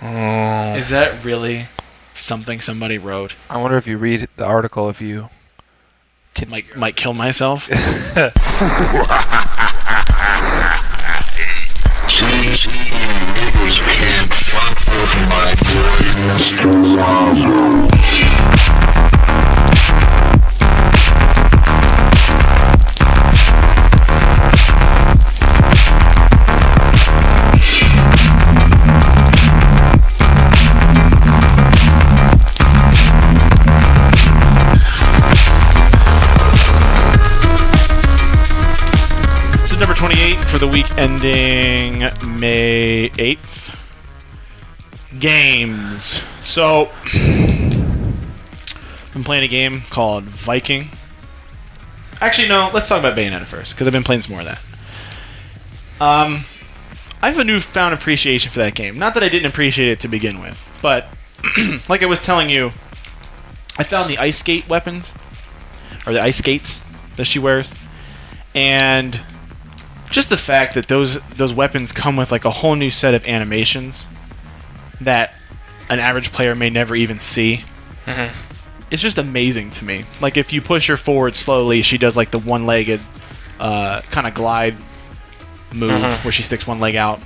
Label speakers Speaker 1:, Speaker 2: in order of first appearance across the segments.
Speaker 1: Mm,
Speaker 2: Is that really something somebody wrote?
Speaker 1: I wonder if you read the article, if you
Speaker 2: Might might kill myself. This is number 28 for the week ending May 8th. Games. So, been playing a game called Viking. Actually, no, let's talk about Bayonetta first, because I've been playing some more of that. Um, I have a newfound appreciation for that game. Not that I didn't appreciate it to begin with, but like I was telling you, I found the ice skate weapons, or the ice skates that she wears and just the fact that those those weapons come with like a whole new set of animations that an average player may never even see. It's just amazing to me. Like if you push her forward slowly, she does like the one-legged uh, kind of glide move where she sticks one leg out.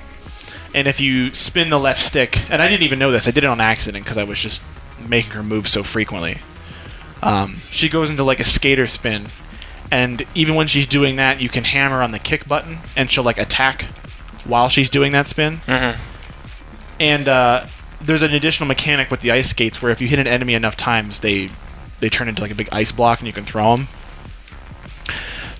Speaker 2: And if you spin the left stick, and I didn't even know this, I did it on accident because I was just making her move so frequently. Um, she goes into like a skater spin, and even when she's doing that, you can hammer on the kick button, and she'll like attack while she's doing that spin. And uh, there's an additional mechanic with the ice skates where if you hit an enemy enough times, they they turn into like a big ice block, and you can throw them.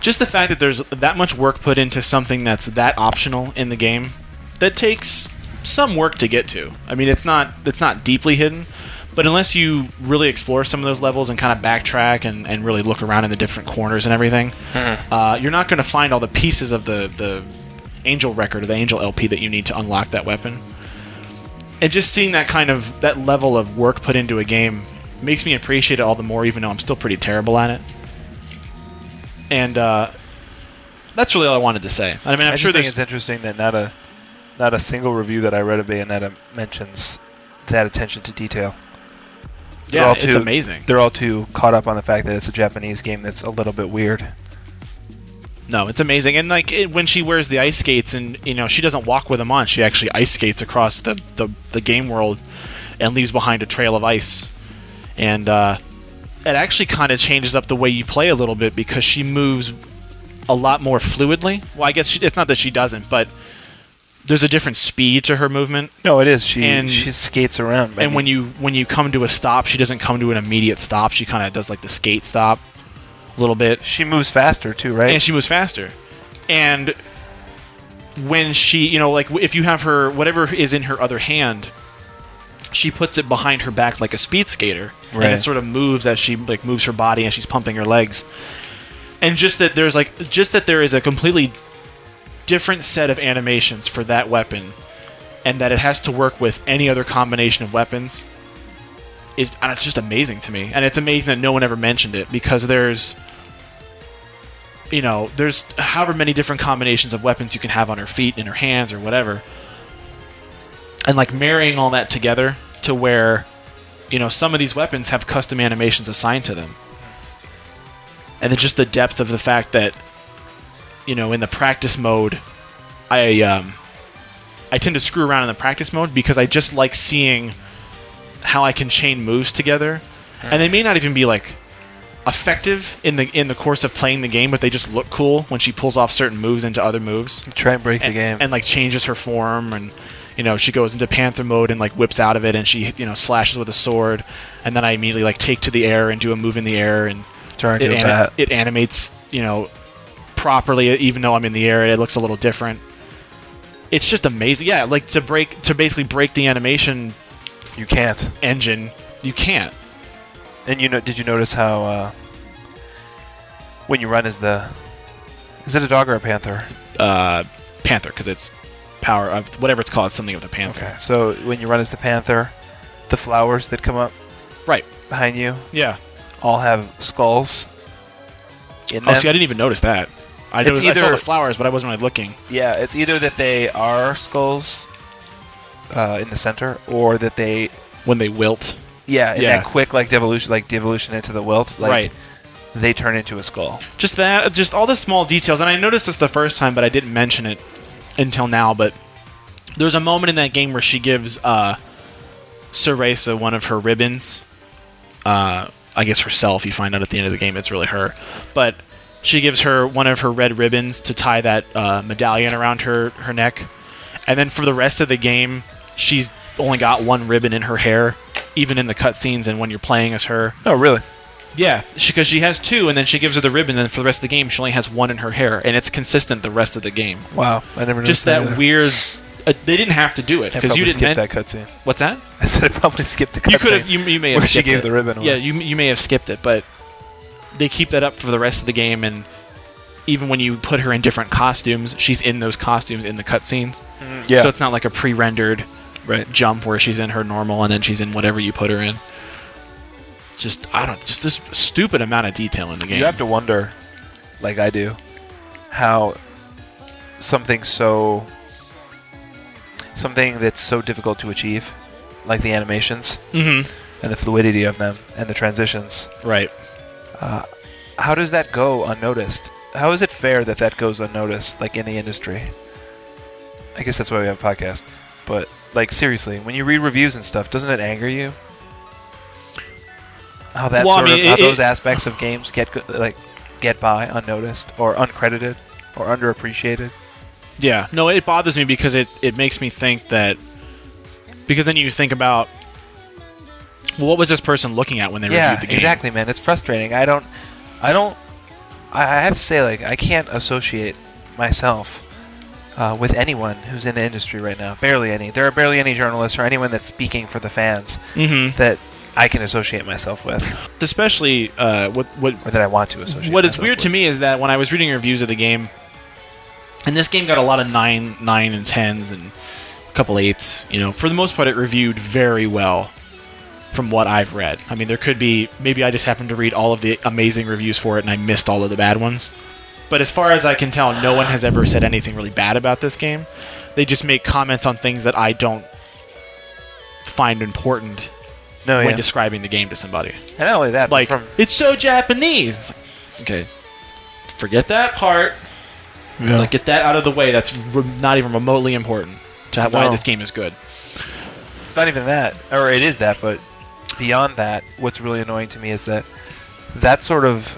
Speaker 2: Just the fact that there's that much work put into something that's that optional in the game, that takes some work to get to. I mean, it's not it's not deeply hidden, but unless you really explore some of those levels and kind of backtrack and, and really look around in the different corners and everything, uh, you're not going to find all the pieces of the the angel record or the angel LP that you need to unlock that weapon. And just seeing that kind of that level of work put into a game makes me appreciate it all the more, even though I'm still pretty terrible at it. And uh, that's really all I wanted to say. I mean, I'm
Speaker 1: I just
Speaker 2: sure
Speaker 1: think
Speaker 2: there's
Speaker 1: it's interesting that not a not a single review that I read of Bayonetta mentions that attention to detail. They're
Speaker 2: yeah,
Speaker 1: all
Speaker 2: it's
Speaker 1: too-
Speaker 2: amazing.
Speaker 1: They're all too caught up on the fact that it's a Japanese game that's a little bit weird.
Speaker 2: No, it's amazing. And like it, when she wears the ice skates, and you know she doesn't walk with them on. She actually ice skates across the the, the game world and leaves behind a trail of ice. And uh, it actually kind of changes up the way you play a little bit because she moves a lot more fluidly. Well, I guess she, it's not that she doesn't, but there's a different speed to her movement
Speaker 1: No, it is. She
Speaker 2: And-
Speaker 1: she skates around.
Speaker 2: and when you when you come to a stop, she doesn't come to an immediate stop. She kind of does like the skate stop a little bit.
Speaker 1: she moves faster too, right?
Speaker 2: and she moves faster. And when she, you know, like if you have her, whatever is in her other hand, she puts it behind her back like a speed skater, and
Speaker 1: Right.
Speaker 2: it sort of moves as she like moves her body and she's pumping her legs. And just that there's like just that there is a completely different set of animations for that weapon, and that it has to work with any other combination of weapons. It, and it's just amazing to me, and it's amazing that no one ever mentioned it because there's you know, there's however many different combinations of weapons you can have on her feet, in her hands, or whatever. And like marrying all that together to where, you know, some of these weapons have custom animations assigned to them. And then just the depth of the fact that, you know, in the practice mode, I um, I tend to screw around in the practice mode because I just like seeing how I can chain moves together. And they may not even be like effective in the in the course of playing the game, but they just look cool when she pulls off certain moves into other moves
Speaker 1: try and break
Speaker 2: and,
Speaker 1: the game.
Speaker 2: and like changes her form and you know she goes into panther mode and like whips out of it and she you know slashes with a sword and then I immediately like take to the air and do a move in the air and
Speaker 1: turn
Speaker 2: it,
Speaker 1: to a
Speaker 2: ani-
Speaker 1: bat.
Speaker 2: it animates you know properly even though I'm in the air it looks a little different. It's just amazing. Yeah, like to break to basically break the animation
Speaker 1: you can't.
Speaker 2: engine, you can't.
Speaker 1: And you know, did you notice how uh, when you run as the is it a dog or a panther?
Speaker 2: uh, Panther because it's power of whatever it's called, something of the Panther.
Speaker 1: Okay, so when you run as the panther, the flowers that come up
Speaker 2: Right.
Speaker 1: behind you
Speaker 2: Yeah.
Speaker 1: all have skulls. In
Speaker 2: Oh,
Speaker 1: them.
Speaker 2: see, I didn't even notice that. I,
Speaker 1: It's
Speaker 2: noticed, I saw
Speaker 1: either-
Speaker 2: the flowers, but I wasn't really looking.
Speaker 1: yeah, it's either that they are skulls uh, in the center, or that they
Speaker 2: when they wilt.
Speaker 1: yeah, in
Speaker 2: Yeah.
Speaker 1: that quick like devolution, like devolution into the wilt, like
Speaker 2: Right.
Speaker 1: they turn into a skull.
Speaker 2: Just that, just all the small details. And I noticed this the first time, but I didn't mention it until now. But there's a moment in that game where she gives uh, Ceresa one of her ribbons. Uh, I guess herself. You find out at the end of the game it's really her. But she gives her one of her red ribbons to tie that uh, medallion around her, her neck. And then for the rest of the game, she's only got one ribbon in her hair, even in the cutscenes and when you're playing as her.
Speaker 1: Oh, really?
Speaker 2: Yeah, because she, has two, and then she gives her the ribbon, and then for the rest of the game, she only has one in her hair, and it's consistent the rest of the game.
Speaker 1: Wow, I never
Speaker 2: Just
Speaker 1: noticed
Speaker 2: that weird. Uh, they didn't have to do it because you didn't. men-
Speaker 1: skip that cutscene.
Speaker 2: What's that?
Speaker 1: I said I probably skipped the cutscene.
Speaker 2: You could have. You, you may have.
Speaker 1: Where she
Speaker 2: skipped
Speaker 1: gave
Speaker 2: it.
Speaker 1: the ribbon away.
Speaker 2: Yeah, you you may have skipped it, but they keep that up for the rest of the game, and even when you put her in different costumes, she's in those costumes in the cutscenes.
Speaker 1: yeah,
Speaker 2: So it's not like a pre-rendered
Speaker 1: right.
Speaker 2: jump where she's in her normal and then she's in whatever you put her in. Just I don't just this stupid amount of detail in the game.
Speaker 1: You have to wonder, like I do, how something so something that's so difficult to achieve, like the animations
Speaker 2: Mm-hmm.
Speaker 1: and the fluidity of them and the transitions,
Speaker 2: Right.
Speaker 1: how does that go unnoticed? How is it fair that that goes unnoticed, like in the industry? I guess that's why we have a podcast. But like seriously, when you read reviews and stuff, doesn't it anger you? How that
Speaker 2: Well, I
Speaker 1: sort
Speaker 2: mean,
Speaker 1: of, how
Speaker 2: it-
Speaker 1: those
Speaker 2: it-
Speaker 1: aspects of games get go- like get by unnoticed or uncredited or underappreciated.
Speaker 2: Yeah. No, it bothers me because it, it makes me think that because then you think about well, what was this person looking at when they
Speaker 1: yeah,
Speaker 2: reviewed the game?
Speaker 1: exactly, man. It's frustrating. I don't, I don't, I I have to say, like, I can't associate myself uh, with anyone who's in the industry right now. Barely any. There are barely any journalists or anyone that's speaking for the fans
Speaker 2: Mm-hmm.
Speaker 1: that I can associate myself with,
Speaker 2: Especially uh, what what
Speaker 1: or that I want to associate.
Speaker 2: what is
Speaker 1: myself
Speaker 2: weird to
Speaker 1: with.
Speaker 2: me is that when I was reading reviews of the game, and this game got a lot of nine, nine and tens and a couple eights. You know, for the most part, it reviewed very well from what I've read. I mean, there could be maybe I just happened to read all of the amazing reviews for it and I missed all of the bad ones. But as far as I can tell, no one has ever said anything really bad about this game. They just make comments on things that I don't find important
Speaker 1: No,
Speaker 2: when
Speaker 1: Oh, yeah.
Speaker 2: describing the game to somebody
Speaker 1: and not only that,
Speaker 2: like
Speaker 1: but from
Speaker 2: it's so Japanese. It's like, okay, forget that part. Like get that out of the way. That's re- not even remotely important to how- why
Speaker 1: No.
Speaker 2: this game is good.
Speaker 1: it's not even that, or it is that, but beyond that, what's really annoying to me is that that sort of,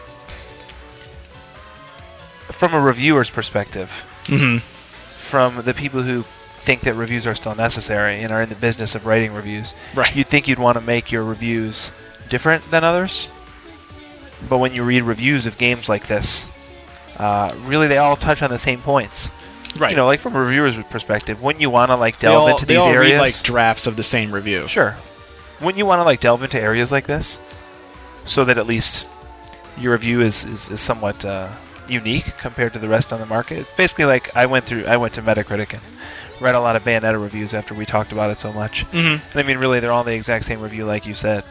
Speaker 1: from a reviewer's perspective.
Speaker 2: Mm-hmm.
Speaker 1: from the people who think that reviews are still necessary and are in the business of writing reviews.
Speaker 2: Right.
Speaker 1: You'd think you'd want to make your reviews different than others, but when you read reviews of games like this, uh, really they all touch on the same points.
Speaker 2: right.
Speaker 1: You know, like from a reviewer's perspective, wouldn't you want to like
Speaker 2: they
Speaker 1: delve
Speaker 2: all,
Speaker 1: into
Speaker 2: they
Speaker 1: these
Speaker 2: all
Speaker 1: areas?
Speaker 2: read like drafts of the same review.
Speaker 1: Sure. Wouldn't you want to like delve into areas like this, so that at least your review is is, is somewhat uh, unique compared to the rest on the market? Basically, like I went through, I went to Metacritic and read a lot of Bayonetta reviews after we talked about it so much.
Speaker 2: Mm-hmm.
Speaker 1: And I mean, really, they're all the exact same review, like you said,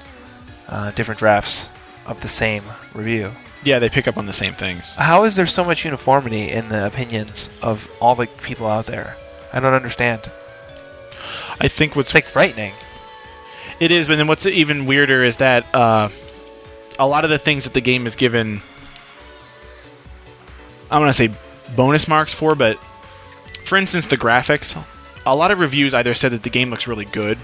Speaker 1: uh, different drafts of the same review.
Speaker 2: Yeah, they pick up on the same things.
Speaker 1: How is there so much uniformity in the opinions of all the people out there? I don't understand.
Speaker 2: I think what's
Speaker 1: It's like frightening.
Speaker 2: It is, but then what's even weirder is that uh, a lot of the things that the game is given, I'm going to say bonus marks for, but for instance, the graphics, a lot of reviews either said that the game looks really good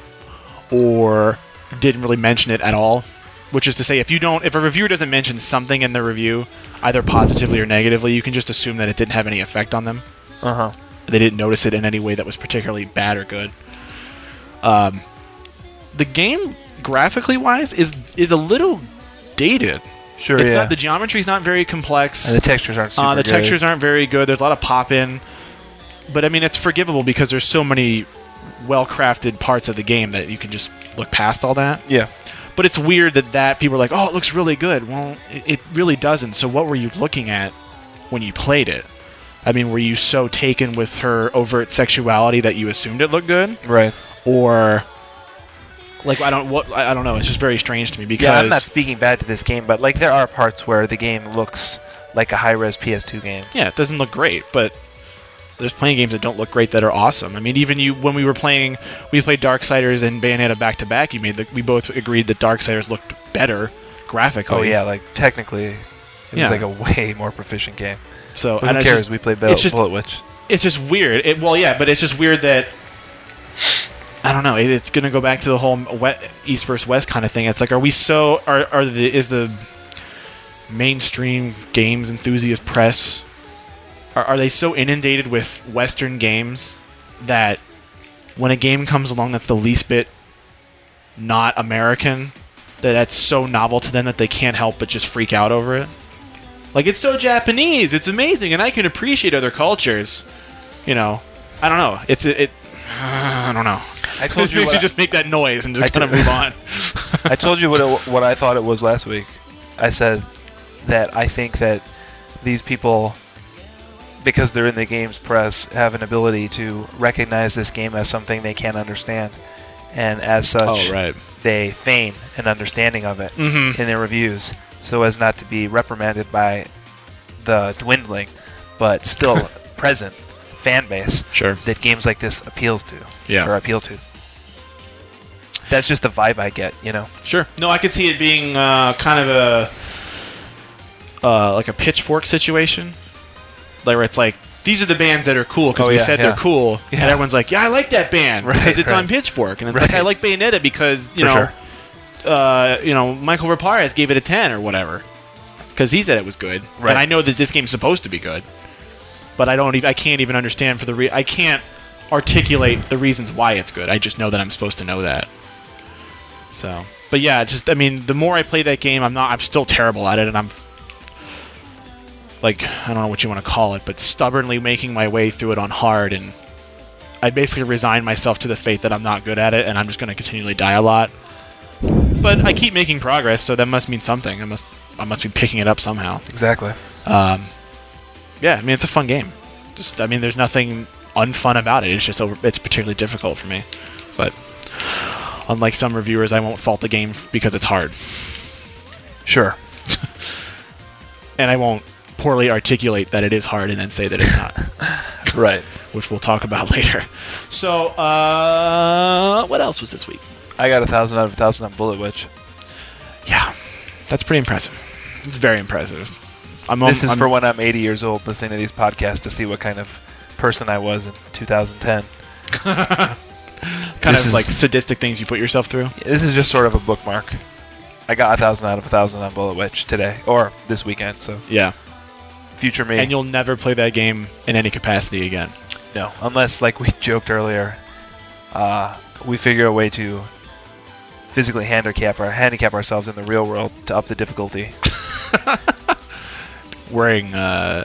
Speaker 2: or didn't really mention it at all. Which is to say, if you don't, if a reviewer doesn't mention something in the review, either positively or negatively, you can just assume that it didn't have any effect on them
Speaker 1: Uh huh.
Speaker 2: they didn't notice it in any way that was particularly bad or good. Um, the game graphically wise is is a little dated.
Speaker 1: Sure.
Speaker 2: it's
Speaker 1: yeah.
Speaker 2: not the geometry's not very complex.
Speaker 1: and the textures aren't super
Speaker 2: Uh, the
Speaker 1: good.
Speaker 2: textures aren't very good. There's a lot of pop in, but I mean it's forgivable because there's so many well crafted parts of the game that you can just look past all that.
Speaker 1: Yeah.
Speaker 2: But it's weird that that people are like, "Oh, it looks really good." Well, it, it really doesn't. So what were you looking at when you played it? I mean, were you so taken with her overt sexuality that you assumed it looked good,
Speaker 1: Right.
Speaker 2: or like I don't what I I don't know. It's just very strange to me because
Speaker 1: Yeah, I'm not speaking bad to this game, but like there are parts where the game looks like a high res PS2 game.
Speaker 2: yeah, it doesn't look great, but there's playing games that don't look great that are awesome. I mean, even you when we were playing, we played Darksiders and Bayonetta back to back. You made the, we both agreed that Darksiders looked better graphically.
Speaker 1: Oh yeah, like technically, it
Speaker 2: Yeah.
Speaker 1: was like a way more proficient game.
Speaker 2: So and
Speaker 1: But who
Speaker 2: it's
Speaker 1: cares?
Speaker 2: just-
Speaker 1: we played Bell-
Speaker 2: it's just-
Speaker 1: Bullet Witch.
Speaker 2: it's just weird. It, well, yeah, but it's just weird that I don't know. It, it's going to go back to the whole we- East versus West kind of thing. It's like, are we so? Are are the is the mainstream games enthusiast press are, are they so inundated with Western games that when a game comes along that's the least bit not American, that that's so novel to them that they can't help but just freak out over it? Like it's so Japanese, it's amazing, and I can appreciate other cultures you know, I don't know. It's it. it I don't know.
Speaker 1: I told you
Speaker 2: makes
Speaker 1: what
Speaker 2: you
Speaker 1: I-
Speaker 2: just make that noise and
Speaker 1: I
Speaker 2: just kind of
Speaker 1: told-
Speaker 2: move on.
Speaker 1: I told you what it, what I thought it was last week. I said that I think that these people, because they're in the games press, have an ability to recognize this game as something they can understand, and as such,
Speaker 2: Oh, right.
Speaker 1: they feign an understanding of it
Speaker 2: Mhm.
Speaker 1: in their reviews, so as not to be reprimanded by the dwindling, but still present fan base
Speaker 2: Sure.
Speaker 1: that games like this appeals to
Speaker 2: Yeah.
Speaker 1: or appeal to. That's just the vibe I get, you know.
Speaker 2: Sure. No, I could see it being uh, kind of a uh, like a pitchfork situation, like where it's like these are the bands that are cool because
Speaker 1: Oh,
Speaker 2: we
Speaker 1: yeah,
Speaker 2: said
Speaker 1: yeah.
Speaker 2: they're cool,
Speaker 1: Yeah.
Speaker 2: and everyone's like, "Yeah, I like that band because
Speaker 1: Right,
Speaker 2: it's
Speaker 1: right.
Speaker 2: on Pitchfork," and it's like,
Speaker 1: Right.
Speaker 2: "I like Bayonetta because you
Speaker 1: For
Speaker 2: know,
Speaker 1: sure.
Speaker 2: uh, you know, Michael Raparez gave it a ten or whatever because he said it was good,
Speaker 1: Right.
Speaker 2: and I know that this game's supposed to be good, but I don't, even, I can't even understand for the re- I can't articulate the reasons why it's good. I just know that I'm supposed to know that." So, but yeah, just I mean, the more I play that game, I'm not. I'm still terrible at it, and I'm like I don't know what you want to call it, but stubbornly making my way through it on hard, and I basically resign myself to the fate that I'm not good at it, and I'm just going to continually die a lot. But I keep making progress, so that must mean something. I must I must be picking it up somehow.
Speaker 1: Exactly.
Speaker 2: Um, yeah, I mean, it's a fun game. Just I mean, there's nothing unfun about it. It's just over, it's particularly difficult for me, but. Unlike some reviewers, I won't fault the game because it's hard.
Speaker 1: Sure.
Speaker 2: and I won't poorly articulate that it is hard and then say that it's not,
Speaker 1: Right.
Speaker 2: which we'll talk about later. So, uh, what else was this week?
Speaker 1: I got a thousand out of a thousand on Bullet Witch.
Speaker 2: Yeah, that's pretty impressive. It's very impressive. I'm
Speaker 1: this
Speaker 2: Um,
Speaker 1: is
Speaker 2: I'm-
Speaker 1: for when I'm 80 years old, listening to these podcasts to see what kind of person I was in 2010.
Speaker 2: kind
Speaker 1: this
Speaker 2: of
Speaker 1: is-
Speaker 2: like sadistic things you put yourself through.
Speaker 1: This is just sort of a bookmark. I got a thousand out of a thousand on Bullet Witch today or this weekend. So
Speaker 2: Yeah,
Speaker 1: future me,
Speaker 2: and you'll never play that game in any capacity again.
Speaker 1: no, unless like we joked earlier, uh, we figure a way to physically handicap our handicap ourselves in the real world to up the difficulty.
Speaker 2: Wearing uh,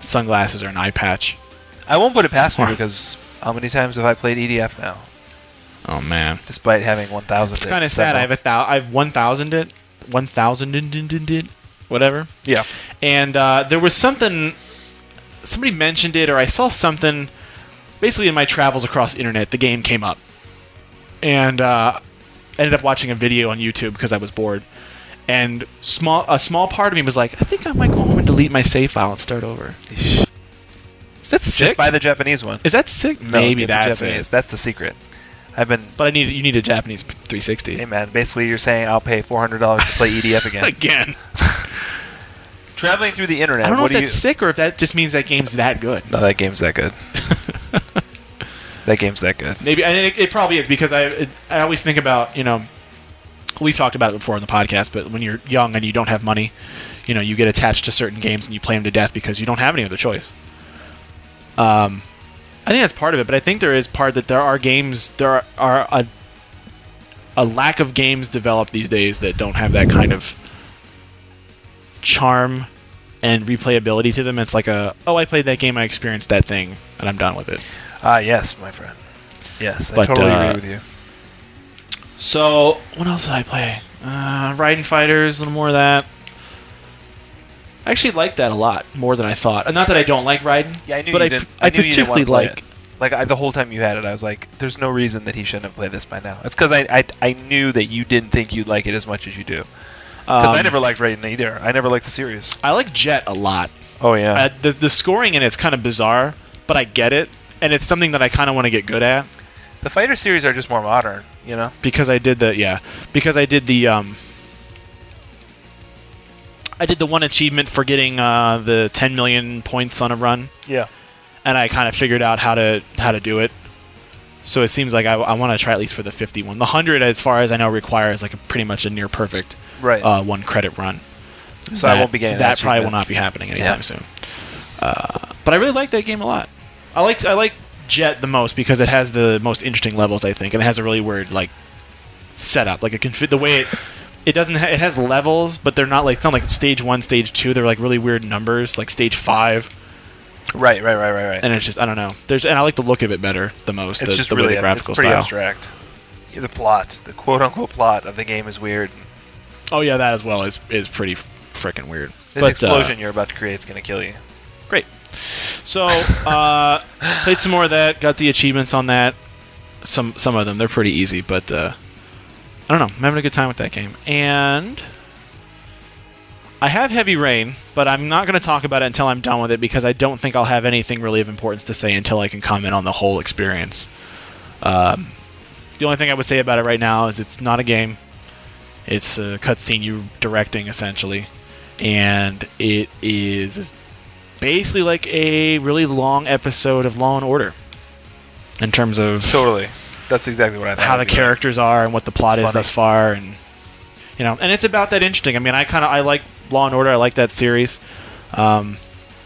Speaker 2: sunglasses or an eye patch.
Speaker 1: I won't put it past me
Speaker 2: Huh.
Speaker 1: because how many times have I played EDF now?
Speaker 2: Oh man,
Speaker 1: Despite having 1,000.
Speaker 2: it's kind of sad. I have a thou- I've one thousand it, one thousand it, whatever.
Speaker 1: yeah.
Speaker 2: and uh, there was something somebody mentioned it or i saw something basically in my travels across the internet the game came up and uh, I ended up watching a video on youtube because i was bored and small a small part of me was like i think i might go home and delete my save file and start over is that sick
Speaker 1: Just buy the Japanese one.
Speaker 2: is that sick
Speaker 1: No,
Speaker 2: maybe
Speaker 1: get the
Speaker 2: that's
Speaker 1: Japanese.
Speaker 2: it
Speaker 1: That's the secret. I've been.
Speaker 2: but i need you need a japanese 360
Speaker 1: Hey man, basically you're saying I'll pay four hundred dollars to play EDF again.
Speaker 2: again
Speaker 1: Traveling through the internet.
Speaker 2: i don't know
Speaker 1: what
Speaker 2: if
Speaker 1: do
Speaker 2: that's
Speaker 1: you?
Speaker 2: sick or if that just means that game's that good
Speaker 1: No, that game's that good. that game's that good.
Speaker 2: Maybe and it, it probably is because I it, I always think about you know we've talked about it before on the podcast, but when you're young and you don't have money, you know you get attached to certain games and you play them to death because you don't have any other choice. Um, I think that's part of it, but I think there is part that there are games there are a a lack of games developed these days that don't have that kind of charm and replayability to them. It's like a oh I played that game, I experienced that thing, and I'm done with it.
Speaker 1: Ah, yes, my friend. Yes, I
Speaker 2: But,
Speaker 1: totally
Speaker 2: uh,
Speaker 1: agree with you.
Speaker 2: So what else did I play? Uh, Riding Fighters, a little more of that. I actually liked that a lot more than I thought. Uh, Not that I don't like Riding.
Speaker 1: Yeah, I knew
Speaker 2: but
Speaker 1: you
Speaker 2: I,
Speaker 1: didn't.
Speaker 2: I,
Speaker 1: knew you didn't
Speaker 2: particularly
Speaker 1: want to play
Speaker 2: like.
Speaker 1: it. Like I, the whole time you had it, I was like, "There's no reason that he shouldn't have played this by now." It's because I, I I knew that you didn't think you'd like it as much as you do. Because I
Speaker 2: um,
Speaker 1: never liked Raiden either. I never liked the series.
Speaker 2: I like Jet a lot.
Speaker 1: Oh yeah,
Speaker 2: Uh, the the scoring in it's kind of bizarre. but I get it, and it's something that I kind of want to get good at
Speaker 1: The fighter series are just more modern, you know.
Speaker 2: because I did the yeah because I did the um I did the one achievement for getting uh, the 10 million points on a run,
Speaker 1: Yeah.
Speaker 2: and I kind of figured out how to how to do it. So it seems like I, I want to try at least for the 51. The 100, as far as I know, requires like a, pretty much a near perfect
Speaker 1: Right.
Speaker 2: uh, one credit run.
Speaker 1: so I won't be getting that.
Speaker 2: probably will
Speaker 1: achievement.
Speaker 2: not be happening anytime
Speaker 1: Yeah.
Speaker 2: soon. Uh, but I really like that game a lot. I like I like Jet the most because it has the most interesting levels, I think, and it has a really weird like setup. Like it can fit the way it it doesn't ha- it has levels, but they're not like it's not like stage one, stage two. They're like really weird numbers, like stage five,
Speaker 1: Right. Right. Right. Right. Right.
Speaker 2: and it's just I don't know. There's and I like the look of it better the most.
Speaker 1: it's
Speaker 2: the,
Speaker 1: just
Speaker 2: the way
Speaker 1: really
Speaker 2: the
Speaker 1: ab-
Speaker 2: graphical
Speaker 1: it's pretty
Speaker 2: style.
Speaker 1: abstract. Yeah, the plot, the quote unquote plot of the game is weird.
Speaker 2: Oh yeah, that as well is is pretty freaking weird.
Speaker 1: This
Speaker 2: But, uh,
Speaker 1: explosion you're about to create is going to kill you.
Speaker 2: Great. So uh, played some more of that. Got the achievements on that. Some some of them they're pretty easy, but uh, I don't know. I'm having a good time with that game. And I have Heavy Rain, but I'm not going to talk about it until I'm done with it because I don't think I'll have anything really of importance to say until I can comment on the whole experience. Um, the only thing I would say about it right now is it's not a game. It's a cutscene you directing essentially, and it is as basically like a really long episode of Law and Order in terms of
Speaker 1: Totally. That's exactly what I thought.
Speaker 2: how the
Speaker 1: it'd be like.
Speaker 2: characters are and what the plot
Speaker 1: It's
Speaker 2: is
Speaker 1: funny.
Speaker 2: thus far, and you know, and it's about that interesting. I mean, I kind of I like Law and Order. I like that series, um,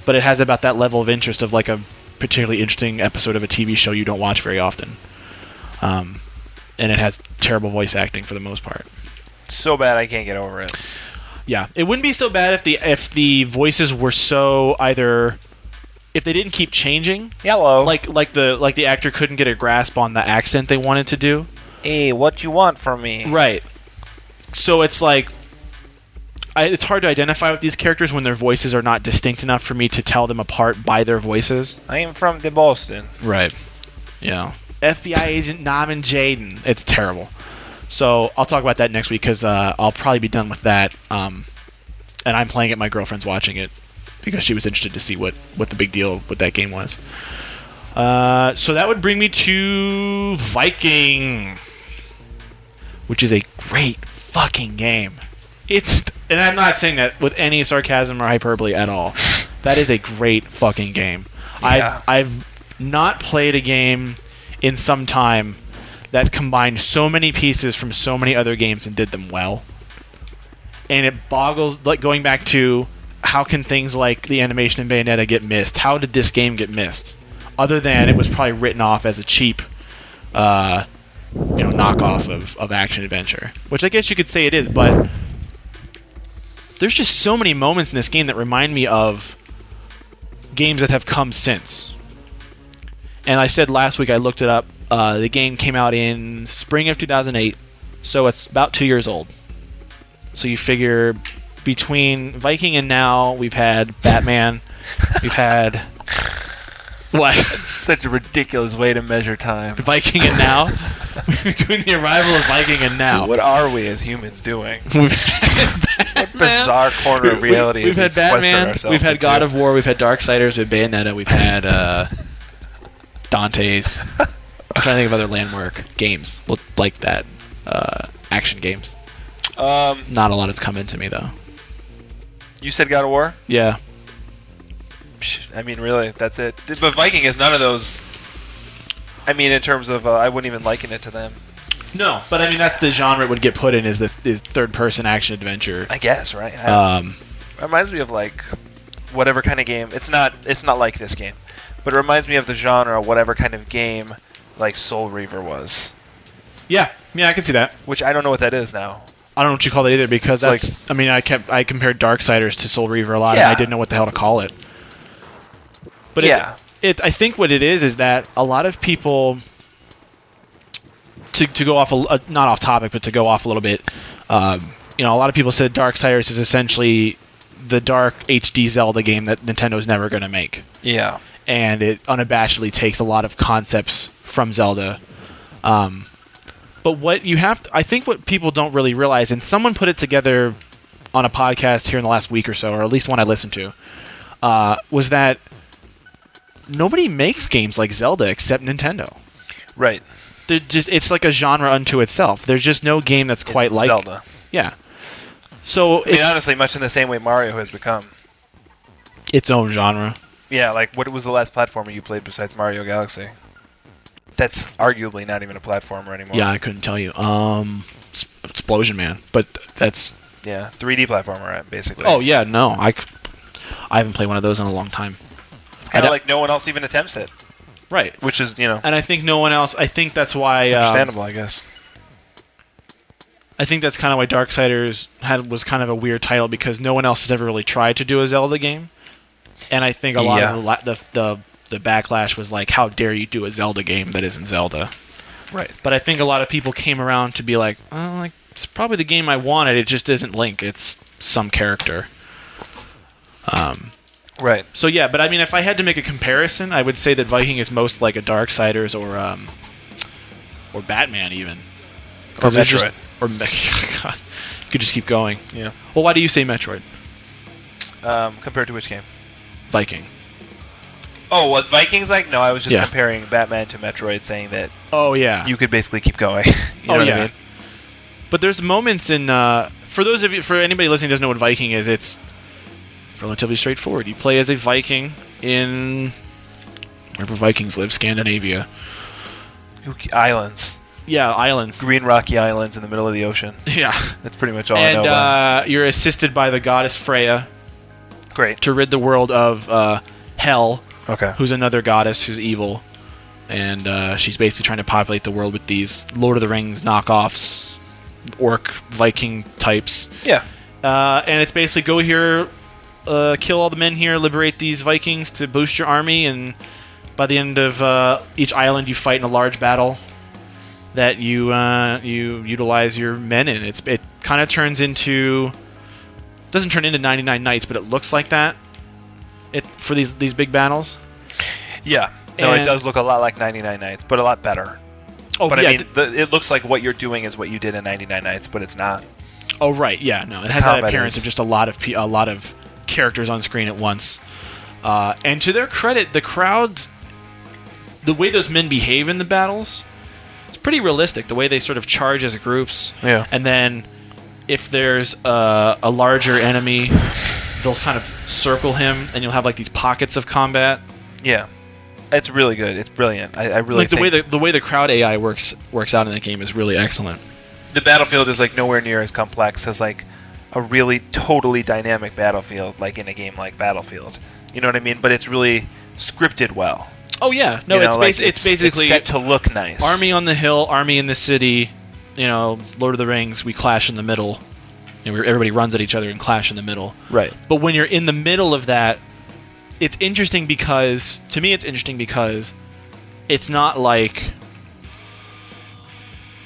Speaker 2: but it has about that level of interest of like a particularly interesting episode of a TV show you don't watch very often, um, and it has terrible voice acting for the most part.
Speaker 1: So bad I can't get over it.
Speaker 2: Yeah, it wouldn't be so bad if the if the voices were so either if they didn't keep changing
Speaker 1: Yellow.
Speaker 2: like like the like the actor couldn't get a grasp on the accent they wanted to do.
Speaker 1: hey, what you want from me?
Speaker 2: Right. So it's like I, it's hard to identify with these characters when their voices are not distinct enough for me to tell them apart by their voices.
Speaker 1: I am from the Boston.
Speaker 2: Right. Yeah. FBI agent Naman Jaden. It's terrible. So I'll talk about that next week because uh, I'll probably be done with that. Um, and I'm playing it. My girlfriend's watching it because she was interested to see what, what the big deal with that game was. Uh, so that would bring me to Viking, which is a great fucking game. It's and I'm not saying that with any sarcasm or hyperbole at all. That is a great fucking game.
Speaker 1: Yeah.
Speaker 2: I've I've not played a game in some time that combined so many pieces from so many other games and did them well. And it boggles like going back to how can things like the animation in Bayonetta get missed? How did this game get missed? Other than it was probably written off as a cheap uh, you know knockoff of, of action adventure, which I guess you could say it is, but there's just so many moments in this game that remind me of games that have come since. And I said last week I looked it up. Uh, the game came out in spring of 2008, so it's about two years old. So you figure between Viking and now, we've had Batman, we've had what?
Speaker 1: Such a ridiculous way to measure time.
Speaker 2: Viking and now. Between the arrival of Viking and now.
Speaker 1: What are we as humans doing?
Speaker 2: We've had
Speaker 1: Bizarre corner of reality.
Speaker 2: We've had
Speaker 1: we sequester
Speaker 2: Batman.
Speaker 1: ourselves
Speaker 2: We've had
Speaker 1: into.
Speaker 2: God of War. We've had Darksiders. We've had Bayonetta. We've had uh, Dante's. I'm trying to think of other landmark games look like that. Uh, action games.
Speaker 1: Um,
Speaker 2: Not a lot has come into me, though.
Speaker 1: you said God of War.
Speaker 2: Yeah.
Speaker 1: Psh, I mean, really, that's it. But Viking is none of those. I mean, in terms of, uh, I wouldn't even liken it to them.
Speaker 2: No, but I mean, that's the genre it would get put in is the is third person action adventure.
Speaker 1: I guess, right? I-
Speaker 2: Um,
Speaker 1: It reminds me of like whatever kind of game. It's not. It's not like this game, but it reminds me of the genre, whatever kind of game, like Soul Reaver was,
Speaker 2: yeah. Yeah, I can see that.
Speaker 1: which I don't know what that is now.
Speaker 2: I don't know what you call it either because
Speaker 1: It's
Speaker 2: that's. I mean, I kept I compared Darksiders to Soul Reaver a lot, and
Speaker 1: Yeah.
Speaker 2: I didn't know what the hell to call it. But
Speaker 1: Yeah.
Speaker 2: it, it, I think what it is is that a lot of people, to to go off a, a- not off topic, but to go off a little bit, um, you know, a lot of people said Darksiders is essentially the dark HD Zelda game that Nintendo's never going to make
Speaker 1: Yeah.
Speaker 2: and it unabashedly takes a lot of concepts from Zelda. Um, but what you have, to, I think, what people don't really realize, and someone put it together on a podcast here in the last week or so, or at least one I listened to, uh, was that nobody makes games like Zelda except Nintendo.
Speaker 1: Right.
Speaker 2: They're just it's like a genre unto itself. There's just no game that's quite
Speaker 1: It's
Speaker 2: like
Speaker 1: Zelda.
Speaker 2: Yeah. So
Speaker 1: I mean,
Speaker 2: it-
Speaker 1: honestly, much in the same way Mario has become.
Speaker 2: its own genre.
Speaker 1: Yeah, like what was the last platformer you played besides Mario Galaxy? That's arguably not even a platformer anymore.
Speaker 2: Yeah, I couldn't tell you. Um, S- Explosion Man, but th- that's
Speaker 1: Yeah, 3D platformer uh, basically.
Speaker 2: oh yeah, no, I, c- I haven't played one of those in a long time.
Speaker 1: it's kind
Speaker 2: I
Speaker 1: of
Speaker 2: don't-
Speaker 1: like no one else even attempts it,
Speaker 2: Right,
Speaker 1: which is you know
Speaker 2: and I think no one else. I think that's why. Um,
Speaker 1: understandable, I guess.
Speaker 2: I think that's kind of why Darksiders had was kind of a weird title because no one else has ever really tried to do a Zelda game, and I think a lot
Speaker 1: Yeah.
Speaker 2: of the, la- the the the backlash was like, how dare you do a Zelda game that isn't Zelda?
Speaker 1: Right.
Speaker 2: But I think a lot of people came around to be like, oh, like it's probably the game I wanted. It just isn't Link. It's some character.
Speaker 1: Right.
Speaker 2: So yeah, but I mean, if I had to make a comparison, I would say that Viking is most like a Darksiders or um, or Batman even.
Speaker 1: Or
Speaker 2: 'Cause there's just-
Speaker 1: Metroid.
Speaker 2: or Me- God, you could just keep going.
Speaker 1: Yeah.
Speaker 2: Well, why do you say Metroid?
Speaker 1: Um, compared to which game?
Speaker 2: Viking.
Speaker 1: Oh, what Vikings like? No, I was just
Speaker 2: Yeah.
Speaker 1: comparing Batman to Metroid, saying that
Speaker 2: Oh yeah.
Speaker 1: you could basically keep going. you know
Speaker 2: oh
Speaker 1: what
Speaker 2: yeah.
Speaker 1: I mean?
Speaker 2: But there's moments in uh, for those of you for anybody listening who doesn't know what Viking is, it's relatively straightforward. You play as a Viking in wherever Vikings live, Scandinavia.
Speaker 1: Who ca- Islands,
Speaker 2: Yeah, islands.
Speaker 1: green rocky islands in the middle of the ocean.
Speaker 2: Yeah.
Speaker 1: That's pretty much all I know.
Speaker 2: and
Speaker 1: About.
Speaker 2: uh, you're assisted by the goddess Freya
Speaker 1: it. Great.
Speaker 2: to rid the world of uh, Hell,
Speaker 1: Okay.
Speaker 2: who's another goddess who's evil, and uh, she's basically trying to populate the world with these Lord of the Rings knockoffs, orc Viking types.
Speaker 1: Yeah.
Speaker 2: Uh, and it's basically go here, uh, kill all the men here, liberate these Vikings to boost your army, and by the end of uh, each island, you fight in a large battle that you uh, you utilize your men in. It's it kind of turns into doesn't turn into 99 nights, but it looks like that. It for these these big battles.
Speaker 1: Yeah. No, it
Speaker 2: And-
Speaker 1: does look a lot like 99 Nights, but a lot better.
Speaker 2: Oh,
Speaker 1: But
Speaker 2: yeah,
Speaker 1: I mean,
Speaker 2: d-
Speaker 1: the, it looks like what you're doing is what you did in 99 Nights, but it's not.
Speaker 2: Oh right, yeah, no, it has that
Speaker 1: combat
Speaker 2: appearance
Speaker 1: is-
Speaker 2: of just a lot of pe- a lot of characters on screen at once. Uh, and to their credit, the crowds, the way those men behave in the battles, it's pretty realistic. The way they sort of charge as groups,
Speaker 1: Yeah.
Speaker 2: and then if there's a, a larger enemy, they'll kind of circle him, and you'll have like these pockets of combat.
Speaker 1: Yeah. It's really good. It's brilliant. I, I really
Speaker 2: like the way
Speaker 1: think
Speaker 2: the, the way the crowd AI works works out in that game is really excellent.
Speaker 1: the battlefield is like nowhere near as complex as like a really totally dynamic battlefield, like in a game like Battlefield. You know what I mean? But it's really scripted well.
Speaker 2: Oh yeah, no,
Speaker 1: You know,
Speaker 2: it's,
Speaker 1: like,
Speaker 2: basi- it's basically
Speaker 1: set to look nice.
Speaker 2: Army on the hill, army in the city. You know, Lord of the Rings, we clash in the middle. You know, we- everybody runs at each other and clash in the middle.
Speaker 1: right?
Speaker 2: But when you're in the middle of that, it's interesting because to me, it's interesting because it's not like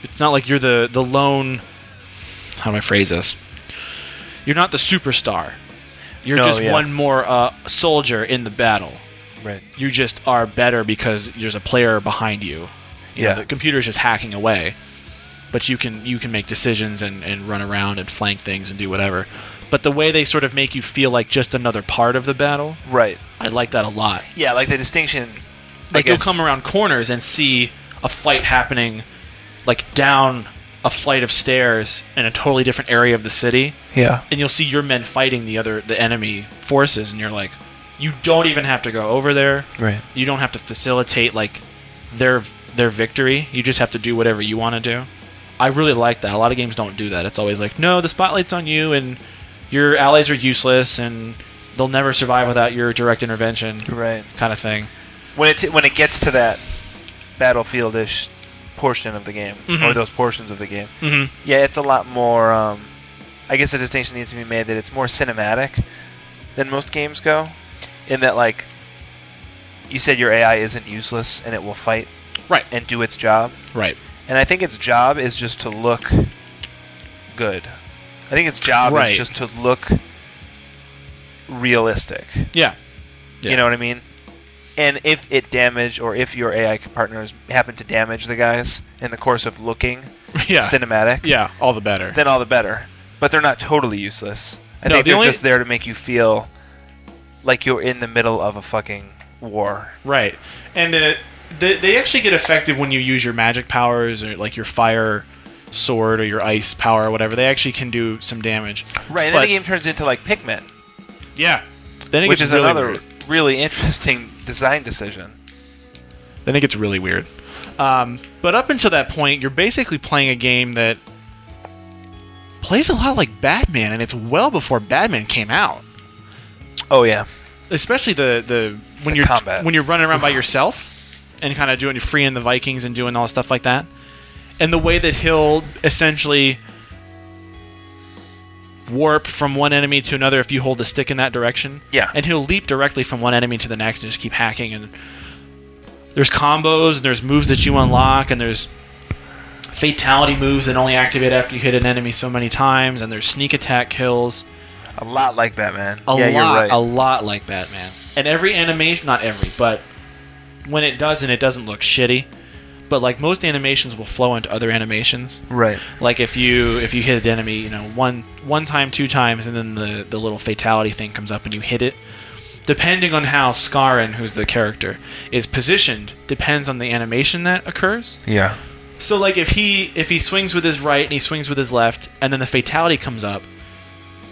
Speaker 2: it's not like you're the the lone. How do I phrase this? You're not the superstar. You're
Speaker 1: No,
Speaker 2: just
Speaker 1: yeah.
Speaker 2: one more uh, soldier in the battle.
Speaker 1: Right.
Speaker 2: You just are better because there's a player behind you you know,
Speaker 1: Yeah.
Speaker 2: the computer is just hacking away but you can you can make decisions and, and run around and flank things and do whatever but the way they sort of make you feel like just another part of the battle
Speaker 1: Right.
Speaker 2: i like that a lot
Speaker 1: Yeah. Like the distinction. I
Speaker 2: like you'll
Speaker 1: guess-
Speaker 2: come around corners and see a fight happening like down a flight of stairs in a totally different area of the city
Speaker 1: Yeah.
Speaker 2: and you'll see your men fighting the other the enemy forces and you're like you don't even have to go over there
Speaker 1: Right.
Speaker 2: you don't have to facilitate like their their victory. You just have to do whatever you want to do. I really like that. A lot of games don't do that. It's always like, no, the spotlight's on you, and your allies are useless, and they'll never survive without your direct intervention,
Speaker 1: Right.
Speaker 2: kind of thing.
Speaker 1: when it when it gets to that battlefield-ish portion of the game or
Speaker 2: Mm-hmm.
Speaker 1: those portions of the game
Speaker 2: Mhm.
Speaker 1: yeah it's a lot more um, i guess the distinction needs to be made that it's more cinematic than most games go in that like you said your ai isn't useless and it will fight
Speaker 2: Right.
Speaker 1: and do its job
Speaker 2: Right.
Speaker 1: and i think its job is just to look good i think its job
Speaker 2: Right.
Speaker 1: is just to look realistic
Speaker 2: Yeah. Yeah.
Speaker 1: you know what I mean? And if it damage or if your AI partners happen to damage the guys in the course of looking
Speaker 2: Yeah.
Speaker 1: cinematic,
Speaker 2: yeah. All the better.
Speaker 1: then all the better. But they're not totally useless. I
Speaker 2: No,
Speaker 1: think
Speaker 2: the
Speaker 1: they're
Speaker 2: only-
Speaker 1: just there to make you feel like you're in the middle of a fucking war.
Speaker 2: Right, and uh, they, they actually get effective when you use your magic powers or like your fire sword or your ice power or whatever. They actually can do some damage.
Speaker 1: Right, and
Speaker 2: But-
Speaker 1: then the game turns into like Pikmin,
Speaker 2: Yeah. Then it
Speaker 1: which
Speaker 2: gets
Speaker 1: is
Speaker 2: really
Speaker 1: another
Speaker 2: weird.
Speaker 1: really interesting design decision.
Speaker 2: Then it gets really weird. Um, but up until that point, you're basically playing a game that plays a lot like Batman, and it's well before Batman came out.
Speaker 1: Oh yeah,
Speaker 2: Especially the the when
Speaker 1: The
Speaker 2: you're
Speaker 1: combat.
Speaker 2: when you're running around by yourself and kind of doing freeing the Vikings and doing all stuff like that, and the way that he'll essentially warp from one enemy to another if you hold the stick in that direction.
Speaker 1: Yeah.
Speaker 2: and he'll leap directly from one enemy to the next and just keep hacking and there's combos and there's moves that you unlock and there's fatality moves that only activate after you hit an enemy so many times and there's sneak attack kills
Speaker 1: a lot like Batman.
Speaker 2: a
Speaker 1: yeah,
Speaker 2: lot
Speaker 1: you're right.
Speaker 2: a lot like batman and every animation not every but when it doesn't it doesn't look shitty but like most animations will flow into other animations
Speaker 1: right.
Speaker 2: like if you if you hit the enemy you know one one time two times and then the the little fatality thing comes up and you hit it depending on how Scarin, who's the character is positioned depends on the animation that occurs
Speaker 1: Yeah.
Speaker 2: so like if he if he swings with his right and he swings with his left and then the fatality comes up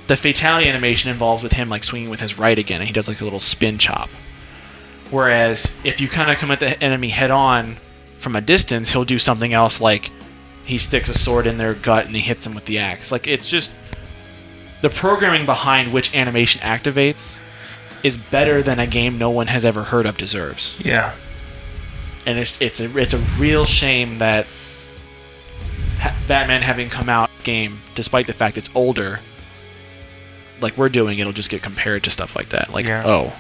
Speaker 2: the fatality animation involves with him like swinging with his right again and he does like a little spin chop whereas if you kind of come at the enemy head on from a distance he'll do something else like he sticks a sword in their gut and he hits them with the axe like it's just the programming behind which animation activates is better than a game no one has ever heard of deserves
Speaker 1: Yeah.
Speaker 2: and it's it's a it's a real shame that ha- Batman having come out game, despite the fact it's older, like we're doing, it'll just get compared to stuff like that. Like,
Speaker 1: Yeah.
Speaker 2: oh,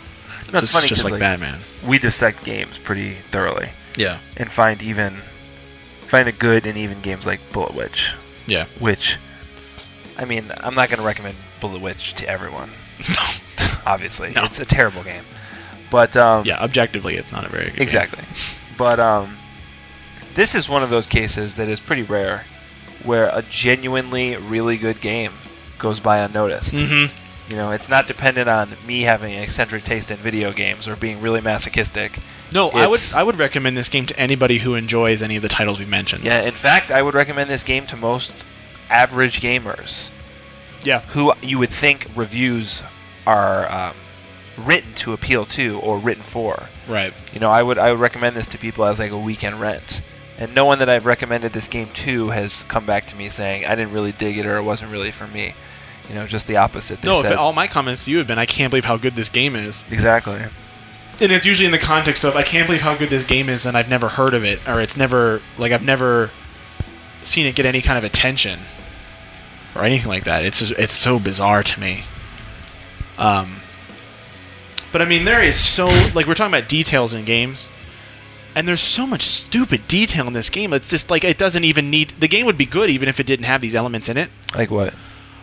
Speaker 1: That's
Speaker 2: this
Speaker 1: funny
Speaker 2: is just
Speaker 1: 'cause,
Speaker 2: like, Batman.
Speaker 1: we dissect games pretty thoroughly
Speaker 2: Yeah,
Speaker 1: and find even find a good and even games like Bullet Witch,
Speaker 2: yeah.
Speaker 1: which I mean, I'm not going to recommend Bullet Witch to everyone. Obviously,
Speaker 2: No.
Speaker 1: it's a terrible game. But um,
Speaker 2: yeah, objectively, it's not a very good game.
Speaker 1: exactly. But um, this is one of those cases that is pretty rare, where a genuinely really good game goes by unnoticed.
Speaker 2: Mhm.
Speaker 1: You know, it's not dependent on me having an eccentric taste in video games or being really masochistic.
Speaker 2: No, I would
Speaker 1: It's-
Speaker 2: I would recommend this game to anybody who enjoys any of the titles we mentioned.
Speaker 1: Yeah, in fact, I would recommend this game to most average gamers
Speaker 2: yeah,
Speaker 1: who you would think reviews are um, written to appeal to or written for.
Speaker 2: right.
Speaker 1: You know, I would I would recommend this to people as like a weekend rent. And no one that I've recommended this game to has come back to me saying I didn't really dig it or it wasn't really for me. You know, just the opposite. They
Speaker 2: No,
Speaker 1: said
Speaker 2: if all my comments to you have been, I can't believe how good this game is.
Speaker 1: exactly.
Speaker 2: and it's usually in the context of I can't believe how good this game is, and I've never heard of it, or it's never like I've never seen it get any kind of attention or anything like that. It's just, it's so bizarre to me. Um, but I mean, there is so like we're talking about details in games, and there's so much stupid detail in this game. It's just like it doesn't even need the game would be good even if it didn't have these elements in it.
Speaker 1: Like what?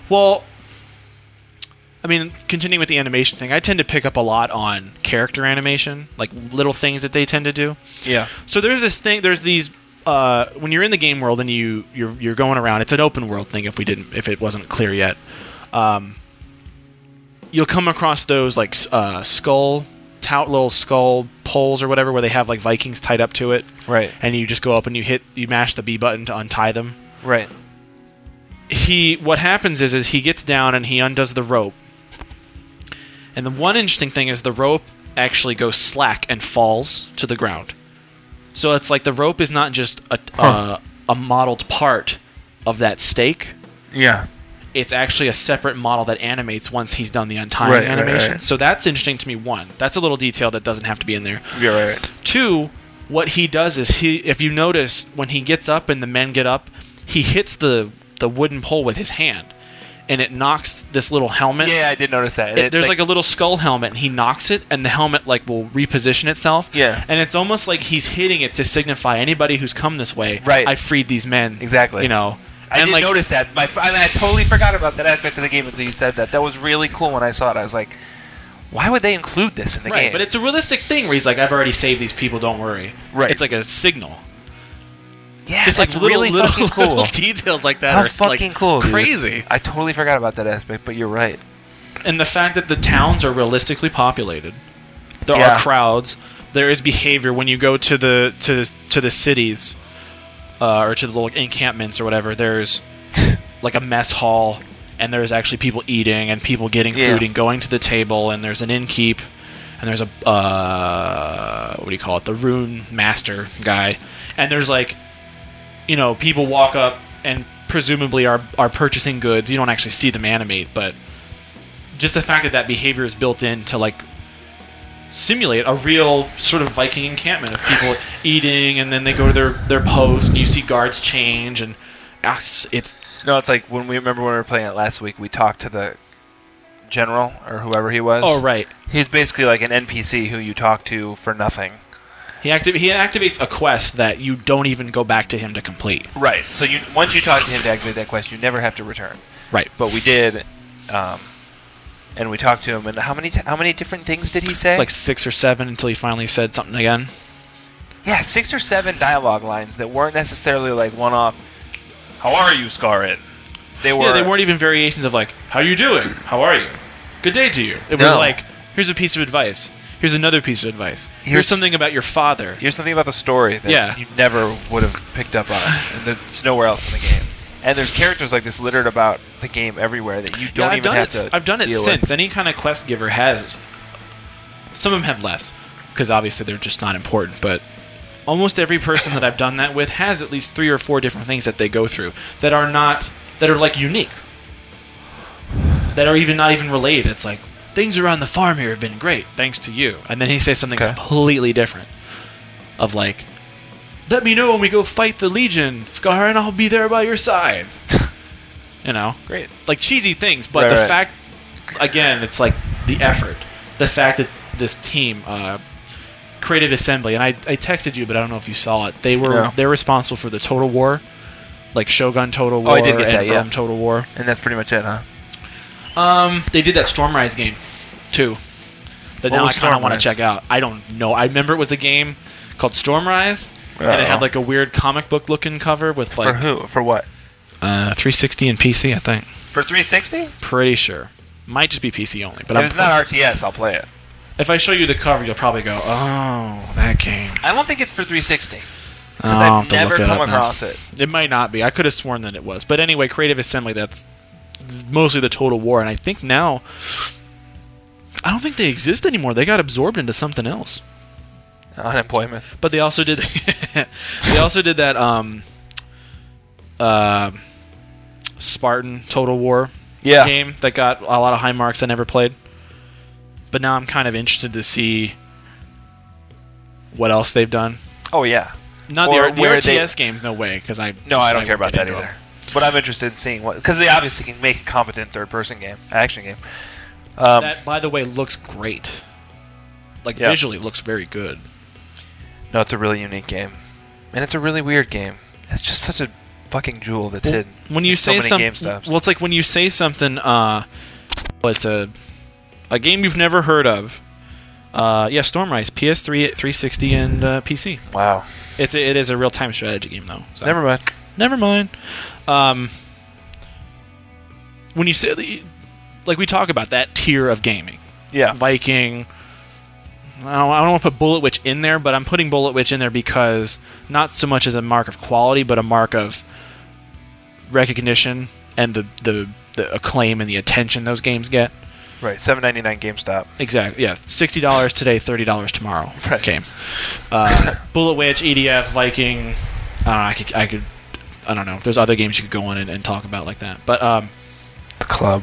Speaker 2: Well, I mean, continuing with the animation thing, I tend to pick up a lot on character animation, like little things that they tend to do.
Speaker 1: Yeah.
Speaker 2: So there's this thing. There's these. Uh, when you're in the game world and you you're you're going around, it's an open world thing. If we didn't, if it wasn't clear yet, um, you'll come across those like s- uh, skull, tout little skull poles or whatever, where they have like Vikings tied up to it,
Speaker 1: Right.
Speaker 2: and you just go up and you hit, you mash the B button to untie them,
Speaker 1: Right.
Speaker 2: he what happens is is he gets down and he undoes the rope. And the one interesting thing is the rope actually goes slack and falls to the ground. So it's like the rope is not just a uh, a modeled part of that stake.
Speaker 1: Yeah.
Speaker 2: It's actually a separate model that animates once he's done the untying
Speaker 1: Right, right,
Speaker 2: animation.
Speaker 1: right.
Speaker 2: So that's interesting to me. One, that's a little detail that doesn't have to be in there.
Speaker 1: Yeah. Right. right.
Speaker 2: Two, what he does is he if you notice when he gets up and the men get up, he hits the the wooden pole with his hand and it knocks this little helmet.
Speaker 1: Yeah, I did notice that.
Speaker 2: It- there's like, a little skull helmet and he knocks it and the helmet like will reposition itself.
Speaker 1: Yeah.
Speaker 2: And it's almost like he's hitting it to signify anybody who's come this way.
Speaker 1: Right.
Speaker 2: I freed these men.
Speaker 1: Exactly.
Speaker 2: You know.
Speaker 1: I
Speaker 2: and
Speaker 1: didn't
Speaker 2: like
Speaker 1: notice that. My, I, I totally forgot about that aspect of the game until you said that. That was really cool when I saw it. I was like, why would they include this in the
Speaker 2: right,
Speaker 1: game?
Speaker 2: but it's a realistic thing where he's like, I've already saved these people, don't worry.
Speaker 1: Right.
Speaker 2: It's like a signal.
Speaker 1: yeah,
Speaker 2: Just like
Speaker 1: that's
Speaker 2: little
Speaker 1: really
Speaker 2: little,
Speaker 1: fucking cool.
Speaker 2: little details like that
Speaker 1: How
Speaker 2: are
Speaker 1: fucking
Speaker 2: like
Speaker 1: cool, dude.
Speaker 2: crazy.
Speaker 1: I totally forgot about that aspect, but you're right.
Speaker 2: and the fact that the towns are realistically populated There
Speaker 1: Yeah.
Speaker 2: are crowds. There is behavior when you go to the to to the cities, uh, or to the little encampments or whatever. There's like a mess hall, and there's actually people eating and people getting
Speaker 1: Yeah.
Speaker 2: food and going to the table, and there's an innkeep, and there's a uh, what do you call it? The rune master guy, and there's like you know, people walk up and presumably are are purchasing goods. You don't actually see them animate, but just the fact that that behavior is built in to like simulate a real sort of Viking encampment of people eating, and then they go to their their post, and you see guards change, and ah, it's, it's
Speaker 1: No, it's like when we remember when we were playing it last week. We talked to the general or whoever he was.
Speaker 2: oh right.
Speaker 1: He's basically like an NPC who you talk to for nothing.
Speaker 2: He activ- he activates a quest that you don't even go back to him to complete.
Speaker 1: Right. So you once you talk to him to activate that quest, you never have to return.
Speaker 2: Right.
Speaker 1: But we did, um, and we talked to him. And how many t- how many different things did he say?
Speaker 2: It's like six or seven until he finally said something again.
Speaker 1: yeah, six or seven dialogue lines that weren't necessarily like one off. How are you, Scarlet? They were.
Speaker 2: Yeah, they weren't even variations of like, "How you doing? How are you? Good day to you." It was
Speaker 1: No.
Speaker 2: like, "Here's a piece of advice. Here's another piece of advice. Here's,
Speaker 1: Here's-
Speaker 2: something about your father."
Speaker 1: Here's something about the story that
Speaker 2: Yeah.
Speaker 1: you never would have picked up on, and it's nowhere else in the game. And there's characters like this littered about the game everywhere that you
Speaker 2: Yeah,
Speaker 1: don't
Speaker 2: I've
Speaker 1: even
Speaker 2: done
Speaker 1: have
Speaker 2: it.
Speaker 1: to.
Speaker 2: I've done it
Speaker 1: deal
Speaker 2: since.
Speaker 1: With.
Speaker 2: Any kind of quest giver has. Some of them have less, because obviously they're just not important. But almost every person that I've done that with has at least three or four different things that they go through that are not that are like unique, that are even not even related. It's like things around the farm here have been great thanks to you, and then he says something
Speaker 1: Okay.
Speaker 2: completely different, of like. Let me know when we go fight the Legion, Scar, and I'll be there by your side. you know,
Speaker 1: Great.
Speaker 2: like cheesy things, but
Speaker 1: Right,
Speaker 2: the
Speaker 1: right.
Speaker 2: fact again, it's like the effort, the fact that this team, uh, Creative Assembly, and I, I texted you, but I don't know if you saw it. They were
Speaker 1: No.
Speaker 2: they're responsible for the Total War, like Shogun Total War
Speaker 1: Oh, I did get
Speaker 2: and
Speaker 1: that, yeah.
Speaker 2: Rome Total War.
Speaker 1: And that's pretty much it, huh?
Speaker 2: Um, they did that Stormrise game too. That
Speaker 1: What
Speaker 2: now I
Speaker 1: was
Speaker 2: kind of want to
Speaker 1: Stormrise?
Speaker 2: check out. I don't know. I remember it was a game called Stormrise, and it
Speaker 1: Uh-oh.
Speaker 2: had like a weird comic book looking cover with
Speaker 1: Uh-huh. For
Speaker 2: like
Speaker 1: who? For what?
Speaker 2: uh, 360 and PC, I think.
Speaker 1: For 360?
Speaker 2: Pretty sure. Might just be PC only, but
Speaker 1: If
Speaker 2: I'm
Speaker 1: it's not RTS, I'll play it.
Speaker 2: If I show you the cover, you'll probably go, "Oh, that game."
Speaker 1: I don't think it's for 360 because
Speaker 2: I'll have
Speaker 1: I've
Speaker 2: Oh, to
Speaker 1: never
Speaker 2: look it
Speaker 1: come
Speaker 2: up now.
Speaker 1: across it.
Speaker 2: It might not be. I could have sworn that it was. But anyway, Creative Assembly. That's mostly the Total War, and I think now, I don't think they exist anymore. They got absorbed into something else.
Speaker 1: Unemployment.
Speaker 2: But they also did. they also did that um, uh, Spartan Total War
Speaker 1: Yeah.
Speaker 2: game that got a lot of high marks. I never played, but now I'm kind of interested to see what else they've done.
Speaker 1: Oh yeah.
Speaker 2: Not
Speaker 1: Or
Speaker 2: the, the
Speaker 1: where
Speaker 2: RTS
Speaker 1: they-
Speaker 2: games, no way, because I
Speaker 1: No, I don't care
Speaker 2: won't
Speaker 1: about
Speaker 2: get
Speaker 1: that
Speaker 2: into
Speaker 1: either. But I'm interested in seeing what because they obviously can make a competent third-person game, action game. Um,
Speaker 2: it. That, by the way, looks great. Like
Speaker 1: Yeah.
Speaker 2: visually, it looks very good.
Speaker 1: No, it's a really unique game, and it's a really weird game. It's just such a fucking jewel that's hidden.
Speaker 2: When you
Speaker 1: in
Speaker 2: say
Speaker 1: so many
Speaker 2: something,
Speaker 1: game stops.
Speaker 2: well, it's like when you say something. Uh, well, it's a a game you've never heard of. Uh, yeah, Stormrise, PS3, 360, and uh, PC.
Speaker 1: wow.
Speaker 2: It's a, it is a real time strategy game though. so-
Speaker 1: Never mind.
Speaker 2: Never mind. Um, when you say, like, we talk about that tier of gaming,
Speaker 1: Yeah.
Speaker 2: Viking. I don't, I don't want to put Bullet Witch in there, but I'm putting Bullet Witch in there because not so much as a mark of quality, but a mark of recognition and the the, the acclaim and the attention those games get.
Speaker 1: Right. Seven ninety nine GameStop.
Speaker 2: Exactly. Yeah, sixty dollars today, thirty dollars tomorrow.
Speaker 1: Right.
Speaker 2: Games. Uh, Bullet Witch, EDF, Viking. I don't know. I could. I could. I don't know. There's other games you could go on and, and talk about like that. But um,
Speaker 1: The club.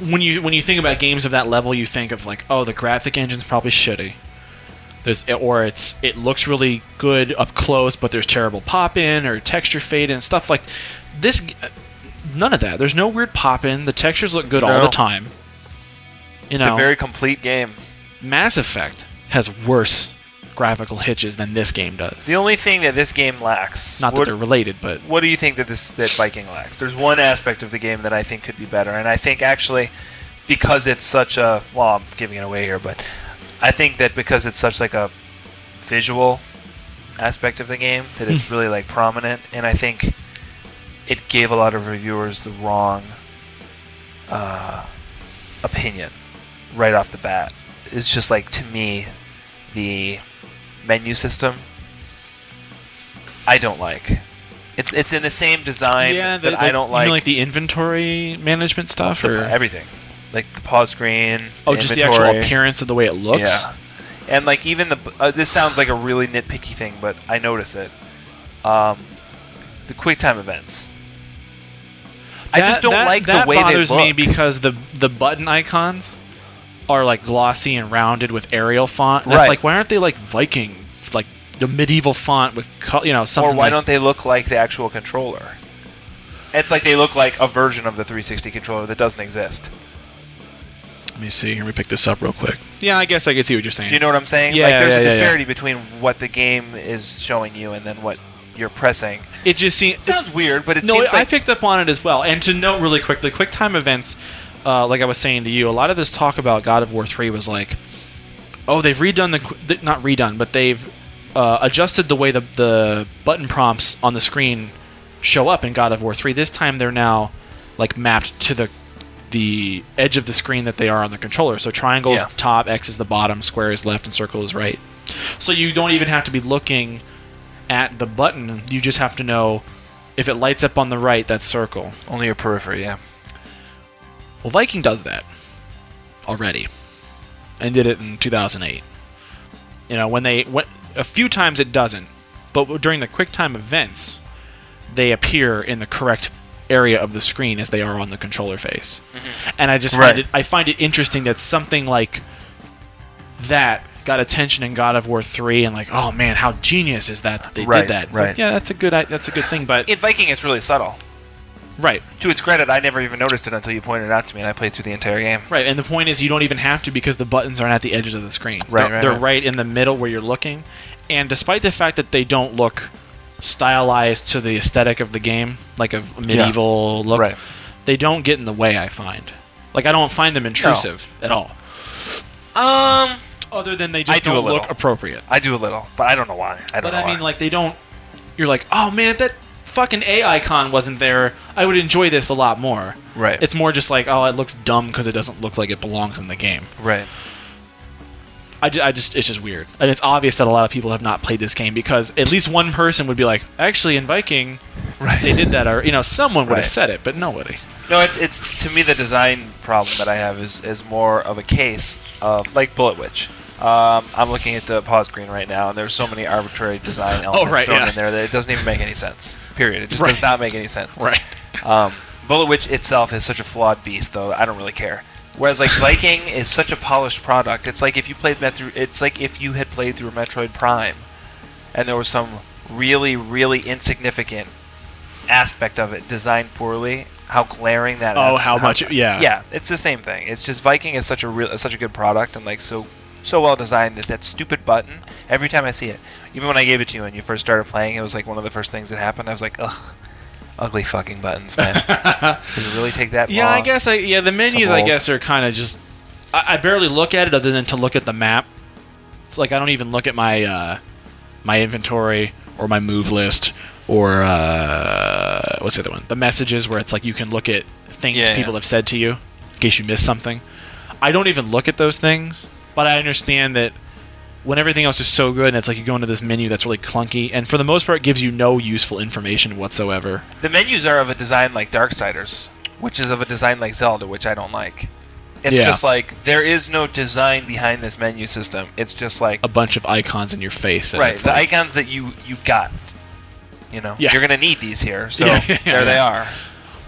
Speaker 2: when you when you think about games of that level, you think of like, oh, the graphic engine's probably shitty. There's or it's it looks really good up close, but there's terrible pop in or texture fade and stuff like this. g- uh, None of that. There's no weird pop in. The textures look good all
Speaker 1: No.
Speaker 2: the time. You know,
Speaker 1: It's a very complete game.
Speaker 2: Mass Effect has worse graphical hitches than this game does.
Speaker 1: The only thing that this game lacks.
Speaker 2: Not that
Speaker 1: what,
Speaker 2: they're related, but
Speaker 1: what do you think that this that Viking lacks? There's one aspect of the game that I think could be better, and I think actually because it's such a well, I'm giving it away here, but I think that because it's such like a visual aspect of the game that it's really like prominent, and I think it gave a lot of reviewers the wrong uh, opinion right off the bat is just like to me the menu system. I don't like. It's it's in the same design
Speaker 2: yeah,
Speaker 1: that I don't like.
Speaker 2: You know, like the inventory management stuff, or
Speaker 1: everything, like the pause screen.
Speaker 2: oh, just the
Speaker 1: inventory.
Speaker 2: actual appearance of the way it looks.
Speaker 1: Yeah. And like even the uh, this sounds like a really nitpicky thing, but I notice it. Um, the QuickTime events. I just
Speaker 2: That-
Speaker 1: don't
Speaker 2: that-
Speaker 1: like the
Speaker 2: that
Speaker 1: way they
Speaker 2: bothers me
Speaker 1: look.
Speaker 2: because the the button icons are like glossy and rounded with Arial font. And
Speaker 1: Right.
Speaker 2: It's like why aren't they like Viking, like the medieval font with co- you know something?
Speaker 1: or why
Speaker 2: like-
Speaker 1: don't they look like the actual controller? It's like they look like a version of the 360 controller that doesn't exist.
Speaker 2: Let me see. Let me pick this up real quick. Yeah, I guess I can see what you're saying.
Speaker 1: Do you know what I'm saying?
Speaker 2: Yeah,
Speaker 1: like there's
Speaker 2: yeah,
Speaker 1: a
Speaker 2: yeah, yeah.
Speaker 1: disparity between what the game is showing you and then what you're pressing.
Speaker 2: it just seems.
Speaker 1: It sounds weird, but it
Speaker 2: no,
Speaker 1: seems
Speaker 2: I
Speaker 1: like
Speaker 2: picked up on it as well. And to note really quickly, QuickTime events, uh, like I was saying to you, a lot of this talk about God of War Three was like, oh, they've redone the, qu- th- not redone, but they've uh, adjusted the way the the button prompts on the screen show up in God of War Three. This time they're now like mapped to the the edge of the screen that they are on the controller. So triangle is
Speaker 1: Yeah.
Speaker 2: the top, X is the bottom, square is left, and circle is right. So you don't even have to be looking at the button. You just have to know if it lights up on the right, that's circle.
Speaker 1: only your periphery. Yeah,
Speaker 2: Well, Viking does that already, and did it in 2008. You know, when they went a few times, it doesn't, but during the QuickTime events, they appear in the correct area of the screen as they are on the controller face. And I just
Speaker 1: Right.
Speaker 2: find it I find it interesting that something like that got attention in God of War 3 and like, oh man, how genius is that that they
Speaker 1: Right,
Speaker 2: did that. It's
Speaker 1: right.
Speaker 2: Like, yeah, that's a good i- that's a good thing, but
Speaker 1: in Viking, it's really subtle.
Speaker 2: right.
Speaker 1: To its credit, I never even noticed it until you pointed it out to me, and I played through the entire game.
Speaker 2: Right, and the point is you don't even have to because the buttons aren't at the edges of the screen.
Speaker 1: Right,
Speaker 2: they're,
Speaker 1: right,
Speaker 2: they're
Speaker 1: right.
Speaker 2: in the middle where you're looking. And despite the fact that they don't look stylized to the aesthetic of the game, like a medieval look,
Speaker 1: Right.
Speaker 2: they don't get in the way. I find, like I don't find them intrusive at all.
Speaker 1: Um,
Speaker 2: Other than they
Speaker 1: I
Speaker 2: just
Speaker 1: do a
Speaker 2: not look
Speaker 1: little.
Speaker 2: appropriate.
Speaker 1: I do a little, but I don't know why. I don't
Speaker 2: But
Speaker 1: know
Speaker 2: I mean,
Speaker 1: why.
Speaker 2: like they don't. You're like, oh man, if that fucking A icon wasn't there, I would enjoy this a lot more.
Speaker 1: right,
Speaker 2: It's more just like, oh, it looks dumb because it doesn't look like it belongs in the game.
Speaker 1: right.
Speaker 2: I, ju- I just it's just weird, and it's obvious that a lot of people have not played this game because at least one person would be like, actually, in Viking,
Speaker 1: Right.
Speaker 2: they did that, or you know, someone would
Speaker 1: Right.
Speaker 2: have said it, but nobody.
Speaker 1: No, it's it's to me the design problem that I have is is more of a case of like Bullet Witch. Um, I'm looking at the pause screen right now, and there's so many arbitrary design elements
Speaker 2: Oh, right,
Speaker 1: thrown
Speaker 2: yeah.
Speaker 1: in there that it doesn't even make any sense. Period. It just
Speaker 2: Right.
Speaker 1: does not make any sense. Um, Bullet Witch itself is such a flawed beast, though I don't really care. Whereas like Viking is such a polished product. It's like if you played Metro. It's like if you had played through Metroid Prime, and there was some really really insignificant aspect of it designed poorly. How glaring that!
Speaker 2: Oh,
Speaker 1: as-
Speaker 2: how much- yeah.
Speaker 1: Yeah, it's the same thing. It's just Viking is such a real, such a good product and like so so well designed that that stupid button. Every time I see it, even when I gave it to you and you first started playing, it was like one of the first things that happened. I was like, ugh, ugly fucking buttons, man. Did it really take that
Speaker 2: yeah,
Speaker 1: long?
Speaker 2: I guess I yeah the menus
Speaker 1: Uh, to
Speaker 2: I
Speaker 1: hold.
Speaker 2: guess are kind of just I, I barely look at it other than to look at the map. It's like I don't even look at my uh, my inventory or my move list or uh, what's the other one? The messages where it's like you can look at things
Speaker 1: Yeah,
Speaker 2: people
Speaker 1: yeah.
Speaker 2: have said to you in case you missed something. I don't even look at those things, but I understand that when everything else is so good and it's like you go into this menu that's really clunky and for the most part gives you no useful information whatsoever.
Speaker 1: the menus are of a design like Darksiders, which is of a design like Zelda, which I don't like. It's
Speaker 2: Yeah.
Speaker 1: just like there is no design behind this menu system. It's just like
Speaker 2: A bunch of icons in your face. and
Speaker 1: right
Speaker 2: it's
Speaker 1: the
Speaker 2: like-
Speaker 1: icons that you you got. You know,
Speaker 2: Yeah.
Speaker 1: you're gonna need these here, so
Speaker 2: Yeah, yeah,
Speaker 1: there they are.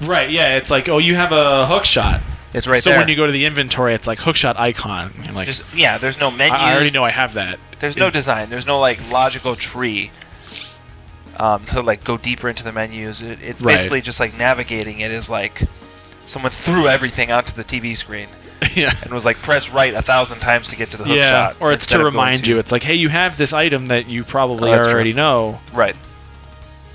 Speaker 2: Right, yeah, it's like, oh, you have a hook shot.
Speaker 1: It's right
Speaker 2: so
Speaker 1: there.
Speaker 2: when you go to the inventory, it's like hook shot icon. And like,
Speaker 1: Just yeah, there's no menu.
Speaker 2: I, I already know I have that.
Speaker 1: There's no
Speaker 2: It-
Speaker 1: design. There's no like logical tree um, to like go deeper into the menus. It, it's
Speaker 2: Right.
Speaker 1: basically just like navigating. It is like someone threw everything onto the TV screen
Speaker 2: yeah,
Speaker 1: and was like press right a thousand times to get to the hook
Speaker 2: yeah.
Speaker 1: shot.
Speaker 2: Or it's
Speaker 1: instead
Speaker 2: to
Speaker 1: of going
Speaker 2: remind
Speaker 1: to-
Speaker 2: you, it's like, hey, you have this item that you probably
Speaker 1: Oh, that's
Speaker 2: already know.
Speaker 1: Right.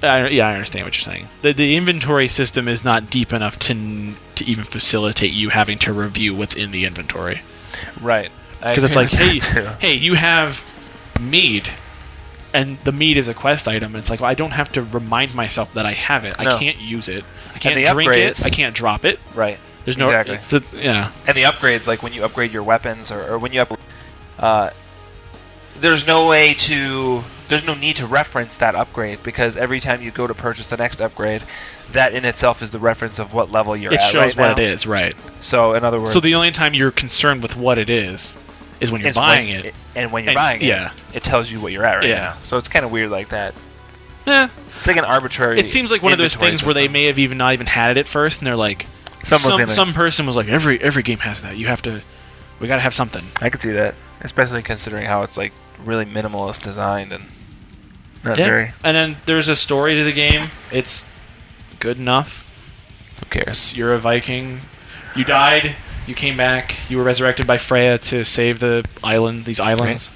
Speaker 2: I, yeah, I understand what you're saying. The, the inventory system is not deep enough to n- to even facilitate you having to review what's in the inventory
Speaker 1: Right. I
Speaker 2: because it's
Speaker 1: agree
Speaker 2: like,
Speaker 1: with
Speaker 2: hey,
Speaker 1: that, too.
Speaker 2: hey, you have mead. And the mead is a quest item. And it's like well, I don't have to remind myself that I have it.
Speaker 1: No.
Speaker 2: I can't use it. I can't
Speaker 1: the
Speaker 2: drink
Speaker 1: upgrades-
Speaker 2: it. I can't drop it.
Speaker 1: Right.
Speaker 2: There's no
Speaker 1: Exactly.
Speaker 2: it's- it's- yeah.
Speaker 1: And the upgrades, like when you upgrade your weapons or, or when you upgrade uh, there's no way to there's no need to reference that upgrade because every time you go to purchase the next upgrade, that in itself is the reference of what level you're
Speaker 2: it
Speaker 1: at.
Speaker 2: shows
Speaker 1: right
Speaker 2: what
Speaker 1: now.
Speaker 2: it is, right?
Speaker 1: So in other words,
Speaker 2: So the only time you're concerned with what it is is when you're
Speaker 1: is
Speaker 2: buying
Speaker 1: when-
Speaker 2: it.
Speaker 1: and when you're
Speaker 2: And-
Speaker 1: buying
Speaker 2: yeah.
Speaker 1: it, it tells you what you're at right
Speaker 2: Yeah.
Speaker 1: now. So it's kind of weird like that.
Speaker 2: Eh,
Speaker 1: It's like an arbitrary.
Speaker 2: it seems like one of those
Speaker 1: inventory
Speaker 2: things where they
Speaker 1: system.
Speaker 2: may have even not even had it at first, and they're like,
Speaker 1: Someone's
Speaker 2: some,
Speaker 1: gonna-
Speaker 2: some person was like, every every game has that. You have to, we got to have something.
Speaker 1: I could see that, especially considering how it's like really minimalist designed and not very.
Speaker 2: And then there's a story to the game. It's good enough.
Speaker 1: Who cares?
Speaker 2: It's- You're a Viking. You died. You came back. You were resurrected by Freya to save the island. These islands.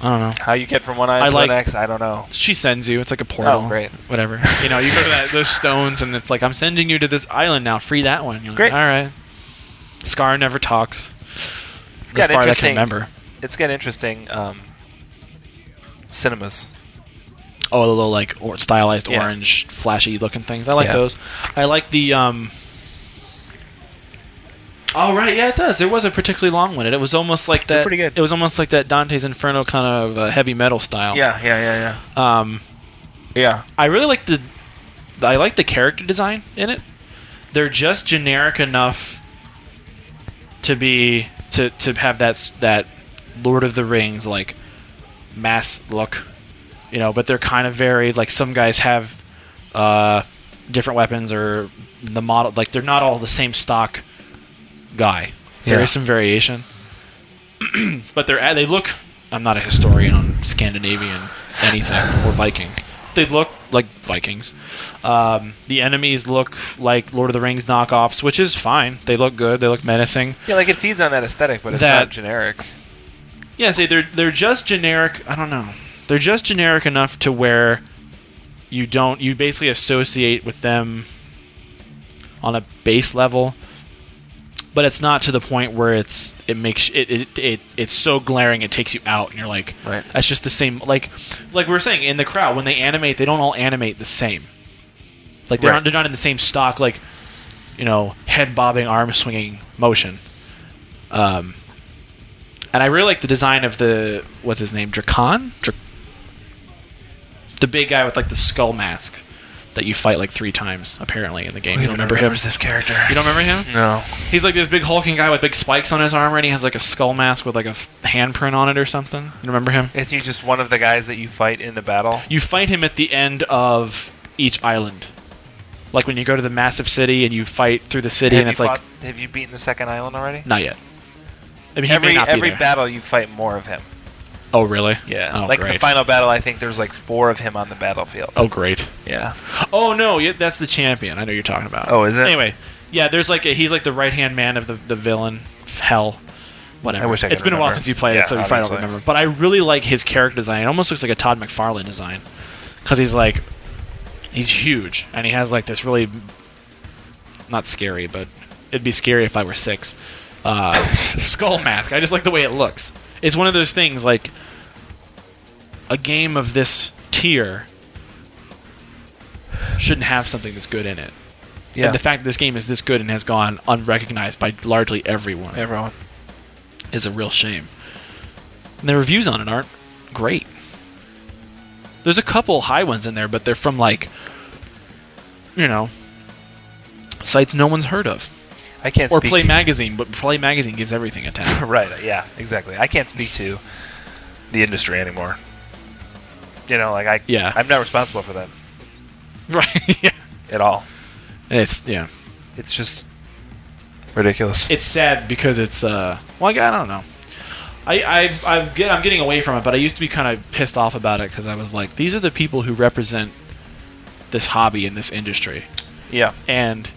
Speaker 2: I don't know.
Speaker 1: How you get from one island
Speaker 2: I
Speaker 1: to
Speaker 2: like-
Speaker 1: the next, I don't know.
Speaker 2: she sends you. It's like a portal.
Speaker 1: Oh, great.
Speaker 2: Whatever. You know, you go to that, those stones, and it's like, I'm sending you to this island now. Free that one. You're like,
Speaker 1: Great.
Speaker 2: All right. Scar never talks. It's
Speaker 1: got
Speaker 2: as far as I
Speaker 1: interesting-
Speaker 2: can remember.
Speaker 1: It's got interesting um, cinemas.
Speaker 2: Oh, the little like or- stylized
Speaker 1: Yeah.
Speaker 2: orange, flashy looking things. I like
Speaker 1: Yeah.
Speaker 2: those. I like the. um Oh right, yeah, it does. It was a particularly long one, and it was almost like
Speaker 1: They're
Speaker 2: that.
Speaker 1: pretty good.
Speaker 2: It was almost like that Dante's Inferno kind of uh, heavy metal style.
Speaker 1: Yeah, yeah, yeah,
Speaker 2: Um,
Speaker 1: yeah. Yeah.
Speaker 2: I really like the I like the character design in it. They're just generic enough to be to to have that s- that Lord of the Rings like mass look, you know. But they're kind of varied. Like some guys have uh, different weapons or the model. Like they're not all the same stock guy. There
Speaker 1: Yeah.
Speaker 2: is some variation, but they're uh, they look. I'm not a historian on Scandinavian anything or Vikings. They look like Vikings. Um, the enemies look like Lord of the Rings knockoffs, which is fine. They look good. They look menacing.
Speaker 1: Yeah, like it feeds on that aesthetic, but it's
Speaker 2: That-
Speaker 1: not generic.
Speaker 2: Yeah, see, they're they're just generic. I don't know. They're just generic enough to where you don't you basically associate with them on a base level, but it's not to the point where it's it makes it it, it it's so glaring it takes you out and you're like
Speaker 1: Right.
Speaker 2: that's just the same like like we were saying in the crowd when they animate they don't all animate the same like they're
Speaker 1: Right.
Speaker 2: not they're not in the same stock like you know head bobbing arm swinging motion um and I really like the design of the what's his name, Dracon, Dra- the big guy with like the skull mask that you fight like three times apparently in the
Speaker 1: Oh,
Speaker 2: game. You don't remember him?
Speaker 1: this character.
Speaker 2: You don't remember him?
Speaker 1: No.
Speaker 2: He's like this big hulking guy with big spikes on his armor, and he has like a skull mask with like a f- handprint on it or something. You remember him?
Speaker 1: Is he just one of the guys that you fight in the battle?
Speaker 2: You fight him at the end of each island, like when you go to the massive city and you fight through the city,
Speaker 1: have,
Speaker 2: and
Speaker 1: you
Speaker 2: it's like
Speaker 1: fought- have you beaten the second island already?
Speaker 2: not yet. I mean, he
Speaker 1: every
Speaker 2: may not
Speaker 1: every
Speaker 2: be there.
Speaker 1: battle you fight more of him.
Speaker 2: oh, really? Oh,
Speaker 1: like
Speaker 2: great.
Speaker 1: the final battle, I think there's like four of him on the battlefield.
Speaker 2: oh, great.
Speaker 1: Yeah.
Speaker 2: Oh no, yeah, that's the champion. I know you're talking about.
Speaker 1: Oh, is it?
Speaker 2: Anyway, yeah, there's like a, he's like the right hand man of the the villain, hell, whatever.
Speaker 1: I wish I could
Speaker 2: it's been a while
Speaker 1: remember.
Speaker 2: since you played
Speaker 1: Yeah,
Speaker 2: it, so you probably
Speaker 1: obviously.
Speaker 2: don't remember. But I really like his character design. It almost looks like a Todd McFarlane design because he's like he's huge and he has like this really not scary, but it'd be scary if I were six. Uh, skull mask. I just like the way it looks. It's one of those things like a game of this tier shouldn't have something this good in it.
Speaker 1: Yeah.
Speaker 2: And the fact that this game is this good and has gone unrecognized by largely everyone
Speaker 1: Everyone.
Speaker 2: is a real shame. And the reviews on it aren't great. There's a couple high ones in there, but they're from like, you know, sites no one's heard of.
Speaker 1: I can't.
Speaker 2: Or
Speaker 1: speak.
Speaker 2: Play Magazine, but Play Magazine gives everything a 10.
Speaker 1: Right. uh, Yeah. Exactly. I can't speak to the industry anymore. You know, like I.
Speaker 2: Yeah.
Speaker 1: I'm not responsible for them
Speaker 2: right, yeah.
Speaker 1: at all.
Speaker 2: And it's, yeah.
Speaker 1: It's just ridiculous.
Speaker 2: it's sad because it's uh well I don't know. I I I'm, get, I'm getting away from it, but I used to be kind of pissed off about it because I was like, these are the people who represent this hobby in this industry,
Speaker 1: yeah.
Speaker 2: and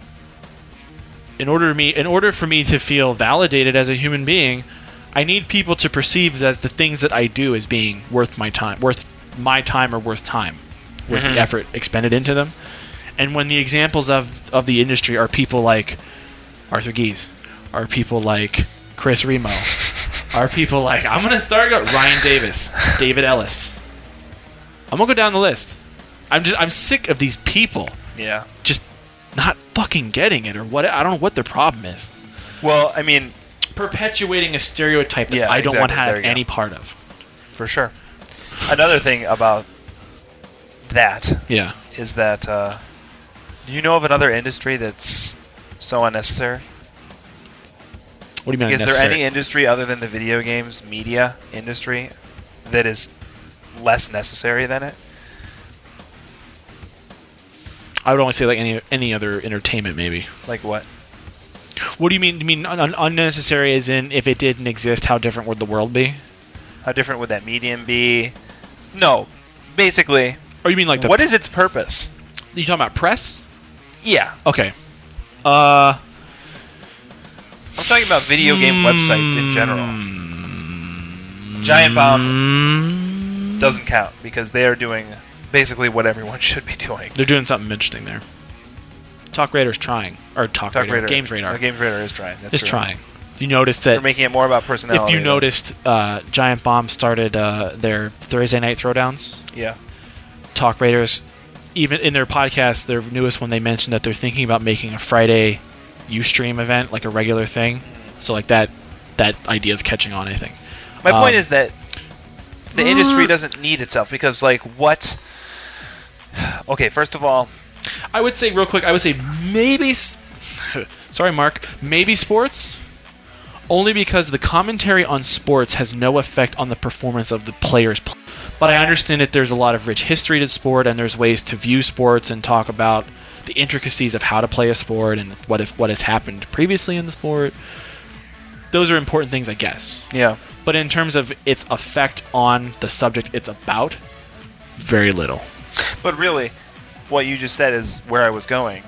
Speaker 2: in order to me in order for me to feel validated as a human being, I need people to perceive that the things that I do as being worth my time, worth my time or worth time, worth
Speaker 1: Mhm.
Speaker 2: the effort expended into them. And when the examples of of the industry are people like Arthur Gies, are people like Chris Remo, are people like I'm gonna start go Ryan Davis, David Ellis. I'm gonna go down the list. I'm just I'm sick of these people
Speaker 1: Yeah.
Speaker 2: just not fucking getting it or what I don't know what their problem is.
Speaker 1: Well, I mean,
Speaker 2: perpetuating a stereotype that
Speaker 1: Yeah,
Speaker 2: I don't want to
Speaker 1: exactly.
Speaker 2: have
Speaker 1: There you
Speaker 2: any part of.
Speaker 1: for sure. Another thing about that
Speaker 2: Yeah.
Speaker 1: is that uh, do you know of another industry that's so unnecessary?
Speaker 2: What do you mean?
Speaker 1: Is there
Speaker 2: unnecessary?
Speaker 1: any industry other than the video games media industry that is less necessary than it?
Speaker 2: I would only say like any any other entertainment maybe.
Speaker 1: Like what?
Speaker 2: What do you mean? You mean un- un- unnecessary? As in, if it didn't exist, how different would the world be?
Speaker 1: How different would that medium be? No, basically,
Speaker 2: Or Oh, you mean like the?
Speaker 1: what is its purpose?
Speaker 2: you talking about? Press?
Speaker 1: Yeah,
Speaker 2: Okay. Uh,
Speaker 1: I'm talking about video game websites in general.
Speaker 2: Hmm.
Speaker 1: Giant Bomb doesn't count because they are doing basically what everyone should be doing.
Speaker 2: they're doing something interesting there. Talk Radar's trying, or Talk,
Speaker 1: Talk
Speaker 2: Radar,
Speaker 1: Radar,
Speaker 2: Games Radar,
Speaker 1: No, Games Radar is trying. That's
Speaker 2: is
Speaker 1: true.
Speaker 2: trying. You noticed
Speaker 1: They're
Speaker 2: that
Speaker 1: making it more about personality.
Speaker 2: if you
Speaker 1: though.
Speaker 2: noticed, uh, Giant Bomb started uh, their Thursday night throwdowns.
Speaker 1: yeah,
Speaker 2: Talk Raiders, even in their podcast, their newest one, they mentioned that they're thinking about making a Friday UStream event, like a regular thing. So like that, that idea is catching on. I think.
Speaker 1: my
Speaker 2: Um, uh,
Speaker 1: point is that the industry doesn't need itself because, like, what? Okay, first of all,
Speaker 2: I would say real quick. I would say maybe. s- Sorry, Mark. Maybe sports. Only because the commentary on sports has no effect on the performance of the players. pl- But I understand that there's a lot of rich history to sport, and there's ways to view sports and talk about the intricacies of how to play a sport and what if what has happened previously in the sport. Those are important things, I guess.
Speaker 1: yeah,
Speaker 2: But in terms of its effect on the subject it's about, very little.
Speaker 1: But really, what you just said is where I was going.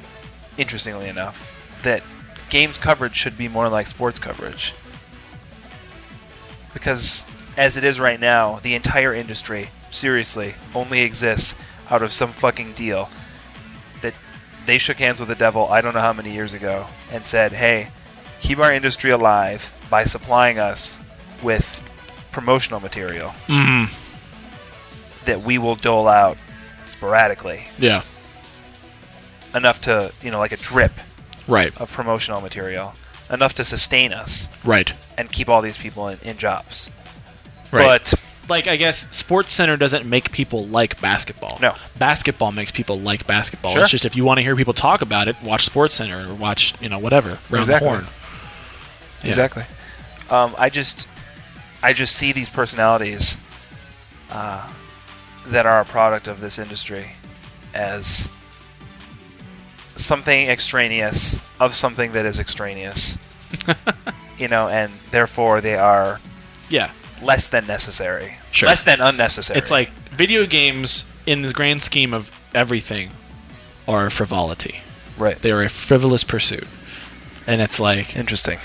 Speaker 1: Interestingly enough, that games coverage should be more like sports coverage. Because as it is right now, the entire industry, seriously, only exists out of some fucking deal that they shook hands with the devil I don't know how many years ago and said, hey, keep our industry alive by supplying us with promotional material
Speaker 2: Mm,
Speaker 1: that we will dole out sporadically
Speaker 2: yeah.
Speaker 1: enough to you know like a drip
Speaker 2: Right.
Speaker 1: of promotional material enough to sustain us
Speaker 2: Right.
Speaker 1: and keep all these people in, in jobs but
Speaker 2: like I guess Sports Center doesn't make people like basketball.
Speaker 1: No.
Speaker 2: basketball makes people like basketball.
Speaker 1: Sure.
Speaker 2: It's just if you want to hear people talk about it, watch Sports Center or watch you know whatever round
Speaker 1: Exactly.
Speaker 2: the horn. Yeah.
Speaker 1: exactly um, i just i just see these personalities uh, that are a product of this industry as something extraneous of something that is extraneous you know and therefore they are
Speaker 2: Yeah,
Speaker 1: less than necessary
Speaker 2: Sure.
Speaker 1: less than unnecessary
Speaker 2: it's like video games in the grand scheme of everything are a frivolity.
Speaker 1: right
Speaker 2: They are a frivolous pursuit, and it's like
Speaker 1: interesting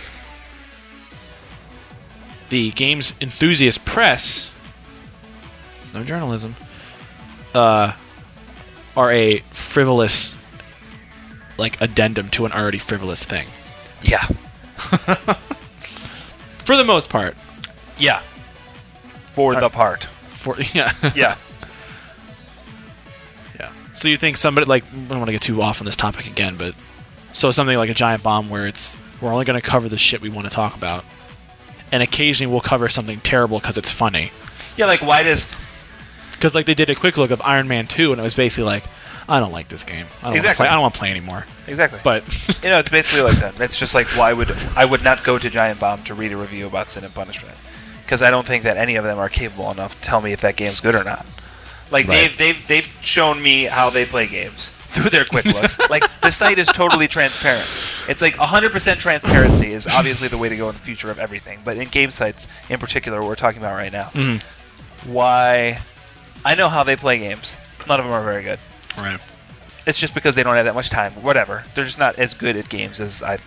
Speaker 2: the games enthusiast press, it's no journalism, uh, are a frivolous, like, addendum to an already frivolous thing.
Speaker 1: yeah
Speaker 2: For the most part.
Speaker 1: Yeah. For the part.
Speaker 2: For, yeah.
Speaker 1: Yeah.
Speaker 2: yeah. So you think somebody, like, I don't want to get too off on this topic again, but so something like a giant bomb where it's, we're only going to cover the shit we want to talk about. And occasionally we'll cover something terrible because it's funny.
Speaker 1: yeah, like why does
Speaker 2: Because like they did a quick look of Iron Man Two, and it was basically like, I don't like this game. I don't
Speaker 1: Exactly.
Speaker 2: Wanna play, I don't want to play anymore.
Speaker 1: Exactly.
Speaker 2: But
Speaker 1: you know, it's basically like that. It's just like why would I would not go to Giant Bomb to read a review about Sin and Punishment because I don't think that any of them are capable enough to tell me if that game's good or not. Like
Speaker 2: Right.
Speaker 1: they've they've they've shown me how they play games through their quick looks. like the site is totally transparent. It's like 100% transparency is obviously the way to go in the future of everything, but in game sites in particular, what we're talking about right now.
Speaker 2: Mm-hmm.
Speaker 1: Why? I know how they play games. None of them are very good
Speaker 2: right,
Speaker 1: it's just because they don't have that much time. Whatever. They're just not as good at games as I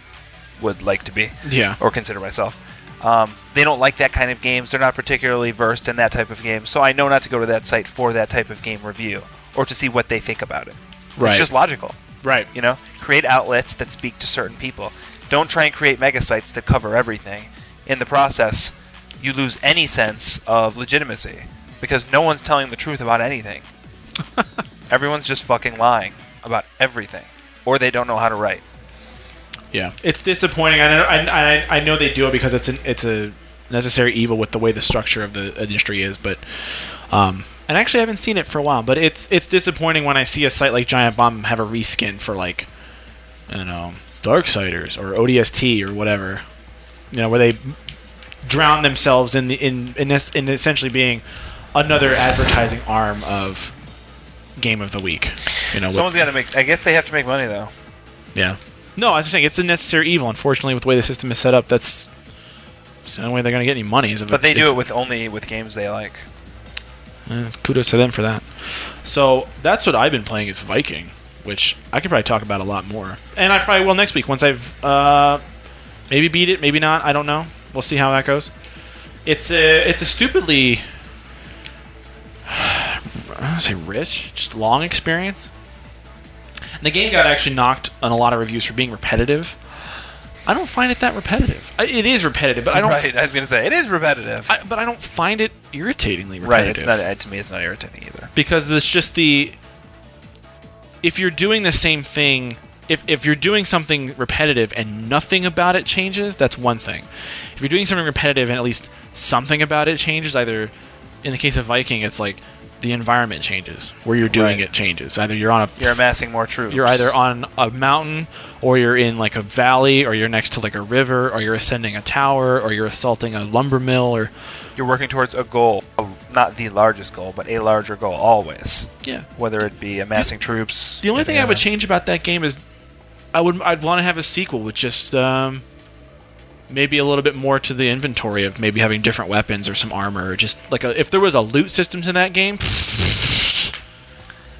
Speaker 1: would like to be
Speaker 2: yeah,
Speaker 1: or consider myself. Um, they don't like that kind of games. They're not particularly versed in that type of game. So I know not to go to that site for that type of game review or to see what they think about it.
Speaker 2: Right.
Speaker 1: It's just logical.
Speaker 2: right,
Speaker 1: You know, create outlets that speak to certain people. Don't try and create mega sites that cover everything. In the process, you lose any sense of legitimacy because no one's telling the truth about anything. Everyone's just fucking lying about everything, or they don't know how to write.
Speaker 2: Yeah, it's disappointing. I know, I, I, I know they do it because it's an it's a necessary evil with the way the structure of the industry is, but um, and actually I haven't seen it for a while, but it's it's disappointing when I see a site like Giant Bomb have a reskin for like I don't know Darksiders or ODST or whatever, you know, where they drown themselves in the in in this in essentially being another advertising arm of game of the week. You know, with-
Speaker 1: Someone's got to make. I guess they have to make money though.
Speaker 2: yeah. No, I was saying it's a necessary evil. Unfortunately, with the way the system is set up, that's, it's the only way they're going to get any money. Is if
Speaker 1: But they do
Speaker 2: if-
Speaker 1: it with only with games they like.
Speaker 2: Eh, kudos to them for that. So that's what I've been playing is Viking, which I could probably talk about a lot more, and I probably will next week once I've uh, maybe beat it, maybe not. I don't know. We'll see how that goes. It's a it's a stupidly I don't wanna say rich, just long experience. And the game got actually knocked on a lot of reviews for being repetitive. I don't find it that repetitive. I, it is repetitive, but I don't.
Speaker 1: right. I was gonna say it is repetitive.
Speaker 2: I, but I don't find it irritatingly repetitive
Speaker 1: right. It's not. uh, To me, it's not irritating either.
Speaker 2: because it's just the if you're doing the same thing if, if you're doing something repetitive and nothing about it changes that's one thing if you're doing something repetitive and at least something about it changes either in the case of viking it's like the environment changes where you're doing
Speaker 1: Right.
Speaker 2: it changes either you're on a
Speaker 1: You're amassing more troops.
Speaker 2: you're either on a mountain or you're in like a valley or you're next to like a river or you're ascending a tower or you're assaulting a lumber mill or
Speaker 1: You're working towards a goal, a- not the largest goal, but a larger goal always.
Speaker 2: yeah
Speaker 1: Whether it be amassing troops. uh,
Speaker 2: The only thing I would
Speaker 1: Yeah.
Speaker 2: change about that game is I would I'd want to have a sequel with just um, maybe a little bit more to the inventory of maybe having different weapons or some armor or just like a, if there was a loot system to that game.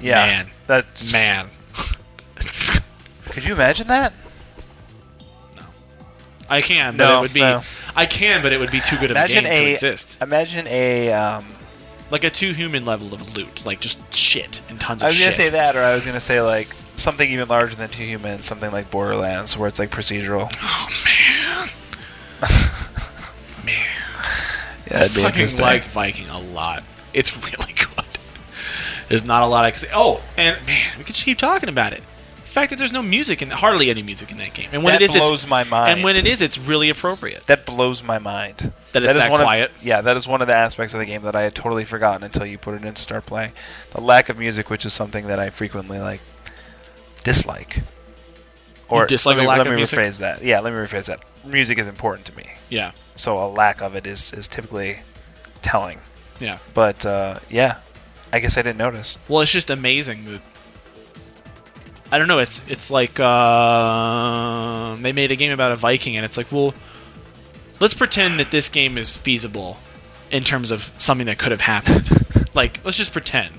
Speaker 1: Yeah.
Speaker 2: Man.
Speaker 1: That's
Speaker 2: Man,
Speaker 1: Could you imagine that?
Speaker 2: I can, but
Speaker 1: No,
Speaker 2: it would be
Speaker 1: no.
Speaker 2: I can, but it would be too good of
Speaker 1: Imagine
Speaker 2: a game to
Speaker 1: a-
Speaker 2: exist.
Speaker 1: Imagine a. Um,
Speaker 2: Like a two human level of loot, like just shit and tons
Speaker 1: I
Speaker 2: of
Speaker 1: was
Speaker 2: shit.
Speaker 1: gonna say that, or I was gonna say like something even larger than two humans, something like Borderlands, where it's like procedural.
Speaker 2: Oh man, man.
Speaker 1: Yeah,
Speaker 2: I
Speaker 1: that'd be
Speaker 2: fucking
Speaker 1: interesting.
Speaker 2: like Viking a lot. It's really good. There's not a lot I can say. Oh, and man, we could just keep talking about it. The fact that there's no music and hardly any music in that game, and when
Speaker 1: that
Speaker 2: it is,
Speaker 1: blows
Speaker 2: it's,
Speaker 1: my mind.
Speaker 2: and when it is, it's really appropriate.
Speaker 1: that blows my mind.
Speaker 2: That it's that
Speaker 1: one
Speaker 2: quiet.
Speaker 1: Of, yeah, that is one of the aspects of the game that I had totally forgotten until you put it in to start playing. The lack of music, which is something that I frequently like dislike. Or
Speaker 2: dislike
Speaker 1: let
Speaker 2: a
Speaker 1: me,
Speaker 2: lack
Speaker 1: let
Speaker 2: of
Speaker 1: me
Speaker 2: music?
Speaker 1: rephrase that. Yeah, let me rephrase that. Music is important to me,
Speaker 2: Yeah,
Speaker 1: so a lack of it is is typically telling.
Speaker 2: yeah.
Speaker 1: But uh, yeah, I guess I didn't notice.
Speaker 2: Well, it's just amazing that. I don't know. It's it's like um they made a game about a Viking, and it's like, well, let's pretend that this game is feasible in terms of something that could have happened. like, let's just pretend.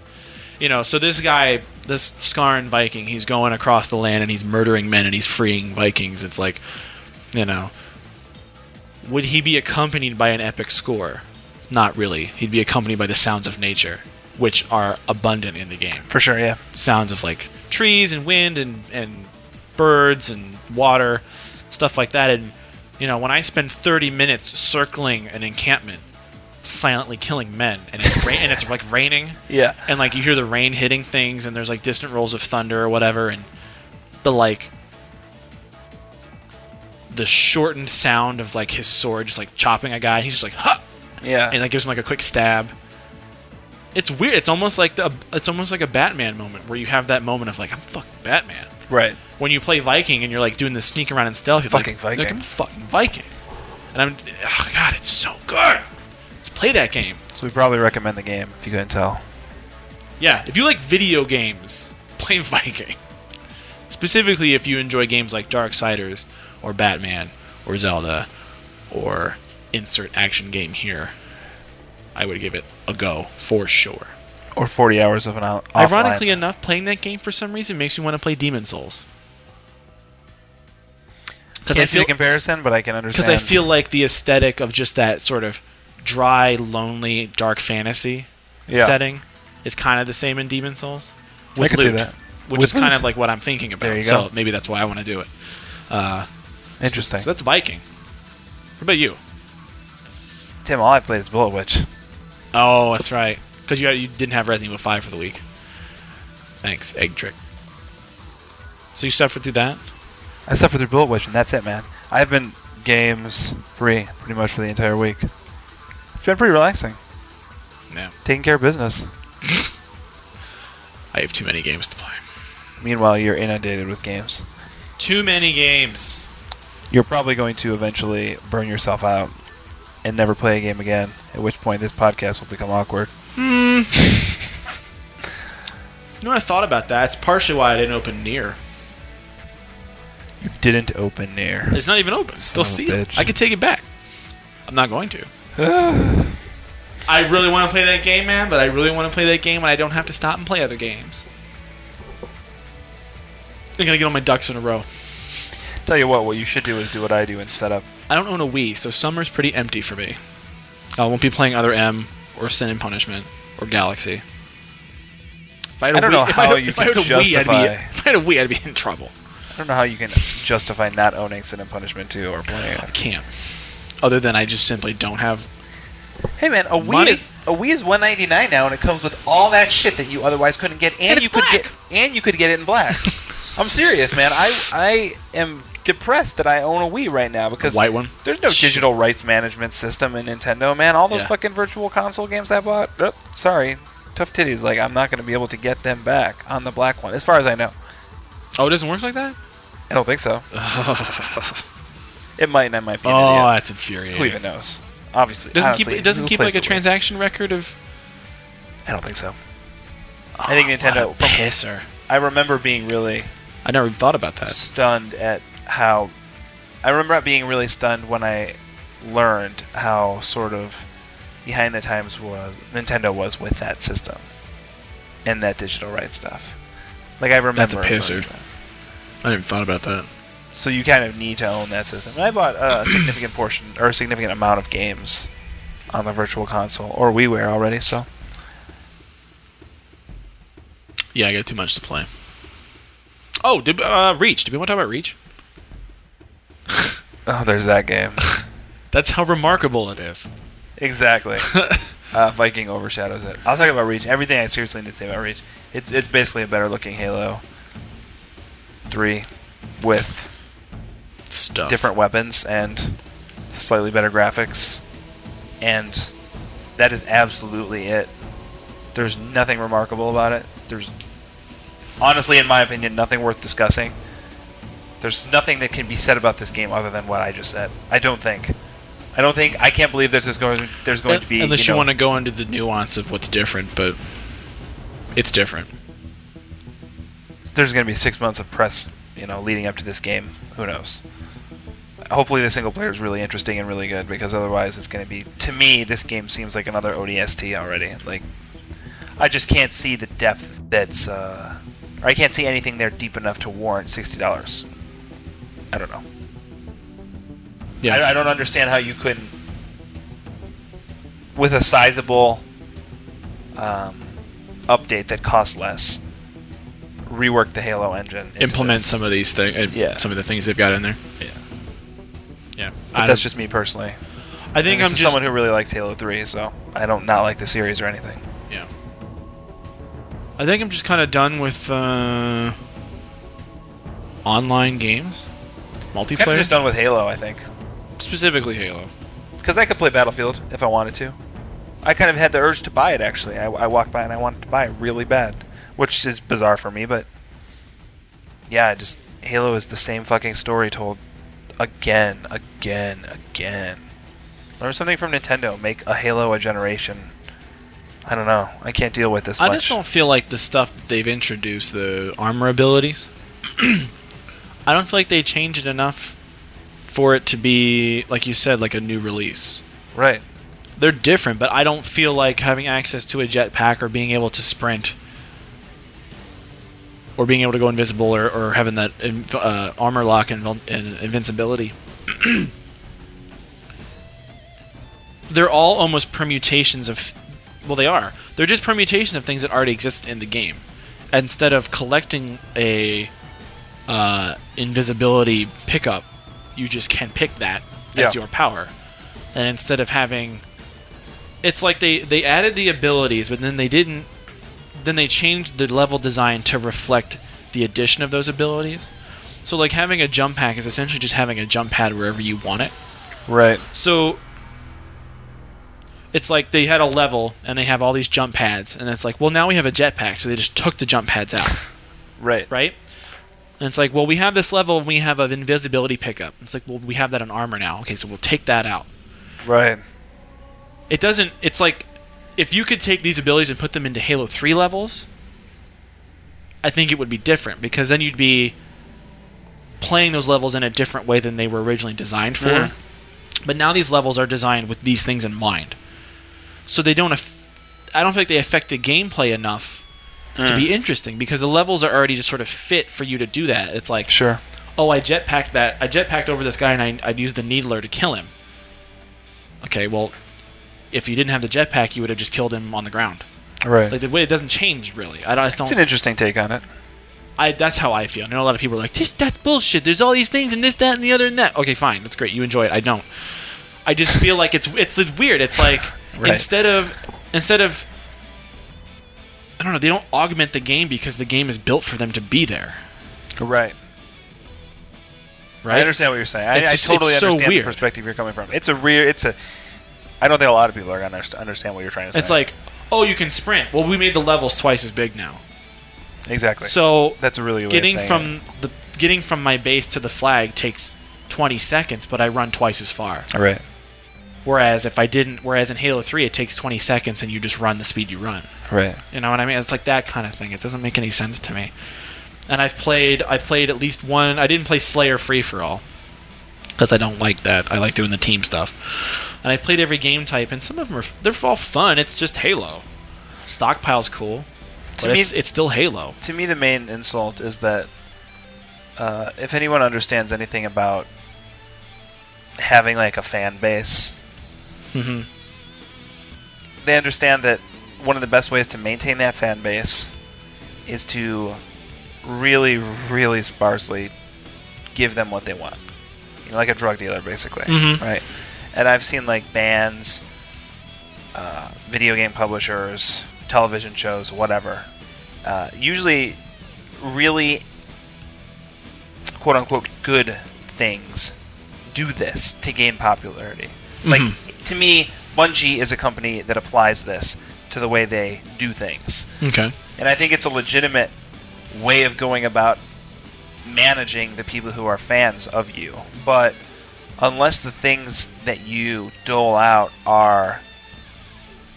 Speaker 2: You know, so this guy, this Skarn Viking, he's going across the land and he's murdering men and he's freeing Vikings. It's like, you know, would he be accompanied by an epic score? Not really. He'd be accompanied by the sounds of nature, which are abundant in the game
Speaker 1: For sure, yeah.
Speaker 2: sounds of like trees and wind and and birds and water, stuff like that. And you know, when I spend 30 minutes circling an encampment, silently killing men, and it's ra- and it's like raining,
Speaker 1: Yeah.
Speaker 2: and like you hear the rain hitting things, and there's like distant rolls of thunder or whatever, and the like. The shortened sound of like his sword just like chopping a guy, and he's just like, "Huh!"
Speaker 1: Yeah.
Speaker 2: and like gives him like a quick stab. It's weird. It's almost like the it's almost like a Batman moment where you have that moment of like I'm fucking Batman.
Speaker 1: right.
Speaker 2: When you play Viking and you're like doing the sneak around and stealth, you're like-
Speaker 1: Fucking Viking.
Speaker 2: like, I'm fucking Viking, and I'm oh god, it's so good. Let's play that game.
Speaker 1: So we probably recommend the game if you couldn't tell.
Speaker 2: Yeah, if you like video games, play Viking. Specifically, if you enjoy games like Darksiders or Batman or Zelda or insert action game here, I would give it a go for sure.
Speaker 1: Or 40 hours of an o- offline.
Speaker 2: Ironically enough, playing that game for some reason makes me want to play Demon Souls. Because I
Speaker 1: Can't see
Speaker 2: feel
Speaker 1: the comparison, but I can
Speaker 2: because
Speaker 1: understand.
Speaker 2: I feel like the aesthetic of just that sort of dry, lonely, dark fantasy
Speaker 1: Yeah.
Speaker 2: setting is kind of the same in Demon Souls.
Speaker 1: I can see
Speaker 2: loot,
Speaker 1: that.
Speaker 2: which
Speaker 1: With
Speaker 2: is kind
Speaker 1: loot.
Speaker 2: of like what I'm thinking about.
Speaker 1: There you
Speaker 2: so
Speaker 1: go.
Speaker 2: maybe that's why I want to do it. Uh,
Speaker 1: Interesting.
Speaker 2: So that's Viking. What about you?
Speaker 1: Tim, all I played is Bullet Witch.
Speaker 2: Oh, that's right. Because you you didn't have Resident Evil Five for the week. Thanks, Egg Trick. So you suffered through that.
Speaker 1: I suffered through Bullet Witch, and that's it, man. I've been games free pretty much for the entire week. It's been pretty relaxing,
Speaker 2: Yeah.
Speaker 1: taking care of business.
Speaker 2: I have too many games to play.
Speaker 1: Meanwhile, you're inundated with games.
Speaker 2: Too many games.
Speaker 1: You're probably going to eventually burn yourself out and never play a game again. At which point, this podcast will become awkward.
Speaker 2: You know what I thought about that? It's partially why I didn't open near.
Speaker 1: You didn't open near.
Speaker 2: It's not even open. It's Still
Speaker 1: Son of a
Speaker 2: sealed.
Speaker 1: bitch.
Speaker 2: I could take it back. I'm not going to. I really want to play that game, man, but I really want to play that game when I don't have to stop and play other games. I gotta get all my ducks in a row.
Speaker 1: Tell you what, what you should do is do what I do and set up.
Speaker 2: I don't own a Wii, so summer's pretty empty for me. I won't be playing other M or Sin and Punishment or Galaxy. If had a
Speaker 1: I don't know
Speaker 2: if
Speaker 1: how
Speaker 2: I,
Speaker 1: you
Speaker 2: if I
Speaker 1: could
Speaker 2: had a Wii, I'd be,
Speaker 1: justify-
Speaker 2: if I had a Wii, I'd be in trouble.
Speaker 1: I don't know how you can justify not owning Sin and Punishment 2 or playing
Speaker 2: I
Speaker 1: it.
Speaker 2: can't. Other than I just simply don't have.
Speaker 1: Hey man, a Wii
Speaker 2: Money-
Speaker 1: is a Wii is 199 now, and it comes with all that shit that you otherwise couldn't get, and,
Speaker 2: And it's
Speaker 1: you could
Speaker 2: black.
Speaker 1: get and you could get it in black. I'm serious, man. I I am depressed that I own a Wii right now because
Speaker 2: white one?
Speaker 1: There's no
Speaker 2: Shit.
Speaker 1: digital rights management system in Nintendo, man. All those
Speaker 2: Yeah.
Speaker 1: fucking virtual console games I bought. oh, sorry, tough titties. Like I'm not going to be able to get them back on the black one, as far as I know.
Speaker 2: Oh, it doesn't work like that?
Speaker 1: I don't think so.
Speaker 2: oh,
Speaker 1: It might, and I might be. An idiot.
Speaker 2: that's infuriating.
Speaker 1: Who even knows? Obviously,
Speaker 2: Oh, Doesn't
Speaker 1: honestly,
Speaker 2: keep it doesn't
Speaker 1: who
Speaker 2: keep like
Speaker 1: plays
Speaker 2: a
Speaker 1: the Wii?
Speaker 2: transaction record of.
Speaker 1: I don't think so. I think
Speaker 2: Oh, what
Speaker 1: Nintendo-
Speaker 2: a
Speaker 1: from-
Speaker 2: pisser.
Speaker 1: I remember being really
Speaker 2: I never even thought about that.
Speaker 1: stunned at how I remember being really stunned when I learned how sort of behind the times was Nintendo was with that system and that digital rights stuff. Like I remember
Speaker 2: That's a pisser.
Speaker 1: learning that.
Speaker 2: I never even thought about that.
Speaker 1: So you kind of need to own that system. And I bought a significant portion or a significant amount of games on the virtual console or WiiWare already, so
Speaker 2: Yeah, I got too much to play. Oh, did uh, Reach? Did we want to talk about Reach?
Speaker 1: oh there's that game.
Speaker 2: That's how remarkable it is.
Speaker 1: exactly. Uh, Viking overshadows it. I'll talk about Reach. Everything I seriously need to say about Reach. It's it's basically a better looking Halo. Three, with
Speaker 2: Stuff.
Speaker 1: different weapons and slightly better graphics, and that is absolutely it. There's nothing remarkable about it. There's honestly, in my opinion, nothing worth discussing. There's nothing that can be said about this game other than what I just said. I don't think. I don't think. I can't believe that there's going there's going to be
Speaker 2: Uh, Unless you,
Speaker 1: know,
Speaker 2: want to go into the nuance of what's different, but it's different.
Speaker 1: there's going to be six months of press, you know, leading up to this game. Who knows? Hopefully, the single player is really interesting and really good because otherwise, it's going to be. To me, this game seems like another ODST already. Like, I just can't see the depth that's. Uh, or I can't see anything there deep enough to warrant sixty dollars. I don't know.
Speaker 2: Yeah.
Speaker 1: I, I don't understand how you couldn't, with a sizable um, update that costs less, rework the Halo engine. into
Speaker 2: implement
Speaker 1: this.
Speaker 2: some of these things.
Speaker 1: Yeah.
Speaker 2: Some of the things they've got in there.
Speaker 1: Yeah.
Speaker 2: Yeah.
Speaker 1: But
Speaker 2: I
Speaker 1: that's
Speaker 2: don't-
Speaker 1: just me personally.
Speaker 2: I think I'm
Speaker 1: this is
Speaker 2: just.
Speaker 1: someone who really likes Halo Three, so I don't not like the series or anything.
Speaker 2: yeah. I think I'm just kind of done with uh, online games,
Speaker 1: Kind
Speaker 2: multiplayer,
Speaker 1: of just done with Halo, I think,
Speaker 2: specifically Halo.
Speaker 1: because I could play Battlefield if I wanted to. I kind of had the urge to buy it actually. I, I walked by and I wanted to buy it really bad, which is bizarre for me, but yeah, I just Halo is the same fucking story told again, again, again. Learn something from Nintendo. Make a Halo a generation. I don't know. I can't deal with this
Speaker 2: I
Speaker 1: much.
Speaker 2: just don't feel like the stuff that they've introduced, the armor abilities, I don't feel like they changed it enough for it to be, like you said, like a new release.
Speaker 1: right.
Speaker 2: They're different, but I don't feel like having access to a jetpack or being able to sprint or being able to go invisible or, or having that inv- uh, armor lock and, invul- and invincibility. They're all almost permutations of. Well, they are. They're just permutations of things that already exist in the game. Instead of collecting a uh, invisibility pickup, you just can pick that
Speaker 1: Yeah.
Speaker 2: as your power. And instead of having. It's like they, they added the abilities, but then they didn't then they changed the level design to reflect the addition of those abilities. So like having a jump pack is essentially just having a jump pad wherever you want it.
Speaker 1: Right.
Speaker 2: So it's like they had a level and they have all these jump pads, and it's like, well, now we have a jetpack, so they just took the jump pads out,
Speaker 1: Right.
Speaker 2: right? And it's like, well, we have this level, and we have an invisibility pickup. It's like, well, we have that on armor now. Okay, so we'll take that out.
Speaker 1: Right.
Speaker 2: It doesn't. It's like if you could take these abilities and put them into Halo Three levels, I think it would be different because then you'd be playing those levels in a different way than they were originally designed for.
Speaker 1: Mhm.
Speaker 2: But now these levels are designed with these things in mind, so they don't. Aff- I don't think they affect the gameplay enough to be interesting because the levels are already just sort of fit for you to do that. It's like
Speaker 1: Sure.
Speaker 2: oh, I jetpacked that. I jetpacked over this guy, and I, I used the needler to kill him. Okay, well, if you didn't have the jetpack, you would have just killed him on the ground.
Speaker 1: Right.
Speaker 2: Like the way it doesn't change really. I don't. I just
Speaker 1: it's
Speaker 2: don't
Speaker 1: an interesting take on it.
Speaker 2: I, that's how I feel. I know a lot of people are like, this, that's bullshit. There's all these things and this, that, and the other, and that. Okay, fine. That's great. You enjoy it. I don't. I just feel like it's it's, it's weird. It's like
Speaker 1: Right.
Speaker 2: instead of instead of I don't know. They don't augment the game because the game is built for them to be there,
Speaker 1: Right.
Speaker 2: right?
Speaker 1: I understand what you're saying. I,
Speaker 2: It's
Speaker 1: I
Speaker 2: just-
Speaker 1: totally
Speaker 2: it's so
Speaker 1: understand
Speaker 2: weird.
Speaker 1: the perspective you're coming from. It's a rear. It's a. I don't think a lot of people are gonna underst- understand what you're trying to say.
Speaker 2: It's like, oh, you can sprint. Well, we made the levels twice as big now.
Speaker 1: exactly.
Speaker 2: So
Speaker 1: that's a really good
Speaker 2: getting
Speaker 1: way of saying
Speaker 2: from the getting from my base to the flag takes 20 seconds, but I run twice as far.
Speaker 1: it. right.
Speaker 2: Whereas if I didn't, whereas in Halo 3, it takes 20 seconds and you just run the speed you run.
Speaker 1: Right.
Speaker 2: You know what I mean? It's like that kind of thing. It doesn't make any sense to me. And I've played, I played at least one. I didn't play Slayer Free for All because I don't like that. I like doing the team stuff. And I played every game type, and some of them are they're all fun. It's just Halo. Stockpile's cool,
Speaker 1: To
Speaker 2: but
Speaker 1: me,
Speaker 2: it's, it's still Halo.
Speaker 1: to me, the main insult is that uh, if anyone understands anything about having like a fan base,
Speaker 2: Mm-hmm.
Speaker 1: they understand that one of the best ways to maintain that fan base is to really, really sparsely give them what they want. You know, like a drug dealer, basically,
Speaker 2: Mhm.
Speaker 1: right? And I've seen like bands, uh, video game publishers, television shows, whatever. Uh, usually, really quote unquote good things do this to gain popularity. Like to me, Bungie is a company that applies this to the way they do things.
Speaker 2: Okay.
Speaker 1: And I think it's a legitimate way of going about managing the people who are fans of you. But unless the things that you dole out are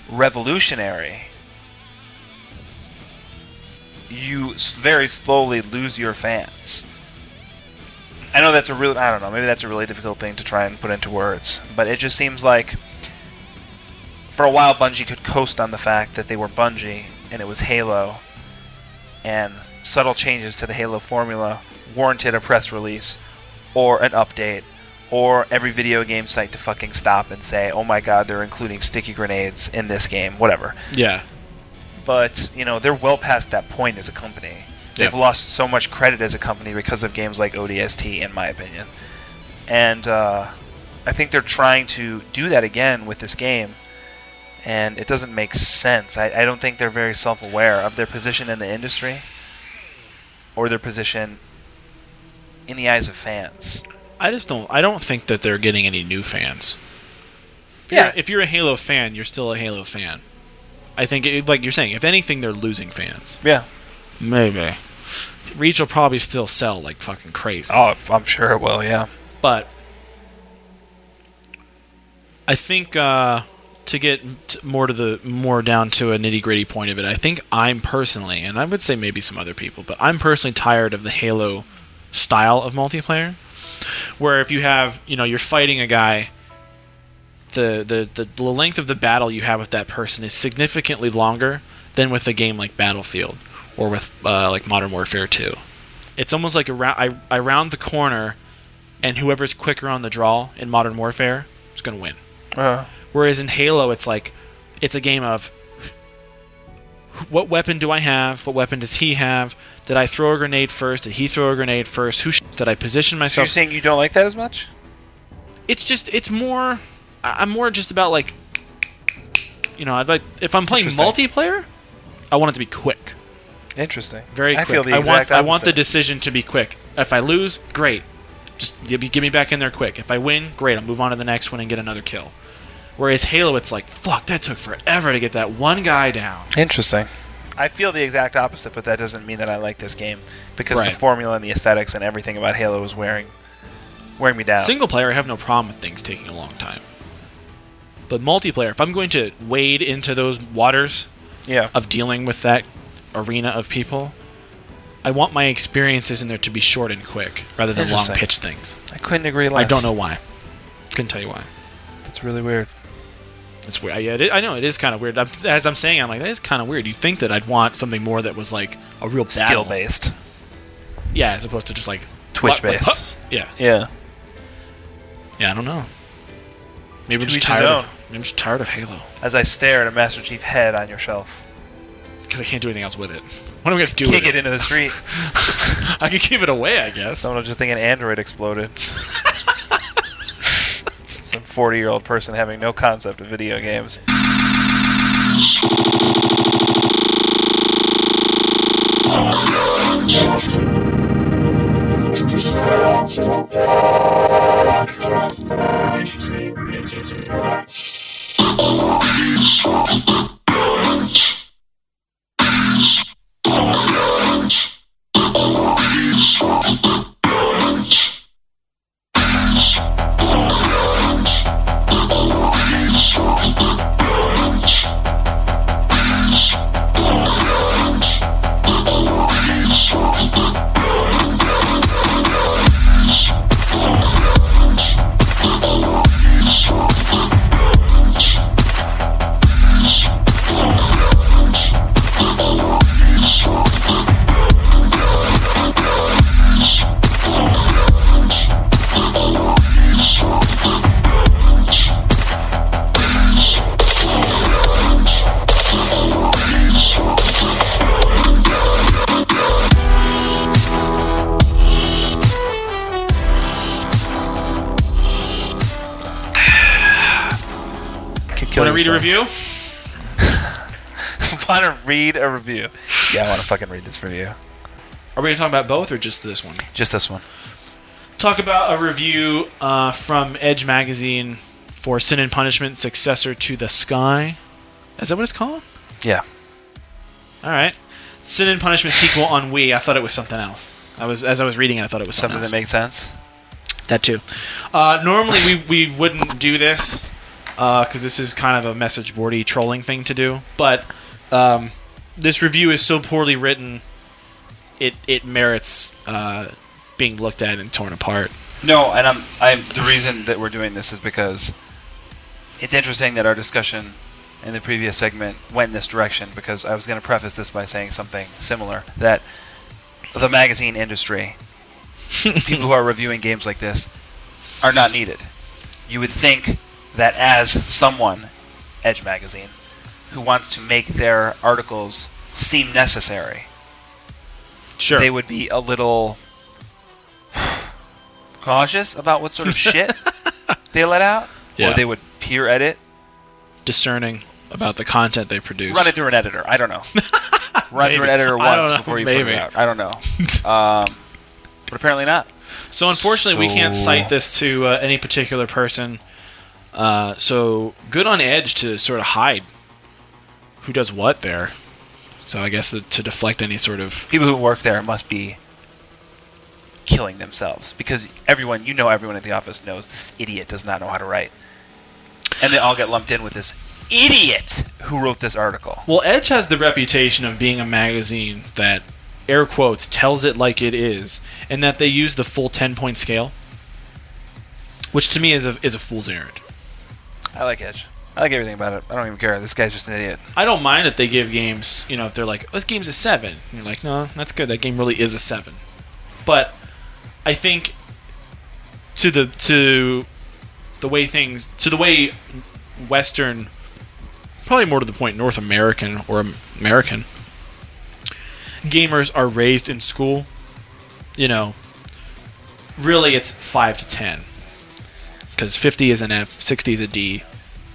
Speaker 1: revolutionary, you s- very slowly lose your fans. I know that's a real I don't know, maybe that's a really difficult thing to try and put into words, but it just seems like for a while Bungie could coast on the fact that they were Bungie and it was Halo and subtle changes to the Halo formula warranted a press release or an update or every video game site to fucking stop and say, "Oh my god, they're including sticky grenades in this game," whatever
Speaker 2: Yeah.
Speaker 1: but you know they're well past that point as a company. They've
Speaker 2: Yeah.
Speaker 1: lost so much credit as a company because of games like ODST, in my opinion. And uh, I think they're trying to do that again with this game, and it doesn't make sense. I, I don't think they're very self-aware of their position in the industry or their position in the eyes of fans.
Speaker 2: I just don't. I don't think that they're getting any new fans.
Speaker 1: Yeah.
Speaker 2: If you're a Halo fan, you're still a Halo fan. I think, it, like you're saying, if anything, they're losing fans.
Speaker 1: Yeah.
Speaker 2: Maybe. Reach will probably still sell like fucking crazy,
Speaker 1: Oh, I'm sure it will. Yeah.
Speaker 2: but I think uh, to get t- more to the more down to a nitty gritty point of it, I think I'm personally, and I would say maybe some other people, but I'm personally tired of the Halo style of multiplayer, where if you have, you know, you're fighting a guy. The, the, the length of the battle you have with that person is significantly longer than with a game like Battlefield or with uh, like Modern Warfare 2. It's almost like a rou- I, I round the corner and whoever's quicker on the draw in Modern Warfare is going to win. Uh-huh.
Speaker 1: Uh,
Speaker 2: Whereas in Halo, it's like it's a game of what weapon do I have? What weapon does he have? Did I throw a grenade first? Did he throw a grenade first? Who sh- did I position
Speaker 1: so you're
Speaker 2: myself?
Speaker 1: saying you don't like that as much?
Speaker 2: it's just it's more. I- I'm more just about like you know I'd like if I'm playing
Speaker 1: Interesting.
Speaker 2: multiplayer, I want it to be quick.
Speaker 1: Interesting.
Speaker 2: Very
Speaker 1: I
Speaker 2: quick.
Speaker 1: feel the
Speaker 2: I
Speaker 1: exact
Speaker 2: want I want the
Speaker 1: opposite.
Speaker 2: decision to be quick. If I lose, great. Just give me, give me back in there quick. If I win, great. I'll move on to the next one and get another kill. Whereas Halo, it's like, fuck, that took forever to get that one guy down.
Speaker 1: Interesting. I feel the exact opposite, but that doesn't mean that I like this game because
Speaker 2: Right.
Speaker 1: the formula and the aesthetics and everything about Halo is wearing wearing me down.
Speaker 2: Single player, I have no problem with things taking a long time. But multiplayer, if I'm going to wade into those waters
Speaker 1: yeah.
Speaker 2: of dealing with that arena of people, I want my experiences in there to be short and quick rather than long
Speaker 1: Interesting.
Speaker 2: pitch things.
Speaker 1: I couldn't agree
Speaker 2: I
Speaker 1: less.
Speaker 2: don't know why. Couldn't tell you why.
Speaker 1: That's really weird.
Speaker 2: It's weird. I, yeah, it is- I know it is kind of weird. I'm, as I'm saying, I'm like that is kind of weird. You think that I'd want something more that was like a real battle.
Speaker 1: Skill based.
Speaker 2: yeah, as opposed to just like
Speaker 1: Twitch
Speaker 2: like,
Speaker 1: based.
Speaker 2: huh. yeah,
Speaker 1: Yeah.
Speaker 2: yeah. I don't know. Maybe I'm
Speaker 1: To
Speaker 2: just
Speaker 1: each his
Speaker 2: tired. Of,
Speaker 1: own.
Speaker 2: maybe I'm just tired of Halo
Speaker 1: As I stare at a Master Chief head on your shelf,
Speaker 2: because I can't do anything else with it. What am I gonna do?
Speaker 1: kick
Speaker 2: with
Speaker 1: it into the street.
Speaker 2: I could give it away, I guess.
Speaker 1: Someone will just think an android exploded. Some 40 year old person having no concept of video games. Could kill
Speaker 2: Want to read a
Speaker 1: yourself.
Speaker 2: review?
Speaker 1: want to read a review. Yeah, I want to fucking read this review.
Speaker 2: Are we gonna talk about both or just this one?
Speaker 1: Just this one.
Speaker 2: talk about a review uh, from Edge Magazine for Sin and Punishment, successor to The Sky. Is that what it's called?
Speaker 1: Yeah.
Speaker 2: All right, Sin and Punishment sequel on Wii. I thought it was something else. I was as I was reading it, I thought it was something,
Speaker 1: Something that
Speaker 2: else.
Speaker 1: makes sense.
Speaker 2: that too. Uh, normally we we wouldn't do this because this is kind of a message boardy trolling thing to do, but um, this review is so poorly written, it it merits uh, being looked at and torn apart.
Speaker 1: No, and I'm I'm the reason that we're doing this is because it's interesting that our discussion in the previous segment went in this direction because I was going to preface this by saying something similar that the magazine industry people who are reviewing games like this are not needed. You would think that as someone Edge magazine who wants to make their articles seem necessary
Speaker 2: Sure.
Speaker 1: they would be a little cautious about what sort of shit they let out,
Speaker 2: Yeah.
Speaker 1: or they would peer edit,
Speaker 2: discerning about the content they produce.
Speaker 1: run it through an editor. I don't know. run it through an
Speaker 2: Maybe.
Speaker 1: editor
Speaker 2: I don't
Speaker 1: once
Speaker 2: know.
Speaker 1: before you put
Speaker 2: Maybe.
Speaker 1: it out. I don't know, um, but apparently not.
Speaker 2: So unfortunately, we can't
Speaker 1: So-
Speaker 2: cite this to uh, any particular person. Uh, so good on Edge to sort of hide who does what there. So I guess that to deflect any sort of
Speaker 1: People who work there must be killing themselves because everyone, you know, everyone at the office knows this idiot does not know how to write, and they all get lumped in with this idiot who wrote this article.
Speaker 2: well, Edge has the reputation of being a magazine that air quotes tells it like it is, and that they use the full ten point scale, which to me is a is a fool's errand.
Speaker 1: I like Edge. I like everything about it. I don't even care. This guy's just an idiot.
Speaker 2: I don't mind that they give games, you know, if they're like, oh, this game's a seven. And you're like, no, that's good. That game really is a seven. But I think to the to the way things to the way Western, probably more to the point, North American or Am- American gamers are raised in school. You know, really, it's five to ten because fifty is an F, sixty is a D,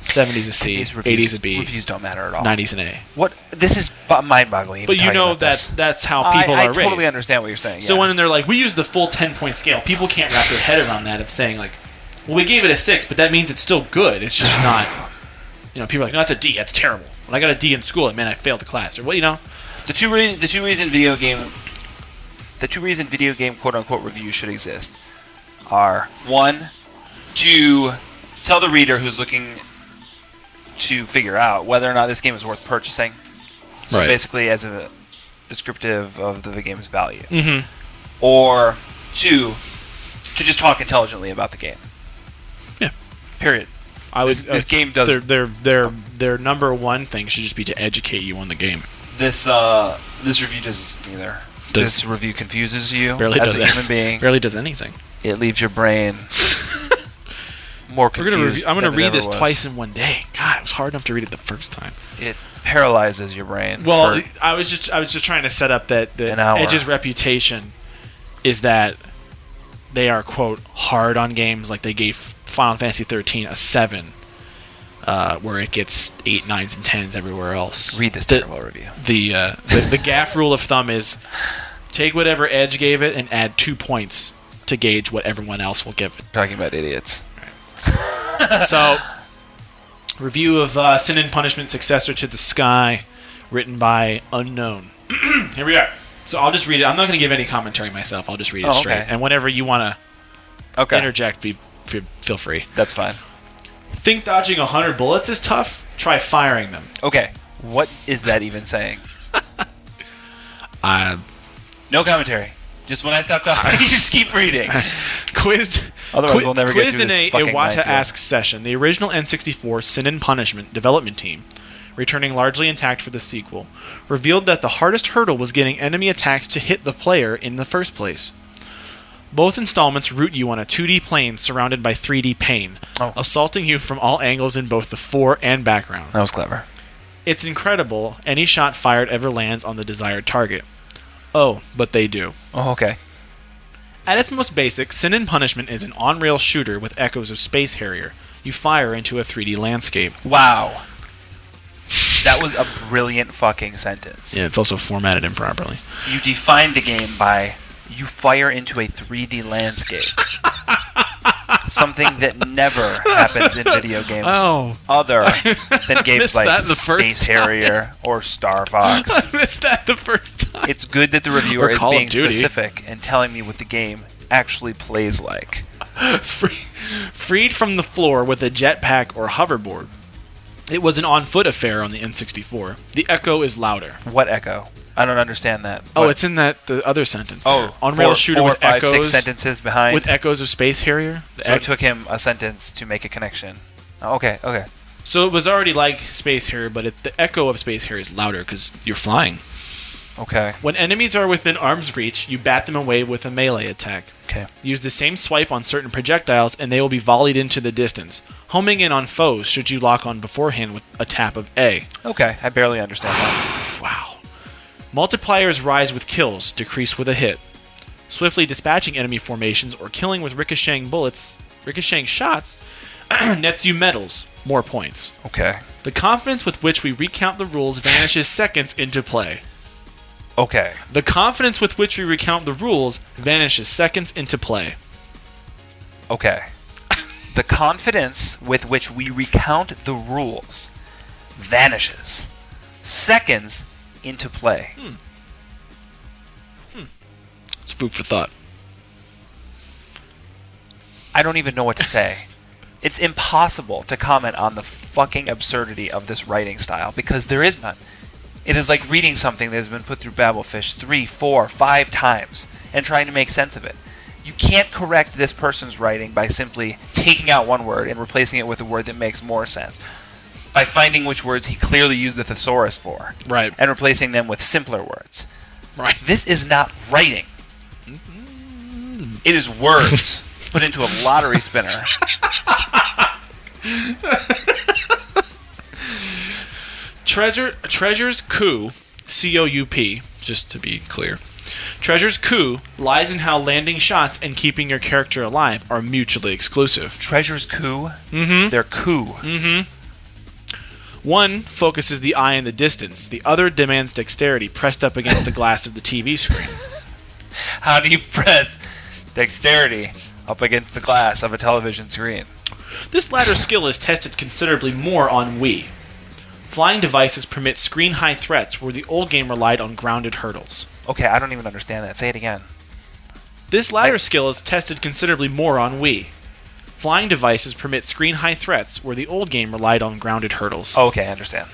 Speaker 2: 70s a C,
Speaker 1: These reviews,
Speaker 2: 80s a B,
Speaker 1: Reviews don't matter at all.
Speaker 2: 90s an A.
Speaker 1: What? This is b- mind-boggling. even
Speaker 2: But you
Speaker 1: talking
Speaker 2: know
Speaker 1: about
Speaker 2: that
Speaker 1: this.
Speaker 2: that's how people
Speaker 1: I,
Speaker 2: are
Speaker 1: I totally
Speaker 2: raised.
Speaker 1: understand what you're saying.
Speaker 2: So
Speaker 1: yeah.
Speaker 2: when they're like, we use the full 10 point scale, people can't wrap their head around that of saying, like, well, we gave it a 6, but that means it's still good. It's just not, you know, people are like, no, that's a D, that's terrible. Well, I got a D in school, and man, I failed the class. Or, well, you know,
Speaker 1: the two re- the two reason video game the two reason video game quote unquote reviews should exist are one to tell the reader who's looking to figure out whether or not this game is worth purchasing. So
Speaker 2: Right.
Speaker 1: basically, as a descriptive of the game's value,
Speaker 2: mm-hmm.
Speaker 1: or two to just talk intelligently about the game.
Speaker 2: Yeah.
Speaker 1: Period.
Speaker 2: I would, uh,
Speaker 1: This- this game does-
Speaker 2: Their, their, their, their number one thing should just be to educate you on the game.
Speaker 1: This uh, this review does either.
Speaker 2: Does-
Speaker 1: this review confuses you
Speaker 2: Barely
Speaker 1: as
Speaker 2: does
Speaker 1: a
Speaker 2: that.
Speaker 1: human being.
Speaker 2: Barely does anything.
Speaker 1: it leaves your brain more
Speaker 2: We're
Speaker 1: confused.
Speaker 2: gonna review, I'm going
Speaker 1: than
Speaker 2: to
Speaker 1: it
Speaker 2: read
Speaker 1: ever
Speaker 2: this
Speaker 1: was.
Speaker 2: twice in one day. God, it was hard enough to read it the first time.
Speaker 1: It paralyzes your brain.
Speaker 2: Well,
Speaker 1: for-
Speaker 2: I was just I was just trying to set up that the
Speaker 1: An hour.
Speaker 2: Edge's reputation is that they are quote hard on games. Like they gave Final Fantasy 13 a seven, uh, where it gets eight, nines, and tens everywhere else.
Speaker 1: read this
Speaker 2: The-
Speaker 1: terrible review.
Speaker 2: the uh, the, the gaff rule of thumb is take whatever Edge gave it and add two points to gauge what everyone else will give it.
Speaker 1: Talking about idiots.
Speaker 2: so, review of uh, Sin and Punishment Successor to the Sky, written by Unknown. Here we are. So, I'll just read it. I'm not going to give any commentary myself. I'll just read it
Speaker 1: Oh, okay.
Speaker 2: straight. And whenever you want
Speaker 1: Okay,
Speaker 2: to interject, be, fe- feel free.
Speaker 1: that's fine.
Speaker 2: Think dodging 100 bullets is tough? Try firing them.
Speaker 1: Okay, what is that even saying?
Speaker 2: Uh,
Speaker 1: No commentary. Just when I stop talking, you just keep reading.
Speaker 2: quizzed.
Speaker 1: Otherwise,
Speaker 2: Qui-
Speaker 1: we'll never get
Speaker 2: quizzed
Speaker 1: through
Speaker 2: in
Speaker 1: this
Speaker 2: a
Speaker 1: fucking
Speaker 2: Iwata
Speaker 1: minefield.
Speaker 2: asks session. The original N64 Sin and Punishment development team, returning largely intact for the sequel, revealed that the hardest hurdle was getting enemy attacks to hit the player in the first place. Both installments root you on a 2D plane surrounded by 3D pain,
Speaker 1: Oh.
Speaker 2: assaulting you from all angles in both the fore and background.
Speaker 1: That was clever.
Speaker 2: It's incredible any shot fired ever lands on the desired target. Oh, but they do.
Speaker 1: Oh, okay.
Speaker 2: At its most basic, Sin and Punishment is an on rail shooter with echoes of Space Harrier. You fire into a 3D landscape.
Speaker 1: Wow. That was a brilliant fucking sentence.
Speaker 2: Yeah, it's also formatted improperly.
Speaker 1: You define the game by you fire into a 3D landscape. Something that never happens in video games.
Speaker 2: Oh,
Speaker 1: other than
Speaker 2: missed
Speaker 1: games like
Speaker 2: that the first
Speaker 1: Space
Speaker 2: time.
Speaker 1: Harrier or Star Fox.
Speaker 2: I missed that the first time.
Speaker 1: it's good that the reviewer
Speaker 2: Or
Speaker 1: is
Speaker 2: Call of
Speaker 1: being
Speaker 2: Duty.
Speaker 1: specific and telling me what the game actually plays like.
Speaker 2: Free, freed from the floor with a jetpack or hoverboard. It was an on foot affair on the N64. The echo is louder.
Speaker 1: What echo? I don't understand that.
Speaker 2: Oh,
Speaker 1: What-
Speaker 2: it's in that the other sentence.
Speaker 1: oh
Speaker 2: on rail
Speaker 1: four-
Speaker 2: shooter
Speaker 1: four,
Speaker 2: with
Speaker 1: five, six
Speaker 2: echoes
Speaker 1: sentences behind.
Speaker 2: with e-, echoes of Space Harrier. The
Speaker 1: so
Speaker 2: ec-
Speaker 1: it took him a sentence to make a connection. Oh, okay, okay.
Speaker 2: so it was already like Space Harrier, but it, the echo of Space Harrier is louder because you're flying.
Speaker 1: Okay.
Speaker 2: When enemies are within arm's reach, you bat them away with a melee attack.
Speaker 1: Okay.
Speaker 2: Use the same swipe on certain projectiles, and they will be volleyed into the distance, homing in on foes should you lock on beforehand with a tap of A.
Speaker 1: Okay. I barely understand that.
Speaker 2: Wow. Multipliers rise with kills, decrease with a hit. Swiftly dispatching enemy formations or killing with ricocheting bullets, ricocheting shots, nets you medals, more points.
Speaker 1: Okay.
Speaker 2: The confidence with which we recount the rules vanishes seconds into play.
Speaker 1: Okay.
Speaker 2: The confidence with which we recount the rules vanishes seconds into play.
Speaker 1: Okay. the confidence with which we recount the rules vanishes seconds into play.
Speaker 2: It's food for thought.
Speaker 1: I don't even know what to say. it's impossible to comment on the fucking absurdity of this writing style because there is none. It is like reading something that has been put through Babelfish three, four, five times and trying to make sense of it. You can't correct this person's writing by simply taking out one word and replacing it with a word that makes more sense. By finding which words he clearly used the thesaurus for
Speaker 2: Right.
Speaker 1: and replacing them with simpler words.
Speaker 2: Right.
Speaker 1: This is not writing. It is words put into a lottery spinner.
Speaker 2: Treasure Treasure's coup, C O U P, just to be clear. Treasure's coup lies in how landing shots and keeping your character alive are mutually exclusive.
Speaker 1: Treasure's coup.
Speaker 2: Mm-hmm.
Speaker 1: Their coup.
Speaker 2: Mm-hmm. One focuses the eye in the distance. The other demands dexterity pressed up against the glass of the TV screen.
Speaker 1: How do you press dexterity up against the glass of a television screen?
Speaker 2: This latter skill is tested considerably more on Wii. Flying devices permit screen high threats where the old game relied on grounded hurdles.
Speaker 1: Okay, I don't even understand that. Say it again.
Speaker 2: This latter skill is tested considerably more on Wii. Flying devices permit screen high threats where the old game relied on grounded hurdles.
Speaker 1: Okay, I understand.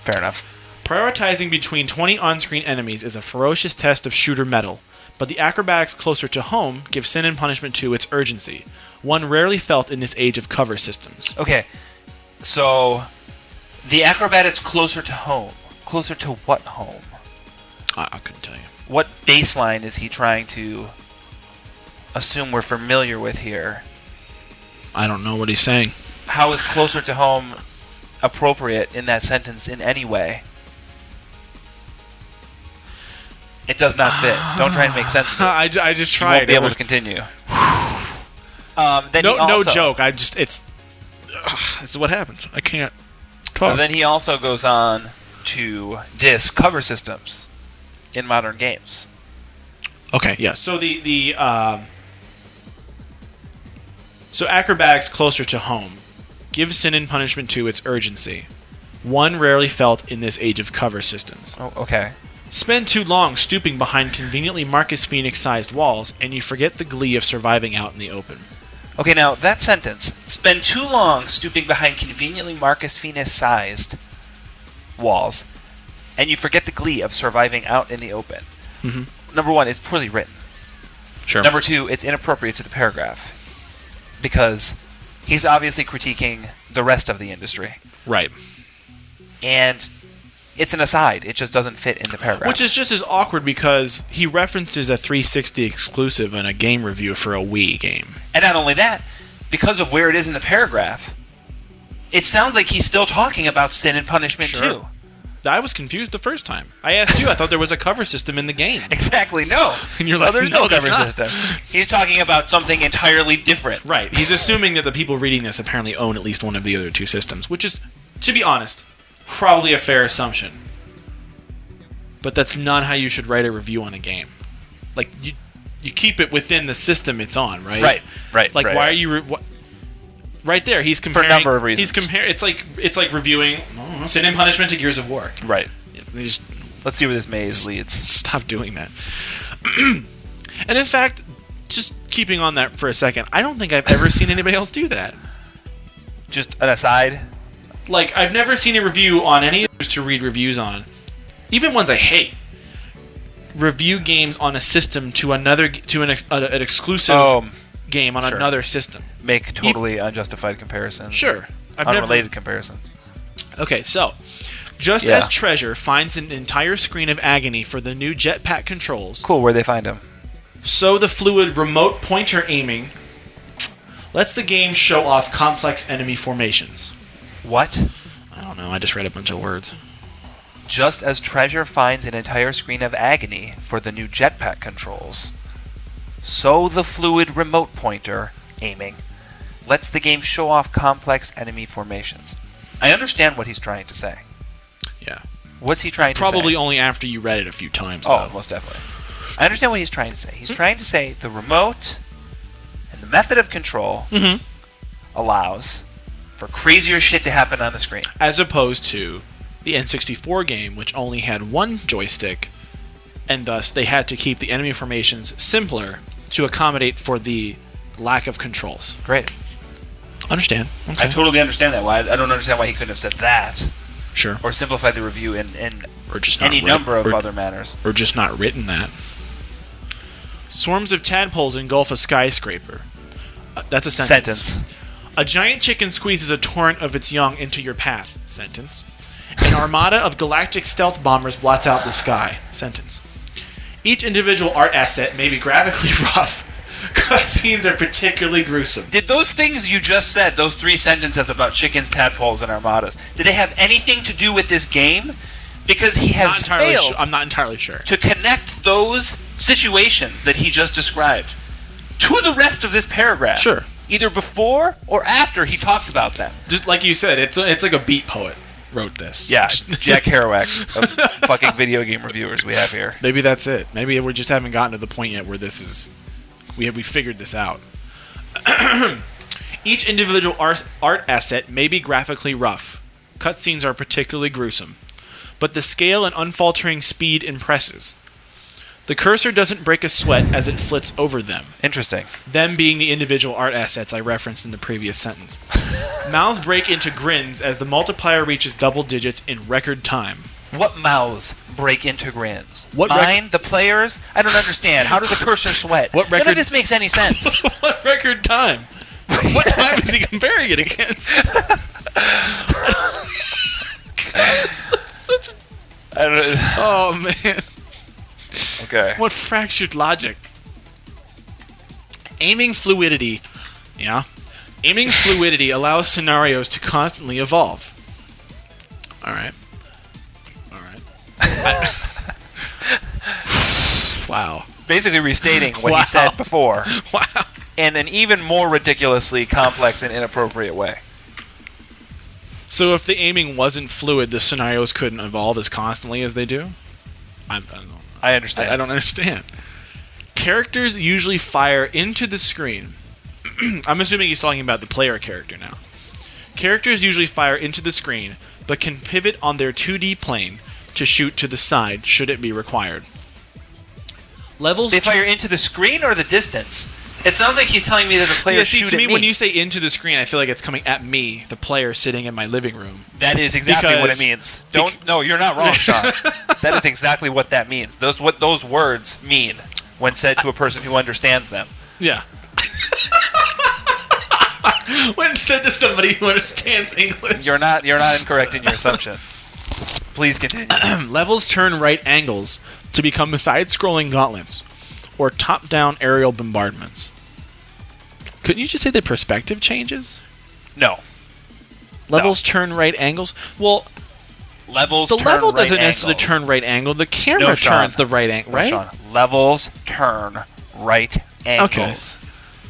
Speaker 1: Fair enough.
Speaker 2: Prioritizing between 20 on screen enemies is a ferocious test of shooter metal, but the acrobatics closer to home give Sin and Punishment 2 its urgency, one rarely felt in this age of cover systems.
Speaker 1: Okay, so the acrobatics closer to home. Closer to what home?
Speaker 2: I, I couldn't tell you.
Speaker 1: What baseline is he trying to assume we're familiar with here?
Speaker 2: I don't know what he's saying.
Speaker 1: How is closer to home appropriate in that sentence in any way? It does not fit. Don't try and make sense of it.
Speaker 2: I, ju- I just
Speaker 1: You won't
Speaker 2: tried.
Speaker 1: be
Speaker 2: It
Speaker 1: able
Speaker 2: was-
Speaker 1: to continue. Um, then
Speaker 2: no,
Speaker 1: he also,
Speaker 2: no joke. I just it's. Ugh, this is what happens. I can't talk.
Speaker 1: But then he also goes on to diss cover systems in modern games.
Speaker 2: okay. Yeah. So the the um, so acrobatics closer to home gives sin and punishment to its urgency. One rarely felt in this age of cover systems.
Speaker 1: Oh, okay.
Speaker 2: Spend too long stooping behind conveniently Marcus Phoenix sized walls, and you forget the glee of surviving out in the open.
Speaker 1: Okay, now that sentence spend too long stooping behind conveniently Marcus Venus sized walls, and you forget the glee of surviving out in the open.
Speaker 2: Mhm.
Speaker 1: Number one, it's poorly written.
Speaker 2: Sure.
Speaker 1: Number two, it's inappropriate to the paragraph because he's obviously critiquing the rest of the industry.
Speaker 2: right.
Speaker 1: And it's an aside, it just doesn't fit in the paragraph.
Speaker 2: Which is just as awkward because he references a 360 exclusive in a game review for a Wii game.
Speaker 1: And not only that, because of where it is in the paragraph, it sounds like he's still talking about sin and punishment
Speaker 2: Sure.
Speaker 1: too.
Speaker 2: I was confused the first time. I asked you. I thought there was a cover system in the game.
Speaker 1: Exactly, no.
Speaker 2: And you're like,
Speaker 1: there's
Speaker 2: "No,
Speaker 1: no,
Speaker 2: there's
Speaker 1: cover
Speaker 2: not."
Speaker 1: system. He's talking about something entirely different.
Speaker 2: Right. He's assuming that the people reading this apparently own at least one of the other two systems, which is, to be honest, probably a fair assumption. But that's not how you should write a review on a game. Like you, you keep it within the system it's on, right?
Speaker 1: Right, right,
Speaker 2: Like
Speaker 1: right.
Speaker 2: why are you? Re- what? Right there, he's comparing.
Speaker 1: number of reasons.
Speaker 2: He's comparing. It's like it's like reviewing oh, Sin and Punishment to Gears of War.
Speaker 1: Right.
Speaker 2: They just
Speaker 1: Let's see where this maze leads.
Speaker 2: stop doing that. and in fact, just keeping on that for a second, I don't think I've ever seen anybody else do that.
Speaker 1: Just an aside.
Speaker 2: Like I've never seen a review on any of those to read reviews on, even ones I hate. Review games on a system to another to an, ex, uh, an exclusive
Speaker 1: Um,
Speaker 2: game on
Speaker 1: sure.
Speaker 2: another system.
Speaker 1: Make totally unjustified comparisons.
Speaker 2: Sure, I've
Speaker 1: Unrelated comparisons.
Speaker 2: never. Okay, so just
Speaker 1: Yeah.
Speaker 2: as Treasure finds an entire screen of agony for the new jetpack controls,
Speaker 1: Cool, where they find him.
Speaker 2: So the fluid remote pointer aiming lets the game show off complex enemy formations.
Speaker 1: What?
Speaker 2: I don't know, I just read a bunch of words.
Speaker 1: Just as Treasure finds an entire screen of agony for the new jetpack controls, so the fluid remote pointer, aiming, lets the game show off complex enemy formations. I understand what he's trying to say.
Speaker 2: Yeah.
Speaker 1: What's he trying to
Speaker 2: Probably
Speaker 1: say?
Speaker 2: only after you read it a few times,
Speaker 1: Oh,
Speaker 2: though.
Speaker 1: most definitely. I understand what he's trying to say. He's
Speaker 2: Hmm?
Speaker 1: trying to say the remote and the method of control
Speaker 2: Mhm.
Speaker 1: allows for crazier shit to happen on the screen.
Speaker 2: As opposed to the N64 game, which only had one joystick, and thus they had to keep the enemy formations simpler to accommodate for the lack of controls.
Speaker 1: Great.
Speaker 2: Understand.
Speaker 1: I
Speaker 2: Okay.
Speaker 1: totally understand that. Why I don't understand why he couldn't have said that
Speaker 2: sure.
Speaker 1: or simplified the review in, in
Speaker 2: Or just not
Speaker 1: any
Speaker 2: read-
Speaker 1: number of
Speaker 2: or-
Speaker 1: other matters.
Speaker 2: or just not written that. Swarms of tadpoles engulf a skyscraper. Uh, that's a sentence.
Speaker 1: Sentence.
Speaker 2: A giant chicken squeezes a torrent of its young into your path. Sentence. An armada of galactic stealth bombers blots out the sky. Sentence. Each individual art asset may be graphically rough. Cutscenes are particularly gruesome.
Speaker 1: Did those things you just said, those three sentences about chickens, tadpoles, and armadas, did they have anything to do with this game? Because he
Speaker 2: Not
Speaker 1: has
Speaker 2: entirely
Speaker 1: failed
Speaker 2: su- I'm not entirely sure.
Speaker 1: to connect those situations that he just described to the rest of this paragraph.
Speaker 2: Sure.
Speaker 1: Either before or after he talked about them.
Speaker 2: Just like you said, it's it's like a beat poet. wrote this.
Speaker 1: Yeah, it's Jack Kerouac of fucking video game reviewers we have here.
Speaker 2: Maybe that's it. Maybe we just haven't gotten to the point yet where this is. We have we figured this out. Each individual art, art asset may be graphically rough. Cutscenes are particularly gruesome, but the scale and unfaltering speed impresses. The cursor doesn't break a sweat as it flits over them
Speaker 1: Interesting.
Speaker 2: them being the individual art assets I referenced in the previous sentence. Mouths break into grins as the multiplier reaches double digits in record time.
Speaker 1: What mouths break into grins?
Speaker 2: What rec-
Speaker 1: Mine, the players? I don't understand. How does the cursor sweat?
Speaker 2: What
Speaker 1: None
Speaker 2: record-
Speaker 1: of this makes any sense.
Speaker 2: what record time? What time is he comparing it against? God, it's su- such a-
Speaker 1: I don't-
Speaker 2: oh man,
Speaker 1: okay.
Speaker 2: what fractured logic? Aiming fluidity, yeah. Aiming fluidity allows scenarios to constantly evolve. All right. All right. wow.
Speaker 1: Basically restating what
Speaker 2: Wow.
Speaker 1: he said before
Speaker 2: Wow.
Speaker 1: in an even more ridiculously complex and inappropriate way.
Speaker 2: So if the aiming wasn't fluid, the scenarios couldn't evolve as constantly as they do. I, I don't.
Speaker 1: I
Speaker 2: I,
Speaker 1: understand.
Speaker 2: I don't understand. Characters usually fire into the screen. I'm assuming he's talking about the player character now. Characters usually fire into the screen, but can pivot on their 2D plane to shoot to the side should it be required. Levels
Speaker 1: They
Speaker 2: tr-
Speaker 1: fire into the screen or the distance? It sounds like he's telling me that the players
Speaker 2: yeah, see,
Speaker 1: shoot
Speaker 2: to me,
Speaker 1: at me.
Speaker 2: when you say into the screen, I feel like it's coming at me, the player sitting in my living room.
Speaker 1: That is exactly what it
Speaker 2: Because-
Speaker 1: means. Don't no, you're not wrong, Sean. that is exactly what that means. Those what those words mean when said to a person who understands them.
Speaker 2: Yeah. when said to somebody who understands English.
Speaker 1: You're not you're not incorrect in your assumption. Please continue.
Speaker 2: Levels turn right angles to become side scrolling gauntlets or top down aerial bombardments. Couldn't you just say the perspective changes?
Speaker 1: No.
Speaker 2: Levels turn right angles? Well,
Speaker 1: Levels
Speaker 2: the
Speaker 1: turn
Speaker 2: level
Speaker 1: right
Speaker 2: doesn't necessarily
Speaker 1: angles.
Speaker 2: turn right angle. The camera
Speaker 1: No, Sean.
Speaker 2: turns the right angle,
Speaker 1: No,
Speaker 2: right?
Speaker 1: Sean. Levels turn right angles.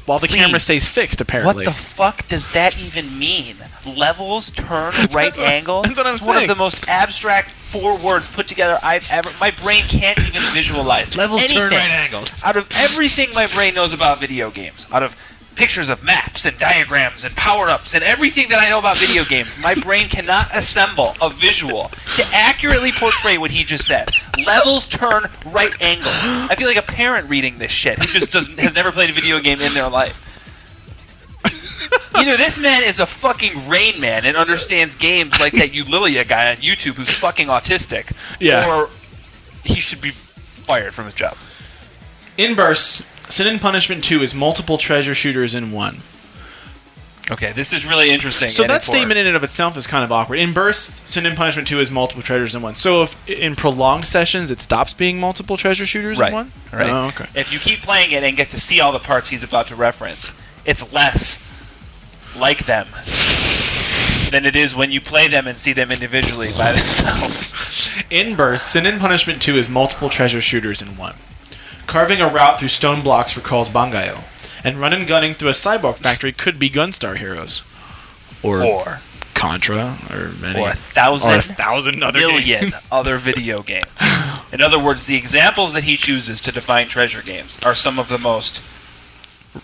Speaker 2: While the camera
Speaker 1: Please.
Speaker 2: stays fixed,
Speaker 1: What
Speaker 2: apparently.
Speaker 1: the fuck does that even mean? Levels turn right
Speaker 2: That's what-
Speaker 1: angles?
Speaker 2: that's what I'm
Speaker 1: it's one of
Speaker 2: saying.
Speaker 1: the most abstract four words put together I've ever my brain can't even visualize. anything.
Speaker 2: angles.
Speaker 1: out of everything my brain knows about video games, out of pictures of maps and diagrams and power ups and everything that I know about video games, my brain cannot assemble a visual to accurately portray what he just said. Levels turn right angles. I feel like a parent reading this shit who just doesn't, has never played a video game in their life. You know, this man is a fucking rain man and understands games like that Ulilia guy on YouTube who's fucking autistic.
Speaker 2: Yeah.
Speaker 1: Or he should be fired from his job.
Speaker 2: In bursts, Sin and Punishment 2 is multiple treasure shooters in one.
Speaker 1: Okay, this is really interesting.
Speaker 2: So
Speaker 1: and
Speaker 2: that
Speaker 1: important.
Speaker 2: statement in and of itself is kind of awkward. In bursts, Sin and Punishment 2 is multiple treasures in one. So if in prolonged sessions it stops being multiple treasure shooters
Speaker 1: right,
Speaker 2: in one?
Speaker 1: right.
Speaker 2: Oh, okay.
Speaker 1: If you keep playing it and get to see all the parts he's about to reference, it's less like them than it is when you play them and see them individually by themselves.
Speaker 2: In bursts, Sin and Punishment 2 is multiple treasure shooters in one. Carving a route through stone blocks recalls Bangayo, and run and gunning through a cyborg factory could be Gunstar Heroes. Or,
Speaker 1: Or
Speaker 2: Contra, or many.
Speaker 1: or a thousand
Speaker 2: or a thousand other games.
Speaker 1: million other video games. In other words, the examples that he chooses to define treasure games are some of the most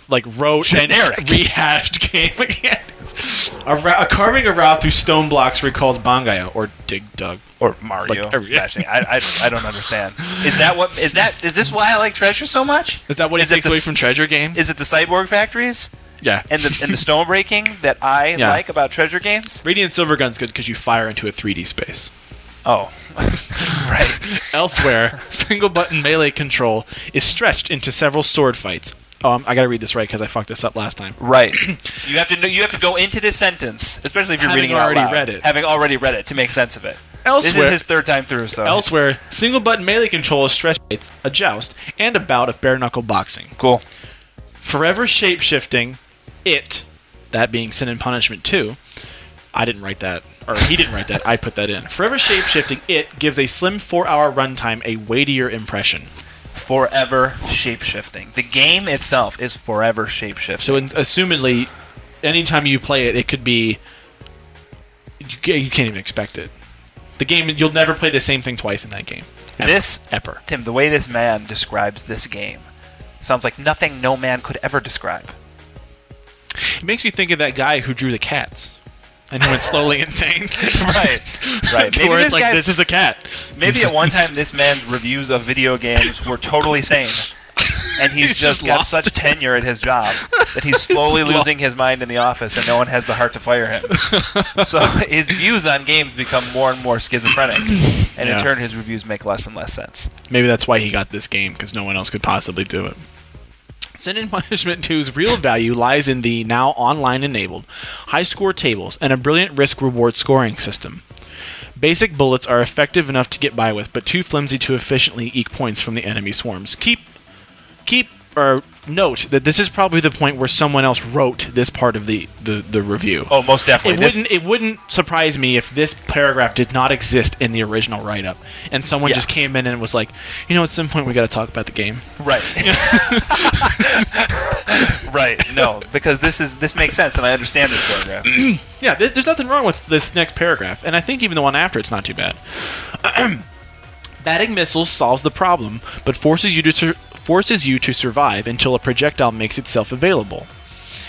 Speaker 2: like rote
Speaker 1: Generic.
Speaker 2: and rehashed game mechanics. A, ra- a carving a route through stone blocks recalls Bangayo or Dig Dug.
Speaker 1: or Mario
Speaker 2: Like every-
Speaker 1: smashing. I, I, I don't understand. Is that what is that is this why I like treasure so much?
Speaker 2: Is that what
Speaker 1: Is
Speaker 2: he
Speaker 1: it
Speaker 2: takes
Speaker 1: the
Speaker 2: away
Speaker 1: s-
Speaker 2: from Treasure Game?
Speaker 1: Is it the cyborg factories?
Speaker 2: yeah.
Speaker 1: and the and the stone breaking that I
Speaker 2: Yeah.
Speaker 1: like about treasure games.
Speaker 2: Radiant Silver Gun's good because you fire into a 3D space.
Speaker 1: Oh, right.
Speaker 2: Elsewhere, single button melee control is stretched into several sword fights. Um, I gotta read this right because I fucked this up last time.
Speaker 1: Right. You have to know, you have to go into this sentence, especially if you're
Speaker 2: Having
Speaker 1: reading it out
Speaker 2: already
Speaker 1: loud,
Speaker 2: read it.
Speaker 1: having already read it to make sense of it. This
Speaker 2: Elsewhere,
Speaker 1: is his third time through, so
Speaker 2: elsewhere, single button melee control is stretched fights, a joust, and a bout of bare knuckle boxing.
Speaker 1: cool.
Speaker 2: Forever shapeshifting, it, that being Sin and Punishment 2. I didn't write that, or he didn't write that, I put that in. Forever shapeshifting, it gives a slim four hour runtime a weightier impression.
Speaker 1: Forever shapeshifting. The game itself is forever shapeshifting.
Speaker 2: So, in, assumedly, anytime you play it, it could be you, ca- you can't even expect it. The game you'll never play the same thing twice in that game. Ever.
Speaker 1: This-
Speaker 2: ever.
Speaker 1: Tim, the way this man describes this game sounds like nothing no man could ever describe.
Speaker 2: It makes me think of that guy who drew the cats. And he went slowly insane.
Speaker 1: Right. Right.
Speaker 2: To
Speaker 1: Maybe
Speaker 2: where
Speaker 1: this
Speaker 2: it's like
Speaker 1: guy's-
Speaker 2: this is a cat.
Speaker 1: Maybe at one time this man's reviews of video games were totally sane. And
Speaker 2: He's
Speaker 1: he's, just,
Speaker 2: just
Speaker 1: got
Speaker 2: lost
Speaker 1: such
Speaker 2: it.
Speaker 1: tenure at his job that he's slowly
Speaker 2: just lost-
Speaker 1: losing his mind in the office and no one has the heart to fire him. so his views on games become more and more schizophrenic. And in
Speaker 2: Yeah.
Speaker 1: turn, his reviews make less and less sense.
Speaker 2: Maybe that's why he got this game because no one else could possibly do it. Sin and Punishment 2's real value lies in the now online enabled high score tables and a brilliant risk reward scoring system. Basic bullets are effective enough to get by with, but too flimsy to efficiently eke points from the enemy swarms. Keep keep or note that this is probably the point where someone else wrote this part of the, the, the review.
Speaker 1: Oh, most
Speaker 2: It
Speaker 1: definitely. This-
Speaker 2: wouldn't. It wouldn't surprise me if this paragraph did not exist in the original write-up, and someone
Speaker 1: Yeah.
Speaker 2: just came in and was like, "You know, at some point we got to talk about the game."
Speaker 1: Right. right. No, because this is this makes sense, and I understand this paragraph.
Speaker 2: Yeah, th- there's nothing wrong with this next paragraph, and I think even the one after it's not too bad. Batting missiles solves the problem, but forces you to sur- forces you to survive until a projectile makes itself available.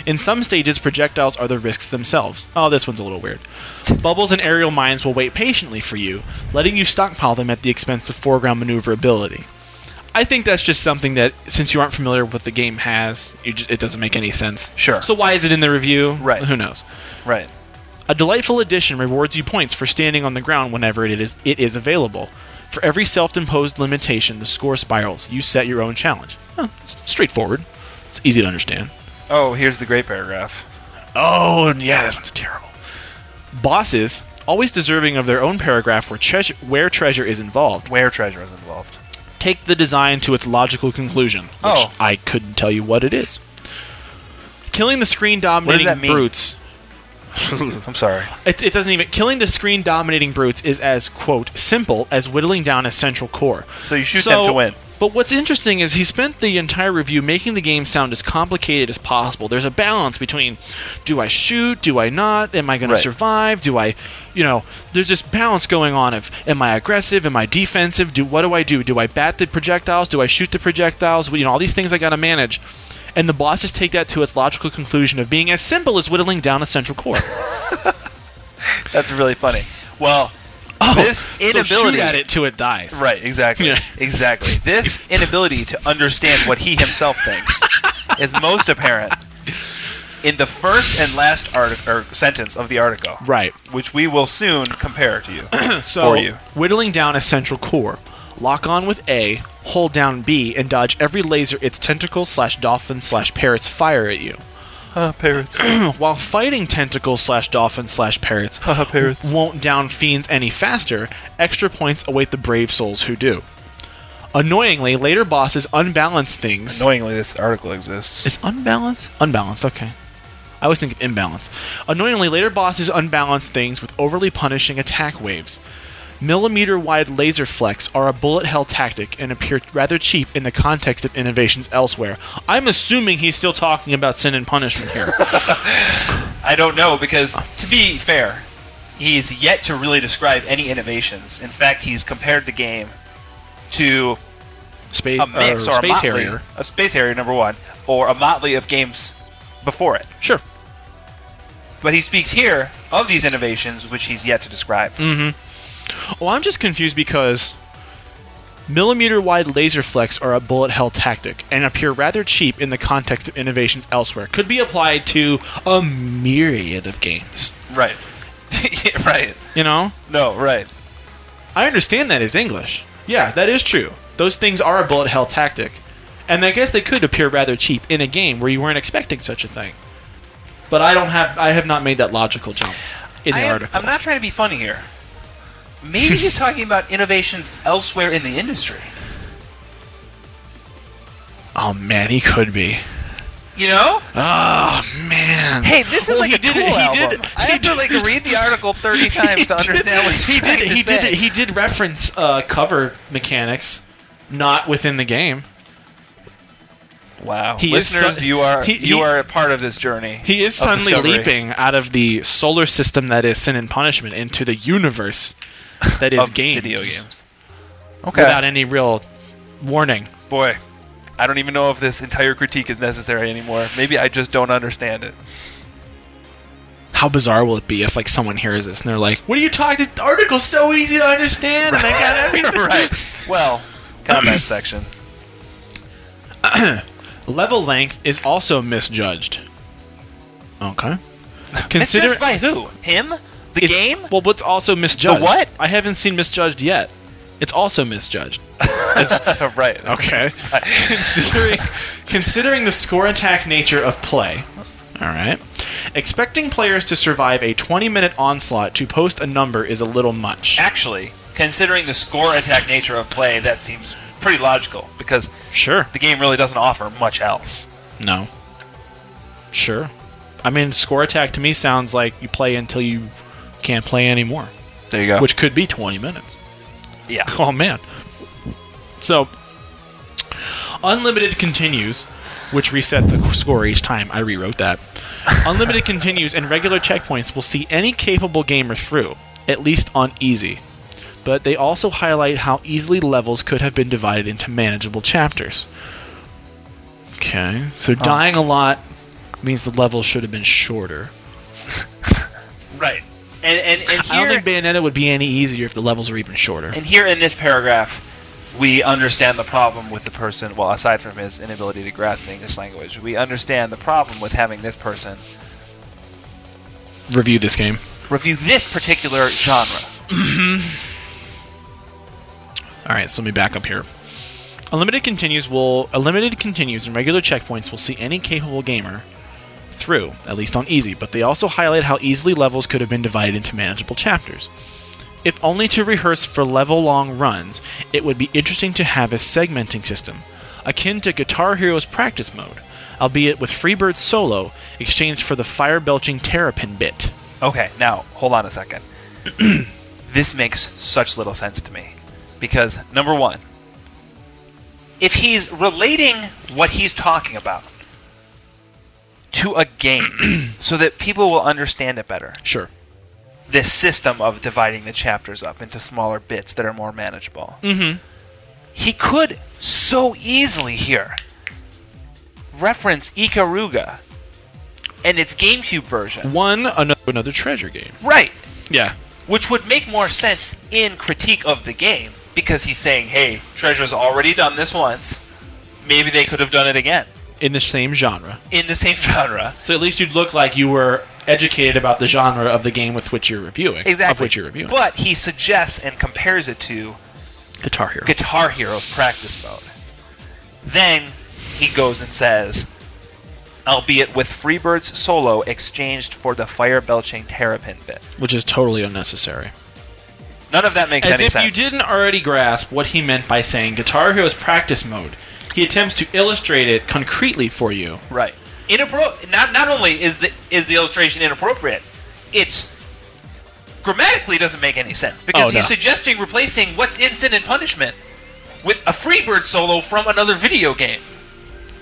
Speaker 2: In some stages, projectiles are the risks themselves. Oh, this one's a little weird. Bubbles and aerial mines will wait patiently for you, letting you stockpile them at the expense of foreground maneuverability. I think that's just something that, since you aren't familiar with what the game has, you ju- it doesn't make any sense.
Speaker 1: Sure.
Speaker 2: So why is it in the review?
Speaker 1: Right.
Speaker 2: Who knows?
Speaker 1: Right.
Speaker 2: A delightful addition rewards you points for standing on the ground whenever it is it is available. For every self-imposed limitation, the score spirals. You set your own challenge. Huh, it's straightforward. It's easy to understand.
Speaker 1: Oh, here's the great paragraph.
Speaker 2: Oh, and yeah, this one's terrible. Bosses, always deserving of their own paragraph where treasure, where treasure is involved,
Speaker 1: Where treasure is involved.
Speaker 2: take the design to its logical conclusion, which
Speaker 1: Oh.
Speaker 2: I couldn't tell you what it is. Killing the screen
Speaker 1: that
Speaker 2: dominating
Speaker 1: mean?
Speaker 2: brutes
Speaker 1: I'm sorry.
Speaker 2: It, it doesn't even. Killing the screen dominating brutes is as, quote, simple as whittling down a central core.
Speaker 1: So you shoot them to win.
Speaker 2: But what's interesting is he spent the entire review making the game sound as complicated as possible. There's a balance between do I shoot, do I not, am I going
Speaker 1: Right.
Speaker 2: to survive, do I, you know, there's this balance going on of am I aggressive, am I defensive, do what do I do? Do I bat the projectiles, do I shoot the projectiles, you know, all these things I got to manage. And the bosses take that to its logical conclusion of being as simple as whittling down a central core.
Speaker 1: That's really funny. Well, this inability
Speaker 2: Oh, so shoot at it till it dies.
Speaker 1: Right, exactly.
Speaker 2: Yeah.
Speaker 1: Exactly. This inability to understand what he himself thinks is most apparent in the first and last artic- or sentence of the article.
Speaker 2: Right.
Speaker 1: Which we will soon compare to you.
Speaker 2: So
Speaker 1: For you.
Speaker 2: whittling down a central core. Lock on with A, hold down B, and dodge every laser its tentacles slash dolphin slash parrots fire at you.
Speaker 1: Ah, parrots.
Speaker 2: While fighting tentacles slash dolphin slash parrots
Speaker 1: Ah, parrots.
Speaker 2: won't down fiends any faster, extra points await the brave souls who do. Annoyingly, later bosses unbalance things.
Speaker 1: Annoyingly, this article exists.
Speaker 2: Is unbalanced? Unbalanced, okay. I always think of imbalance. Annoyingly, later bosses unbalance things with overly punishing attack waves. Millimeter wide laser flex are a bullet hell tactic and appear rather cheap in the context of innovations elsewhere. I'm assuming he's still talking about sin and punishment here.
Speaker 1: I don't know because, to be fair, he's yet to really describe any innovations. In fact, he's compared the game to
Speaker 2: Space, uh,
Speaker 1: a mix or, a
Speaker 2: space
Speaker 1: motley,
Speaker 2: harrier.
Speaker 1: a space harrier number one, or a motley of games before it.
Speaker 2: Sure.
Speaker 1: But he speaks here of these innovations, which he's yet to describe.
Speaker 2: Mm. Well, I'm just confused because millimeter wide laser flex are a bullet hell tactic and appear rather cheap in the context of innovations elsewhere. Could be applied to a myriad of games.
Speaker 1: Right. right.
Speaker 2: You know?
Speaker 1: No, right.
Speaker 2: I understand that is English. Yeah, that is true. Those things are a bullet hell tactic. And I guess they could appear rather cheap in a game where you weren't expecting such a thing. But I don't have I have not made that logical jump in the
Speaker 1: I am-
Speaker 2: article.
Speaker 1: I'm not trying to be funny here. Maybe he's talking about innovations elsewhere in the industry.
Speaker 2: oh man, he could be.
Speaker 1: You know?
Speaker 2: Oh man.
Speaker 1: Hey, this is
Speaker 2: Well,
Speaker 1: like
Speaker 2: he
Speaker 1: a
Speaker 2: did
Speaker 1: cool
Speaker 2: it- he
Speaker 1: album.
Speaker 2: did-
Speaker 1: I
Speaker 2: he
Speaker 1: have to
Speaker 2: did-
Speaker 1: like read the article 30 times to understand what he's
Speaker 2: he
Speaker 1: trying
Speaker 2: did
Speaker 1: to
Speaker 2: he
Speaker 1: say.
Speaker 2: did he did reference uh, cover mechanics not within the game
Speaker 1: Wow,
Speaker 2: He is
Speaker 1: listeners,
Speaker 2: so-
Speaker 1: you are
Speaker 2: he-
Speaker 1: you
Speaker 2: he-
Speaker 1: are a part of this journey.
Speaker 2: He is
Speaker 1: of
Speaker 2: suddenly
Speaker 1: discovery.
Speaker 2: leaping out of the solar system that is sin and punishment into the universe that is
Speaker 1: of
Speaker 2: games,
Speaker 1: video games. Okay,
Speaker 2: without any real warning.
Speaker 1: boy, I don't even know if this entire critique is necessary anymore. Maybe I just don't understand it.
Speaker 2: How bizarre will it be if like someone hears this and they're like, "What are you talking? The article's so easy to understand, and I got everything
Speaker 1: right. Well, comment section.
Speaker 2: Level length is also misjudged. Okay. Consider
Speaker 1: Misjudged by who? Him? The
Speaker 2: it's-
Speaker 1: game?
Speaker 2: Well, what's also misjudged?
Speaker 1: The what?
Speaker 2: I haven't seen misjudged yet. It's also misjudged. It's-
Speaker 1: right.
Speaker 2: Okay. considering considering the score attack nature of play. All right. Expecting players to survive a 20-minute onslaught to post a number is a little much.
Speaker 1: Actually, considering the score attack nature of play, that seems pretty logical because
Speaker 2: Sure.
Speaker 1: the game really doesn't offer much else.
Speaker 2: No. Sure. I mean, score attack to me sounds like you play until you can't play anymore,
Speaker 1: There you go.
Speaker 2: which could be 20 minutes.
Speaker 1: yeah.
Speaker 2: Oh man. So, unlimited continues, which reset the score each time. I rewrote that. unlimited continues and regular checkpoints will see any capable gamer through, at least on easy. But they also highlight how easily levels could have been divided into manageable chapters. Okay, so dying a lot means the level should have been shorter.
Speaker 1: Right. And and, and
Speaker 2: I
Speaker 1: here
Speaker 2: don't think Bayonetta would be any easier if the levels were even shorter.
Speaker 1: and here in this paragraph, we understand the problem with the person. Well, aside from his inability to grasp the English language, we understand the problem with having this person
Speaker 2: Review this game.
Speaker 1: review this particular genre.
Speaker 2: All right, so let me back up here. Unlimited continues will unlimited continues and regular checkpoints will see any capable gamer through, at least on easy, but they also highlight how easily levels could have been divided into manageable chapters. If only to rehearse for level long runs, it would be interesting to have a segmenting system, akin to Guitar Hero's practice mode, albeit with Freebird solo exchanged for the fire belching terrapin bit.
Speaker 1: Okay, now hold on a second. this makes such little sense to me because number one, if he's relating what he's talking about to a game, so that people will understand it better,
Speaker 2: Sure.
Speaker 1: this system of dividing the chapters up into smaller bits that are more manageable.
Speaker 2: Mm-hmm.
Speaker 1: He could so easily here reference Ikaruga and its GameCube version.
Speaker 2: One another, another treasure game.
Speaker 1: Right.
Speaker 2: Yeah.
Speaker 1: which would make more sense in critique of the game because he's saying, "Hey, Treasure's already done this once. Maybe they could have done it again
Speaker 2: In the same genre.
Speaker 1: in the same genre."
Speaker 2: So at least you'd look like you were educated about the genre of the game with which you're reviewing.
Speaker 1: Exactly.
Speaker 2: Of which you're reviewing.
Speaker 1: But he suggests and compares it to
Speaker 2: Guitar Hero.
Speaker 1: Guitar Hero's practice mode. Then he goes and says, "Albeit with Freebird's solo exchanged for the fire belching terrapin bit."
Speaker 2: which is totally unnecessary.
Speaker 1: None of that makes
Speaker 2: As
Speaker 1: any
Speaker 2: if
Speaker 1: sense.
Speaker 2: you didn't already grasp what he meant by saying Guitar Hero's practice mode. He attempts to illustrate it concretely for you.
Speaker 1: Right. Inappro- not not only is the is the illustration inappropriate, it's grammatically doesn't make any sense because
Speaker 2: Oh, no.
Speaker 1: he's suggesting replacing what's instant and punishment with a freebird solo from another video game.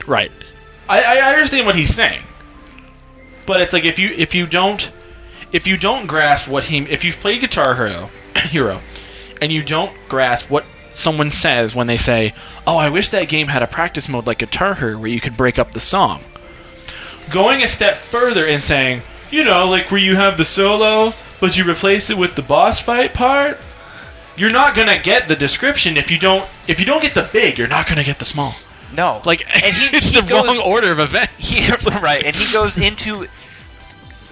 Speaker 2: Right. I, I understand what he's saying. But it's like if you if you don't if you don't grasp what he if you've played Guitar Hero Hero and you don't grasp what someone says when they say, "Oh, I wish that game had a practice mode like Guitar Hero where you could break up the song." Going a step further and saying, "You know, like where you have the solo but you replace it with the boss fight part?" You're not going to get the description if you don't if you don't get the big, you're not going to get the small.
Speaker 1: No,
Speaker 2: Like
Speaker 1: and he,
Speaker 2: it's
Speaker 1: he
Speaker 2: the
Speaker 1: goes,
Speaker 2: wrong order of events.
Speaker 1: He, right, and he goes into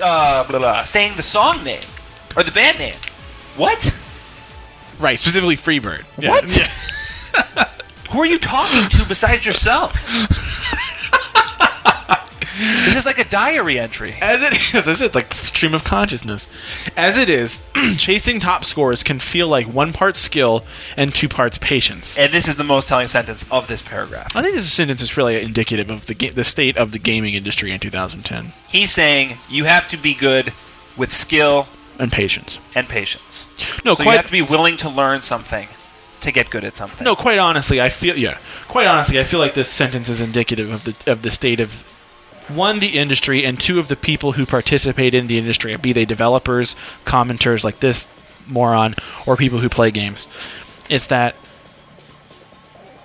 Speaker 1: uh, blah, blah, saying the song name or the band name. What?
Speaker 2: right, specifically Freebird.
Speaker 1: What? Who are you talking to besides yourself? this is like a diary entry.
Speaker 2: As it is, as it's like stream of consciousness. As it is, chasing top scores can feel like one part skill and two parts patience.
Speaker 1: And this is the most telling sentence of this paragraph.
Speaker 2: I think this sentence is really indicative of the ga- the state of the gaming industry in 2010
Speaker 1: He's saying you have to be good with skill
Speaker 2: and patience.
Speaker 1: and patience.
Speaker 2: No,
Speaker 1: so you
Speaker 2: Oh, quite-
Speaker 1: have to be willing to learn something to get good at something.
Speaker 2: No, quite honestly, I feel yeah. Quite honestly, I feel like this sentence is indicative of the of the state of one the industry and two of the people who participate in the industry, be they developers, commenters like this moron, or people who play games. It's that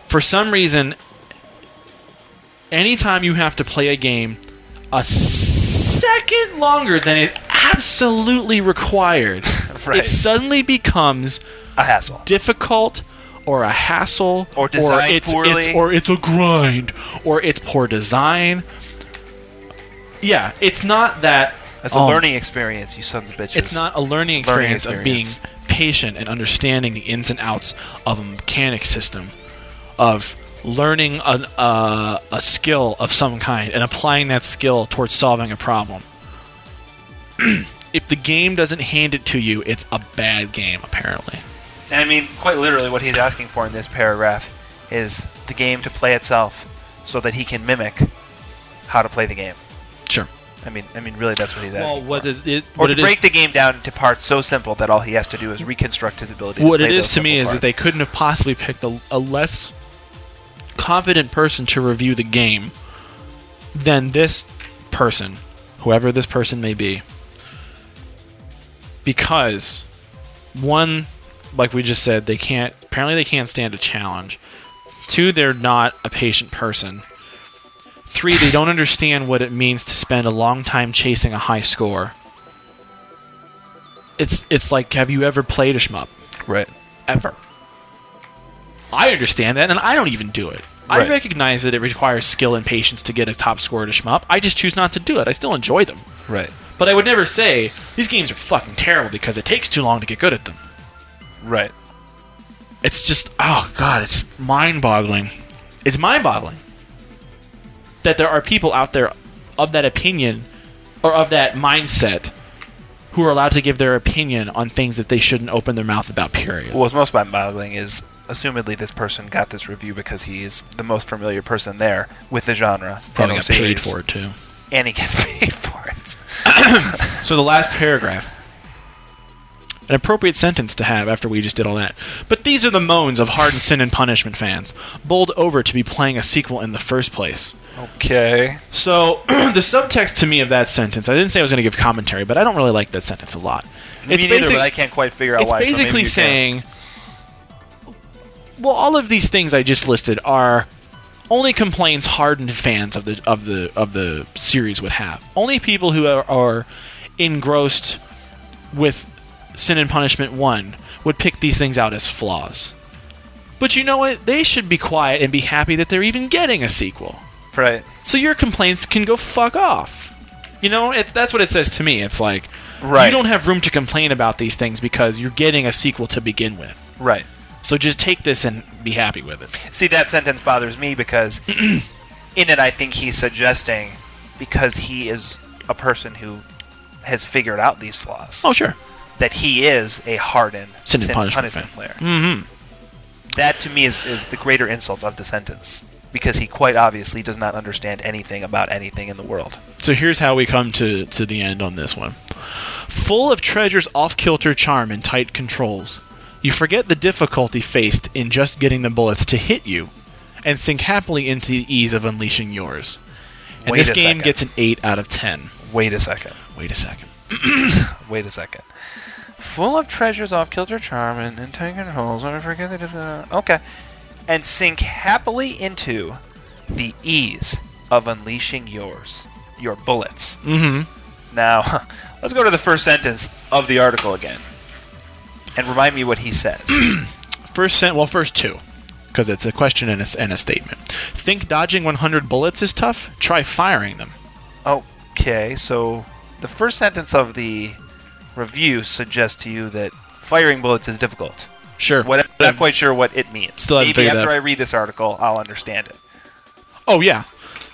Speaker 2: for some reason, anytime you have to play a game a second longer than is absolutely required,
Speaker 1: Right.
Speaker 2: it suddenly becomes
Speaker 1: a hassle.
Speaker 2: difficult or a hassle
Speaker 1: Or designed
Speaker 2: it's,
Speaker 1: poorly.
Speaker 2: it's or it's a grind or it's poor design. Yeah, it's not that
Speaker 1: That's a
Speaker 2: um,
Speaker 1: learning experience, you sons of bitches.
Speaker 2: It's not a learning
Speaker 1: It's a learning
Speaker 2: experience,
Speaker 1: experience.
Speaker 2: of being patient and understanding the ins and outs of a mechanic system of learning an, uh, a skill of some kind and applying that skill towards solving a problem. if the game doesn't hand it to you, it's a bad game apparently.
Speaker 1: And I mean, quite literally, what he's asking for in this paragraph is the game to play itself, so that he can mimic how to play the game.
Speaker 2: Sure.
Speaker 1: I mean, I mean, really, that's what he's
Speaker 2: Well,
Speaker 1: asking.
Speaker 2: what
Speaker 1: for.
Speaker 2: it, it,
Speaker 1: or
Speaker 2: what
Speaker 1: to
Speaker 2: it is,
Speaker 1: break the game down into parts so simple that all he has to do is reconstruct his ability.
Speaker 2: what
Speaker 1: to
Speaker 2: it
Speaker 1: play
Speaker 2: is
Speaker 1: those
Speaker 2: to me
Speaker 1: simple
Speaker 2: is that they
Speaker 1: parts.
Speaker 2: couldn't have possibly picked a, a less competent person to review the game than this person, whoever this person may be, because one, like we just said, they can't. Apparently, they can't stand a challenge. Two, they're not a patient person. Three, they don't understand what it means to spend a long time chasing a high score. It's it's like, have you ever played a shmup?
Speaker 1: right.
Speaker 2: ever. I understand that, and I don't even do it. I
Speaker 1: Right.
Speaker 2: recognize that it requires skill and patience to get a top score at a shmup. I just choose not to do it. I still enjoy them.
Speaker 1: Right.
Speaker 2: But I would never say, these games are fucking terrible because it takes too long to get good at them.
Speaker 1: Right.
Speaker 2: It's just, oh god, it's mind boggling. It's mind boggling that there are people out there of that opinion or of that mindset who are allowed to give their opinion on things that they shouldn't open their mouth about, period.
Speaker 1: Well, what's most mind-boggling is, assumedly, this person got this review because he is the most familiar person there with the genre.
Speaker 2: Probably
Speaker 1: and
Speaker 2: got
Speaker 1: series,
Speaker 2: paid for it, too.
Speaker 1: and he gets paid for it.
Speaker 2: So the last paragraph. An appropriate sentence to have after we just did all that. But these are the moans of Hard and Sin and Punishment fans, bowled over to be playing a sequel in the first place.
Speaker 1: Okay.
Speaker 2: So, the subtext to me of that sentence, I didn't say I was going to give commentary, but I don't really like that sentence a lot.
Speaker 1: Me neither,
Speaker 2: basic-
Speaker 1: but I can't quite figure out
Speaker 2: it's
Speaker 1: why. so maybe
Speaker 2: basically
Speaker 1: you can.
Speaker 2: saying, well, all of these things I just listed are only complaints hardened fans of the of the of the series would have. Only people who are, are engrossed with Sin and Punishment One would pick these things out as flaws. But you know what? They should be quiet and be happy that they're even getting a sequel.
Speaker 1: right,
Speaker 2: So your complaints can go fuck off. You know, it, that's what it says to me. It's like
Speaker 1: Right.
Speaker 2: you don't have room to complain about these things because you're getting a sequel to begin with.
Speaker 1: right.
Speaker 2: So just take this and be happy with it.
Speaker 1: See, that sentence bothers me because in it, I think he's suggesting because he is a person who has figured out these flaws
Speaker 2: Oh sure.
Speaker 1: that he is a hardened
Speaker 2: Sin and Punishment Mm-hmm.
Speaker 1: player. Mm-hmm. That to me is, is the greater insult of the sentence because he quite obviously does not understand anything about anything in the world.
Speaker 2: So here's how we come to, to the end on this one. Full of treasure's off kilter charm and tight controls, you forget the difficulty faced in just getting the bullets to hit you, and sink happily into the ease of unleashing yours. And
Speaker 1: Wait
Speaker 2: this
Speaker 1: a
Speaker 2: game
Speaker 1: second.
Speaker 2: gets an 8 out of 10.
Speaker 1: Wait a second.
Speaker 2: Wait a second.
Speaker 1: Wait a second. Full of treasures off kilter charm and, and tangled holes. I forget the difference. Okay. And sink happily into the ease of unleashing yours, your bullets.
Speaker 2: Mm hmm.
Speaker 1: Now, let's go to the first sentence of the article again. And remind me what he says.
Speaker 2: First sent, well, first two, because it's a question and a, s- and a statement. Think dodging 100 bullets is tough? Try firing them.
Speaker 1: okay, so the first sentence of the review suggests to you that firing bullets is difficult.
Speaker 2: Sure.
Speaker 1: What, I'm not quite sure what it means.
Speaker 2: Still haven't
Speaker 1: Maybe
Speaker 2: figured that
Speaker 1: after
Speaker 2: out.
Speaker 1: I read this article, I'll understand it.
Speaker 2: Oh yeah.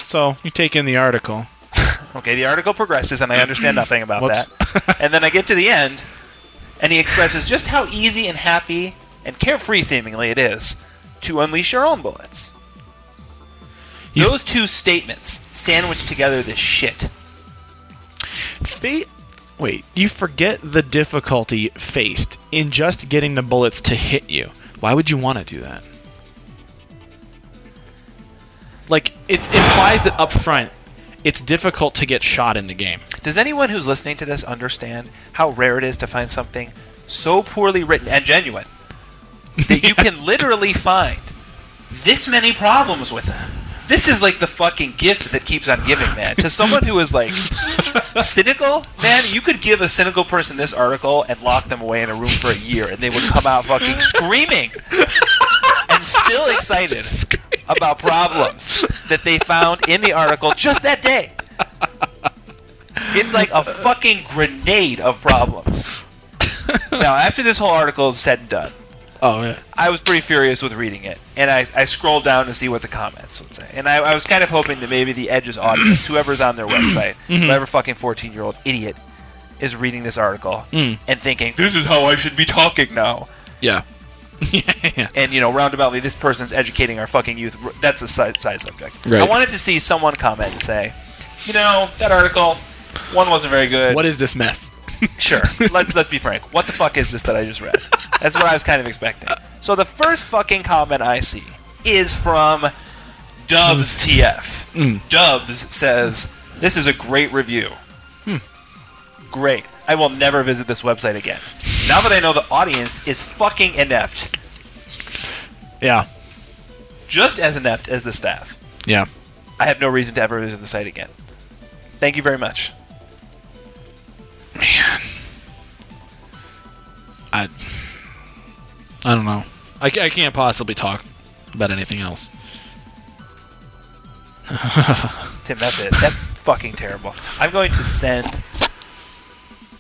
Speaker 2: So you take in the article.
Speaker 1: Okay, the article progresses, and I understand nothing about
Speaker 2: Whoops.
Speaker 1: that. And then I get to the end, and he expresses just how easy and happy and carefree seemingly it is to unleash your own bullets.
Speaker 2: You-
Speaker 1: Those two statements sandwich together this shit.
Speaker 2: Fa- wait, you forget the difficulty faced in just getting the bullets to hit you. Why would you want to do that? Like it implies that up front, it's difficult to get shot in the game.
Speaker 1: Does anyone who's listening to this understand how rare it is to find something so poorly written and genuine that you can literally find this many problems with it? This is like the fucking gift that keeps on giving, man. To someone who is like cynical, man, you could give a cynical person this article and lock them away in a room for a year, and they would come out fucking screaming and still excited about problems that they found in the article just that day. It's like a fucking grenade of problems. Now, after this whole article is said and done,
Speaker 2: Oh yeah.
Speaker 1: I was pretty furious with reading it, and I, I scrolled down to see what the comments would say. And I, I was kind of hoping that maybe the Edge's audience, whoever's on their website, whatever fucking 14 year old idiot is reading this article
Speaker 2: Mm.
Speaker 1: and thinking, this is how I should be talking now.
Speaker 2: Yeah. yeah.
Speaker 1: And, you know, roundaboutly, this person's educating our fucking youth. R- That's a side, side subject.
Speaker 2: Right.
Speaker 1: I wanted to see someone comment and say, you know, that article, one wasn't very good.
Speaker 2: What is this mess?
Speaker 1: Sure. let's let's be frank. What the fuck is this that I just read? That's what I was kind of expecting. So the first fucking comment I see is from Dubs
Speaker 2: Hmm.
Speaker 1: TF.
Speaker 2: Mm.
Speaker 1: Dubs says, "This is a great review.
Speaker 2: Hmm.
Speaker 1: Great. I will never visit this website again. Now that I know the audience is fucking inept,
Speaker 2: Yeah.
Speaker 1: just as inept as the staff.
Speaker 2: Yeah.
Speaker 1: I have no reason to ever visit the site again. Thank you very much."
Speaker 2: I I don't know. I, ca- I can't possibly talk about anything else.
Speaker 1: Tim, that's it. That's fucking terrible. I'm going to send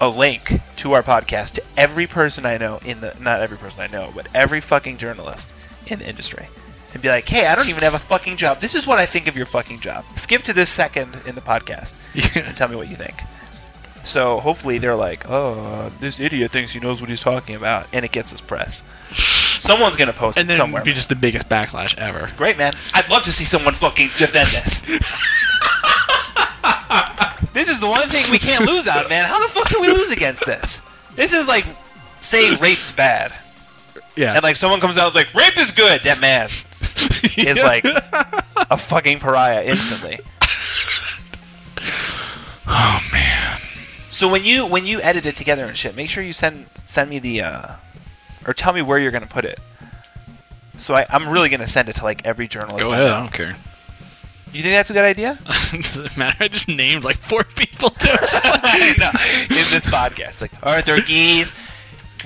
Speaker 1: a link to our podcast to every person I know in the not every person I know, but every fucking journalist in the industry. And be like, hey, I don't even have a fucking job. This is what I think of your fucking job. Skip to this second in the podcast
Speaker 2: Yeah.
Speaker 1: and tell me what you think. So hopefully they're like, oh, this idiot thinks he knows what he's talking about, and it gets us press. Someone's gonna post
Speaker 2: And
Speaker 1: it
Speaker 2: then
Speaker 1: somewhere.
Speaker 2: it'd be just the biggest backlash ever.
Speaker 1: Great, man. I'd love to see someone fucking defend this. this is the one thing we can't lose on, man. How the fuck can we lose against this? This is like saying rape's bad.
Speaker 2: Yeah.
Speaker 1: And like someone comes out like, rape is good. That man is like a fucking pariah instantly.
Speaker 2: Oh man.
Speaker 1: So when you when you edit it together and shit, make sure you send send me the uh, or tell me where you're gonna put it. So I, I'm really gonna send it to like every journalist.
Speaker 2: Go
Speaker 1: I
Speaker 2: ahead.
Speaker 1: know.
Speaker 2: I don't care.
Speaker 1: You think that's a good idea?
Speaker 2: Doesn't matter. I just named like four people too.
Speaker 1: no, in this podcast. Like Arthur Geese,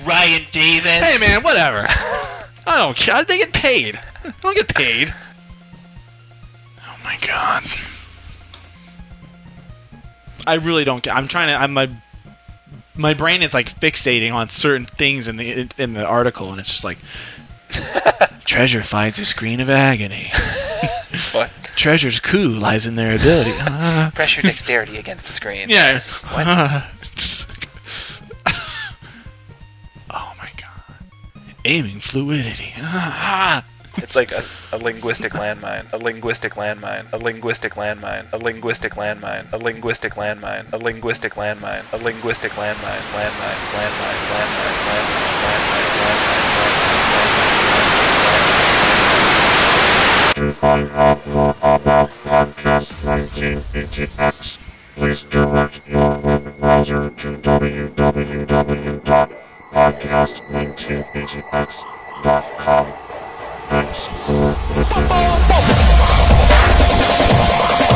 Speaker 1: Ryan Davis.
Speaker 2: hey man, whatever. I don't care. They get paid. I don't get paid. Oh my god. I really don't get. I'm trying to. I'm my my brain is like fixating on certain things in the in the article, and it's just like treasure finds a screen of agony.
Speaker 1: What?
Speaker 2: Treasure's coup lies in their ability. Ah.
Speaker 1: Press your dexterity against the screen.
Speaker 2: Yeah.
Speaker 1: What?
Speaker 2: It's- oh my god. Aiming fluidity. Ah.
Speaker 1: It's like a, a linguistic landmine. A linguistic landmine. A linguistic landmine. A linguistic landmine. A linguistic landmine. A linguistic landmine. A linguistic landmine. Landmine. Landmine. Landmine. Landmine. Landmine.
Speaker 3: To find out more about Podcast 1980X, please direct your web browser to www.podcast1980x.com. Thanks for listening.